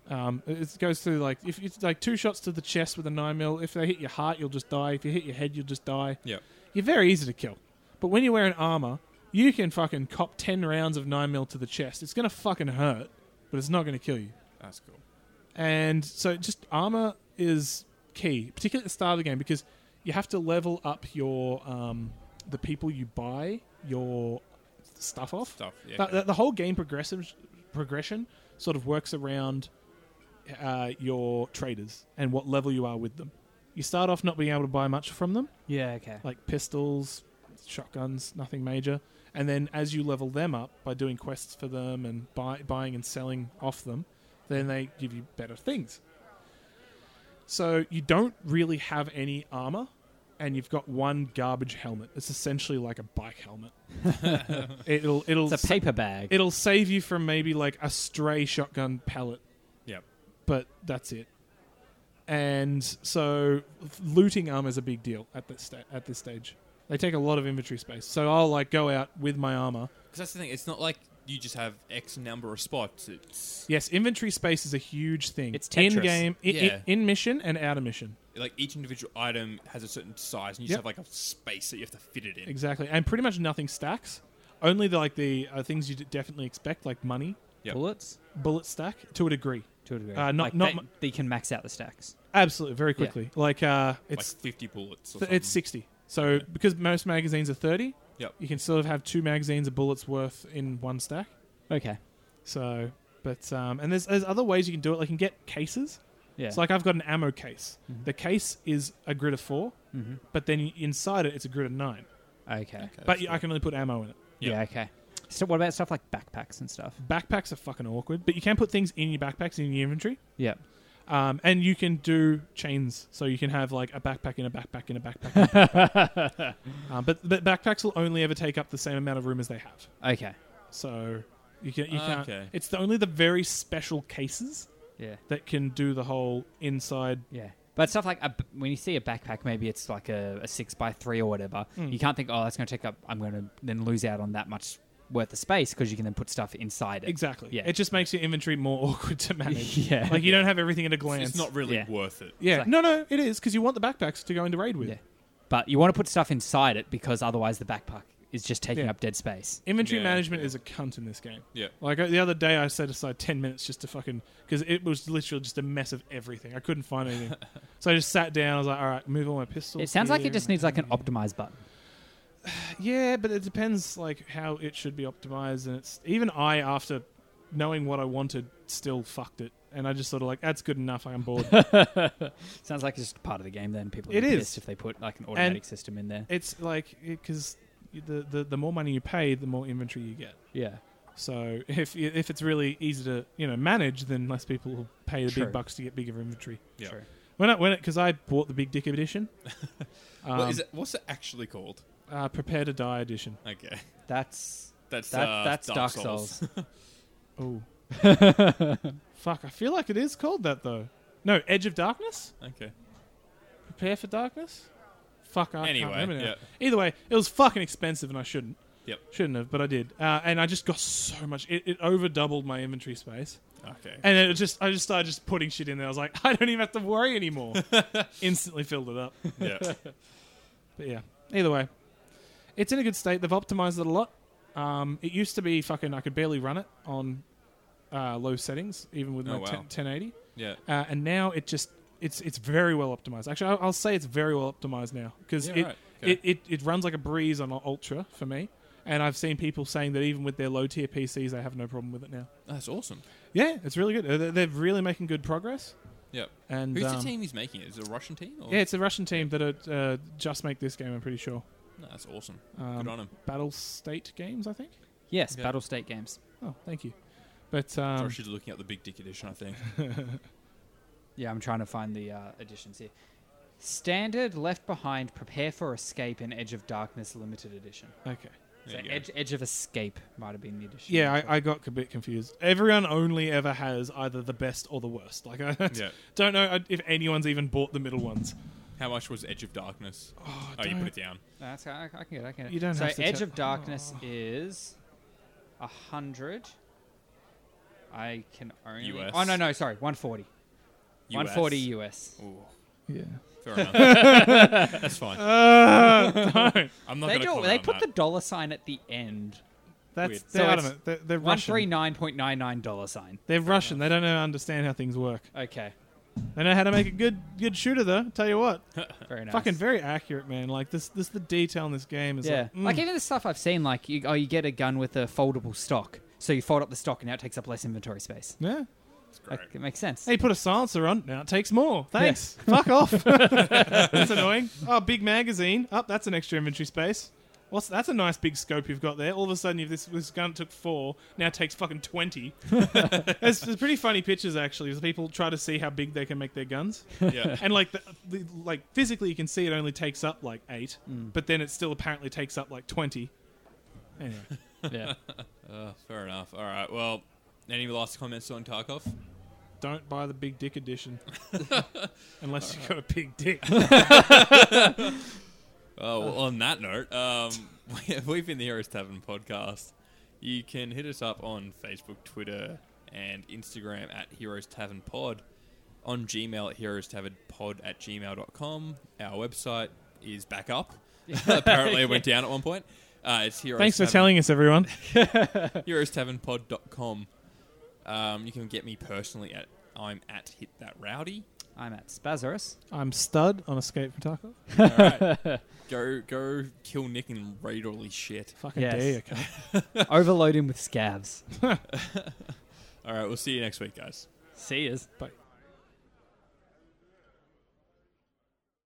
[SPEAKER 1] Um, it it goes through like if it's like two shots to the chest with a nine mil. If they hit your heart, you'll just die. If you hit your head, you'll just die.
[SPEAKER 2] Yep.
[SPEAKER 1] You're very easy to kill. But when you're wearing armor, you can fucking cop ten rounds of nine mil to the chest. It's gonna fucking hurt, but it's not gonna kill you.
[SPEAKER 2] That's cool.
[SPEAKER 1] And so just armor is key, particularly at the start of the game, because you have to level up your um, the people you buy your stuff off.
[SPEAKER 2] Stuff. Yeah.
[SPEAKER 1] But the, the whole game progressive progression sort of works around uh, your traders and what level you are with them. You start off not being able to buy much from them,
[SPEAKER 3] Yeah. Okay.
[SPEAKER 1] like pistols, shotguns, nothing major. And then as you level them up by doing quests for them and buy, buying and selling off them, then they give you better things. So you don't really have any armor, and you've got one garbage helmet. It's essentially like a bike helmet. it'll it'll
[SPEAKER 3] It's a paper bag.
[SPEAKER 1] it'll save you from maybe like a stray shotgun pellet
[SPEAKER 2] Yep.
[SPEAKER 1] but that's it. And so, looting armor is a big deal at this sta- at this stage. They take a lot of inventory space, so I'll like go out with my armor.
[SPEAKER 2] Because that's the thing. It's not like you just have X number of spots. It's
[SPEAKER 1] Yes, inventory space is a huge thing.
[SPEAKER 3] It's Tetris.
[SPEAKER 1] in game, i- i-
[SPEAKER 2] Yeah.
[SPEAKER 1] in mission and out of mission,
[SPEAKER 2] like each individual item has a certain size, and you
[SPEAKER 1] Yep.
[SPEAKER 2] just have like a space that you have to fit it in.
[SPEAKER 1] exactly. And pretty much nothing stacks. Only the, like the uh, things you d- definitely expect, like money,
[SPEAKER 2] Yep.
[SPEAKER 3] Bullets.
[SPEAKER 1] bullet stack to a degree.
[SPEAKER 3] To a degree.
[SPEAKER 1] Uh, not-
[SPEAKER 3] like
[SPEAKER 1] not
[SPEAKER 3] they,
[SPEAKER 1] mu-
[SPEAKER 3] they can max out the stacks.
[SPEAKER 1] Absolutely, very quickly. Like uh,
[SPEAKER 2] like
[SPEAKER 1] it's
[SPEAKER 2] fifty bullets. Or
[SPEAKER 1] th- it's
[SPEAKER 2] something.
[SPEAKER 1] sixty. So because most magazines are thirty,
[SPEAKER 2] Yep.
[SPEAKER 1] you can sort of have two magazines of bullets worth in one stack.
[SPEAKER 3] Okay.
[SPEAKER 1] So, but um, and there's there's other ways you can do it. Like you can get cases.
[SPEAKER 3] Yeah.
[SPEAKER 1] It's like I've got an ammo case.
[SPEAKER 2] Mm-hmm.
[SPEAKER 1] The case is a grid of four,
[SPEAKER 3] Mhm.
[SPEAKER 1] but then inside it it's a grid of nine.
[SPEAKER 3] Okay.
[SPEAKER 1] but you, I can only put ammo in it.
[SPEAKER 2] Yeah.
[SPEAKER 3] Yeah. Okay. So what about stuff like backpacks and stuff?
[SPEAKER 1] Backpacks are fucking awkward, but you can put things in your backpacks in your inventory.
[SPEAKER 3] Yeah.
[SPEAKER 1] Um, and you can do chains, so you can have like a backpack in a backpack in a backpack. In a
[SPEAKER 2] <laughs>
[SPEAKER 1] backpack. um, but but backpacks will only ever take up the same amount of room as they have.
[SPEAKER 3] Okay.
[SPEAKER 1] So you can you
[SPEAKER 2] Ah,
[SPEAKER 1] can't.
[SPEAKER 2] okay.
[SPEAKER 1] It's the, only the very special cases
[SPEAKER 3] Yeah.
[SPEAKER 1] that can do the whole inside
[SPEAKER 3] Yeah. But stuff like a b when you see a backpack, maybe it's like a, a six by three or whatever.
[SPEAKER 1] Hmm.
[SPEAKER 3] You can't think, oh, that's going to take up. I'm going to then lose out on that much worth of space because you can then put stuff inside it.
[SPEAKER 1] Exactly.
[SPEAKER 3] Yeah.
[SPEAKER 1] It just makes your inventory more <laughs> awkward to manage.
[SPEAKER 3] <laughs> Yeah.
[SPEAKER 1] Like you don't have everything at a glance.
[SPEAKER 2] It's not really
[SPEAKER 3] Yeah.
[SPEAKER 2] worth it.
[SPEAKER 1] Yeah.
[SPEAKER 3] It's like-
[SPEAKER 1] no, no, it is because you want the backpacks to go into raid with.
[SPEAKER 3] Yeah. But you want to put stuff inside it because otherwise the backpack is just taking
[SPEAKER 1] Yeah.
[SPEAKER 3] up dead space.
[SPEAKER 1] Inventory
[SPEAKER 2] Yeah,
[SPEAKER 1] management
[SPEAKER 2] yeah.
[SPEAKER 1] is a cunt in this game.
[SPEAKER 2] Yeah.
[SPEAKER 1] Like uh, the other day, I set aside ten minutes just to fucking because it was literally just a mess of everything. I couldn't find
[SPEAKER 3] <laughs>
[SPEAKER 1] anything, so I just sat down. I was like, all right, move all my pistols.
[SPEAKER 3] It sounds like
[SPEAKER 1] here,
[SPEAKER 3] it just
[SPEAKER 1] my
[SPEAKER 3] needs like an
[SPEAKER 1] hammer
[SPEAKER 3] optimize button.
[SPEAKER 1] here. Yeah, but it depends like how it should be optimized, and it's even I after knowing what I wanted still fucked it, and I just sort of like that's good enough. I'm
[SPEAKER 2] <laughs>
[SPEAKER 1] bored.
[SPEAKER 3] Sounds like it's just part of the game. Then people
[SPEAKER 1] It
[SPEAKER 3] get
[SPEAKER 1] is.
[SPEAKER 3] pissed if they put like an automatic system in there.
[SPEAKER 1] it's like because the, the the more money you pay, the more inventory you get.
[SPEAKER 3] Yeah.
[SPEAKER 1] So <laughs> if if it's really easy to you know manage, then less people will pay the
[SPEAKER 3] True.
[SPEAKER 1] big bucks to get bigger inventory.
[SPEAKER 2] Yeah.
[SPEAKER 3] True.
[SPEAKER 1] When I, when it because I bought the big dick
[SPEAKER 2] <laughs>
[SPEAKER 1] edition, um,
[SPEAKER 2] what is it? What's it actually called?
[SPEAKER 1] Uh, prepare to die edition.
[SPEAKER 2] Okay. <laughs>
[SPEAKER 3] That's
[SPEAKER 2] That's
[SPEAKER 3] that.
[SPEAKER 2] uh,
[SPEAKER 3] that's
[SPEAKER 2] Dark, Souls.
[SPEAKER 1] Oh, fuck! I feel like it is called that though. No, Edge of Darkness.
[SPEAKER 2] <laughs> okay.
[SPEAKER 1] Prepare for Darkness. Fuck! I
[SPEAKER 2] Anyway,
[SPEAKER 1] can't remember now.
[SPEAKER 2] yeah.
[SPEAKER 1] Either way, it was fucking expensive, and I shouldn't.
[SPEAKER 2] Yep.
[SPEAKER 1] Shouldn't have, but I did, uh, and I just got so much. It, it over doubled my inventory space. <laughs>
[SPEAKER 2] Okay.
[SPEAKER 1] And it was just I just started just putting shit in there. I was like, <laughs> I don't even have to worry
[SPEAKER 2] <laughs>
[SPEAKER 1] anymore. Instantly filled it up.
[SPEAKER 2] yeah.
[SPEAKER 1] But yeah. Either way. It's in a good state. They've optimized it a lot. Um, it used to be fucking I could barely run it on uh, low settings, even with
[SPEAKER 2] Oh,
[SPEAKER 1] my
[SPEAKER 2] wow.
[SPEAKER 1] 10, 1080.
[SPEAKER 2] Yeah.
[SPEAKER 1] Uh, and now it just it's it's very well optimized. Actually, I'll, I'll say it's very well optimized now because
[SPEAKER 2] Yeah,
[SPEAKER 1] it,
[SPEAKER 2] right. Okay.
[SPEAKER 1] it, it it runs like a breeze on Ultra for me. And I've seen people saying that even with their low tier PCs, they have no problem with it now.
[SPEAKER 2] Oh, That's awesome.
[SPEAKER 1] Yeah, it's really good. Uh, they- They're really making good progress.
[SPEAKER 2] Yep.
[SPEAKER 1] And
[SPEAKER 2] Who's
[SPEAKER 1] um,
[SPEAKER 2] the team he's making? Is it a Russian team? Or?
[SPEAKER 1] Yeah, it's a Russian team that uh, uh, just make this game. I'm pretty sure.
[SPEAKER 2] No, that's awesome.
[SPEAKER 1] Um,
[SPEAKER 2] Good on him.
[SPEAKER 1] Battle State Games, I think.
[SPEAKER 3] <laughs> Yes,
[SPEAKER 2] Okay.
[SPEAKER 3] Battle State Games.
[SPEAKER 1] Oh, thank you. But um,
[SPEAKER 2] Josh is looking at the big dick edition, I think.
[SPEAKER 3] Yeah, I'm trying to find the uh, editions here. Standard, Left Behind, Prepare for Escape, and Edge of Darkness Limited Edition.
[SPEAKER 1] okay.
[SPEAKER 3] So
[SPEAKER 2] There you go.
[SPEAKER 3] Edge, Edge of Escape might have been the edition.
[SPEAKER 1] Yeah, I, I got a bit confused. Everyone only ever has either the best or the worst. Like <laughs> I
[SPEAKER 2] Yeah.
[SPEAKER 1] don't know if anyone's even bought the middle ones.
[SPEAKER 2] How much was Edge of Darkness?
[SPEAKER 1] Oh,
[SPEAKER 2] Oh, you
[SPEAKER 1] don't-
[SPEAKER 2] put it down.
[SPEAKER 3] That's I, I can get. it, I can get. it.
[SPEAKER 1] You don't
[SPEAKER 3] so
[SPEAKER 1] have to
[SPEAKER 3] Edge
[SPEAKER 1] tell- Oh.
[SPEAKER 3] of Darkness is a hundred. I can only.
[SPEAKER 2] US.
[SPEAKER 3] Oh no no sorry, one forty.
[SPEAKER 2] US.
[SPEAKER 3] One forty US.
[SPEAKER 2] Ooh, <laughs>
[SPEAKER 1] yeah.
[SPEAKER 2] fair enough. that's fine.
[SPEAKER 1] Uh, no.
[SPEAKER 2] I'm not
[SPEAKER 3] They
[SPEAKER 2] going to
[SPEAKER 3] do.
[SPEAKER 2] comment
[SPEAKER 3] They
[SPEAKER 2] on
[SPEAKER 3] put the
[SPEAKER 2] that.
[SPEAKER 3] dollar sign at the end.
[SPEAKER 1] That's
[SPEAKER 2] Weird.
[SPEAKER 1] they're
[SPEAKER 3] So it's
[SPEAKER 1] adamant. They're, they're
[SPEAKER 3] One three
[SPEAKER 1] Russian.
[SPEAKER 3] nine point nine nine dollar sign.
[SPEAKER 1] They're Russian. They don't know, understand how things work.
[SPEAKER 3] Okay,
[SPEAKER 1] They know how to make a good good shooter though. Tell you what,
[SPEAKER 3] very
[SPEAKER 2] <laughs>
[SPEAKER 3] nice.
[SPEAKER 1] fucking very accurate, man. Like this this the detail in this game is
[SPEAKER 3] yeah.
[SPEAKER 1] like, mm.
[SPEAKER 3] Like even the stuff I've seen, like you, oh, you get a gun with a foldable stock, so you fold up the stock and now it takes up less inventory space.
[SPEAKER 1] yeah.
[SPEAKER 2] It's great.
[SPEAKER 3] Like, it
[SPEAKER 2] <laughs>
[SPEAKER 3] makes sense.
[SPEAKER 1] Hey, put a silencer on. Now it takes more. Thanks. Fuck
[SPEAKER 3] <laughs>
[SPEAKER 1] off. that's annoying. Oh, big magazine. Up, that's an extra inventory space. What's that's a nice big scope you've got there. All of a sudden, if this this gun took four, now it takes fucking
[SPEAKER 3] <laughs>
[SPEAKER 1] twenty. there's, there's pretty funny pictures actually. As people try to see how big they can make their guns,
[SPEAKER 3] <laughs>
[SPEAKER 2] Yeah.
[SPEAKER 1] and like the, the, like physically, you can see it only takes up like eight, but then it still apparently takes up like twenty. Anyway,
[SPEAKER 3] yeah.
[SPEAKER 2] Uh, fair enough. All right. Well, any last comments on Tarkov?
[SPEAKER 1] don't buy the big dick <laughs> edition unless you've got a big dick.
[SPEAKER 2] Oh, well,
[SPEAKER 3] Uh.
[SPEAKER 2] on that note, um, <laughs> we've been the Heroes Tavern podcast. You can hit us up on Facebook, Twitter, and Instagram at Heroes Tavern Pod, on Gmail at Heroes Tavern Pod at gmail.com. Our website is back
[SPEAKER 3] <laughs>
[SPEAKER 2] up. <laughs> Apparently, it went down at one point. Uh, it's Heroes
[SPEAKER 1] Thanks for
[SPEAKER 2] Tavern-
[SPEAKER 1] telling us, everyone.
[SPEAKER 2] HeroesTavernPod.com. Um, you can get me personally at I'm at Hit That Rowdy.
[SPEAKER 3] I'm at Spazarus.
[SPEAKER 1] I'm stud on Escape from Tarkov.
[SPEAKER 2] All right. go go kill Nick and raid all his shit.
[SPEAKER 1] Fucking
[SPEAKER 3] Yes.
[SPEAKER 1] dare you, cunt.
[SPEAKER 3] Overload him with scabs. <laughs>
[SPEAKER 2] All right, we'll see you next week, guys.
[SPEAKER 3] See yous.
[SPEAKER 1] Bye.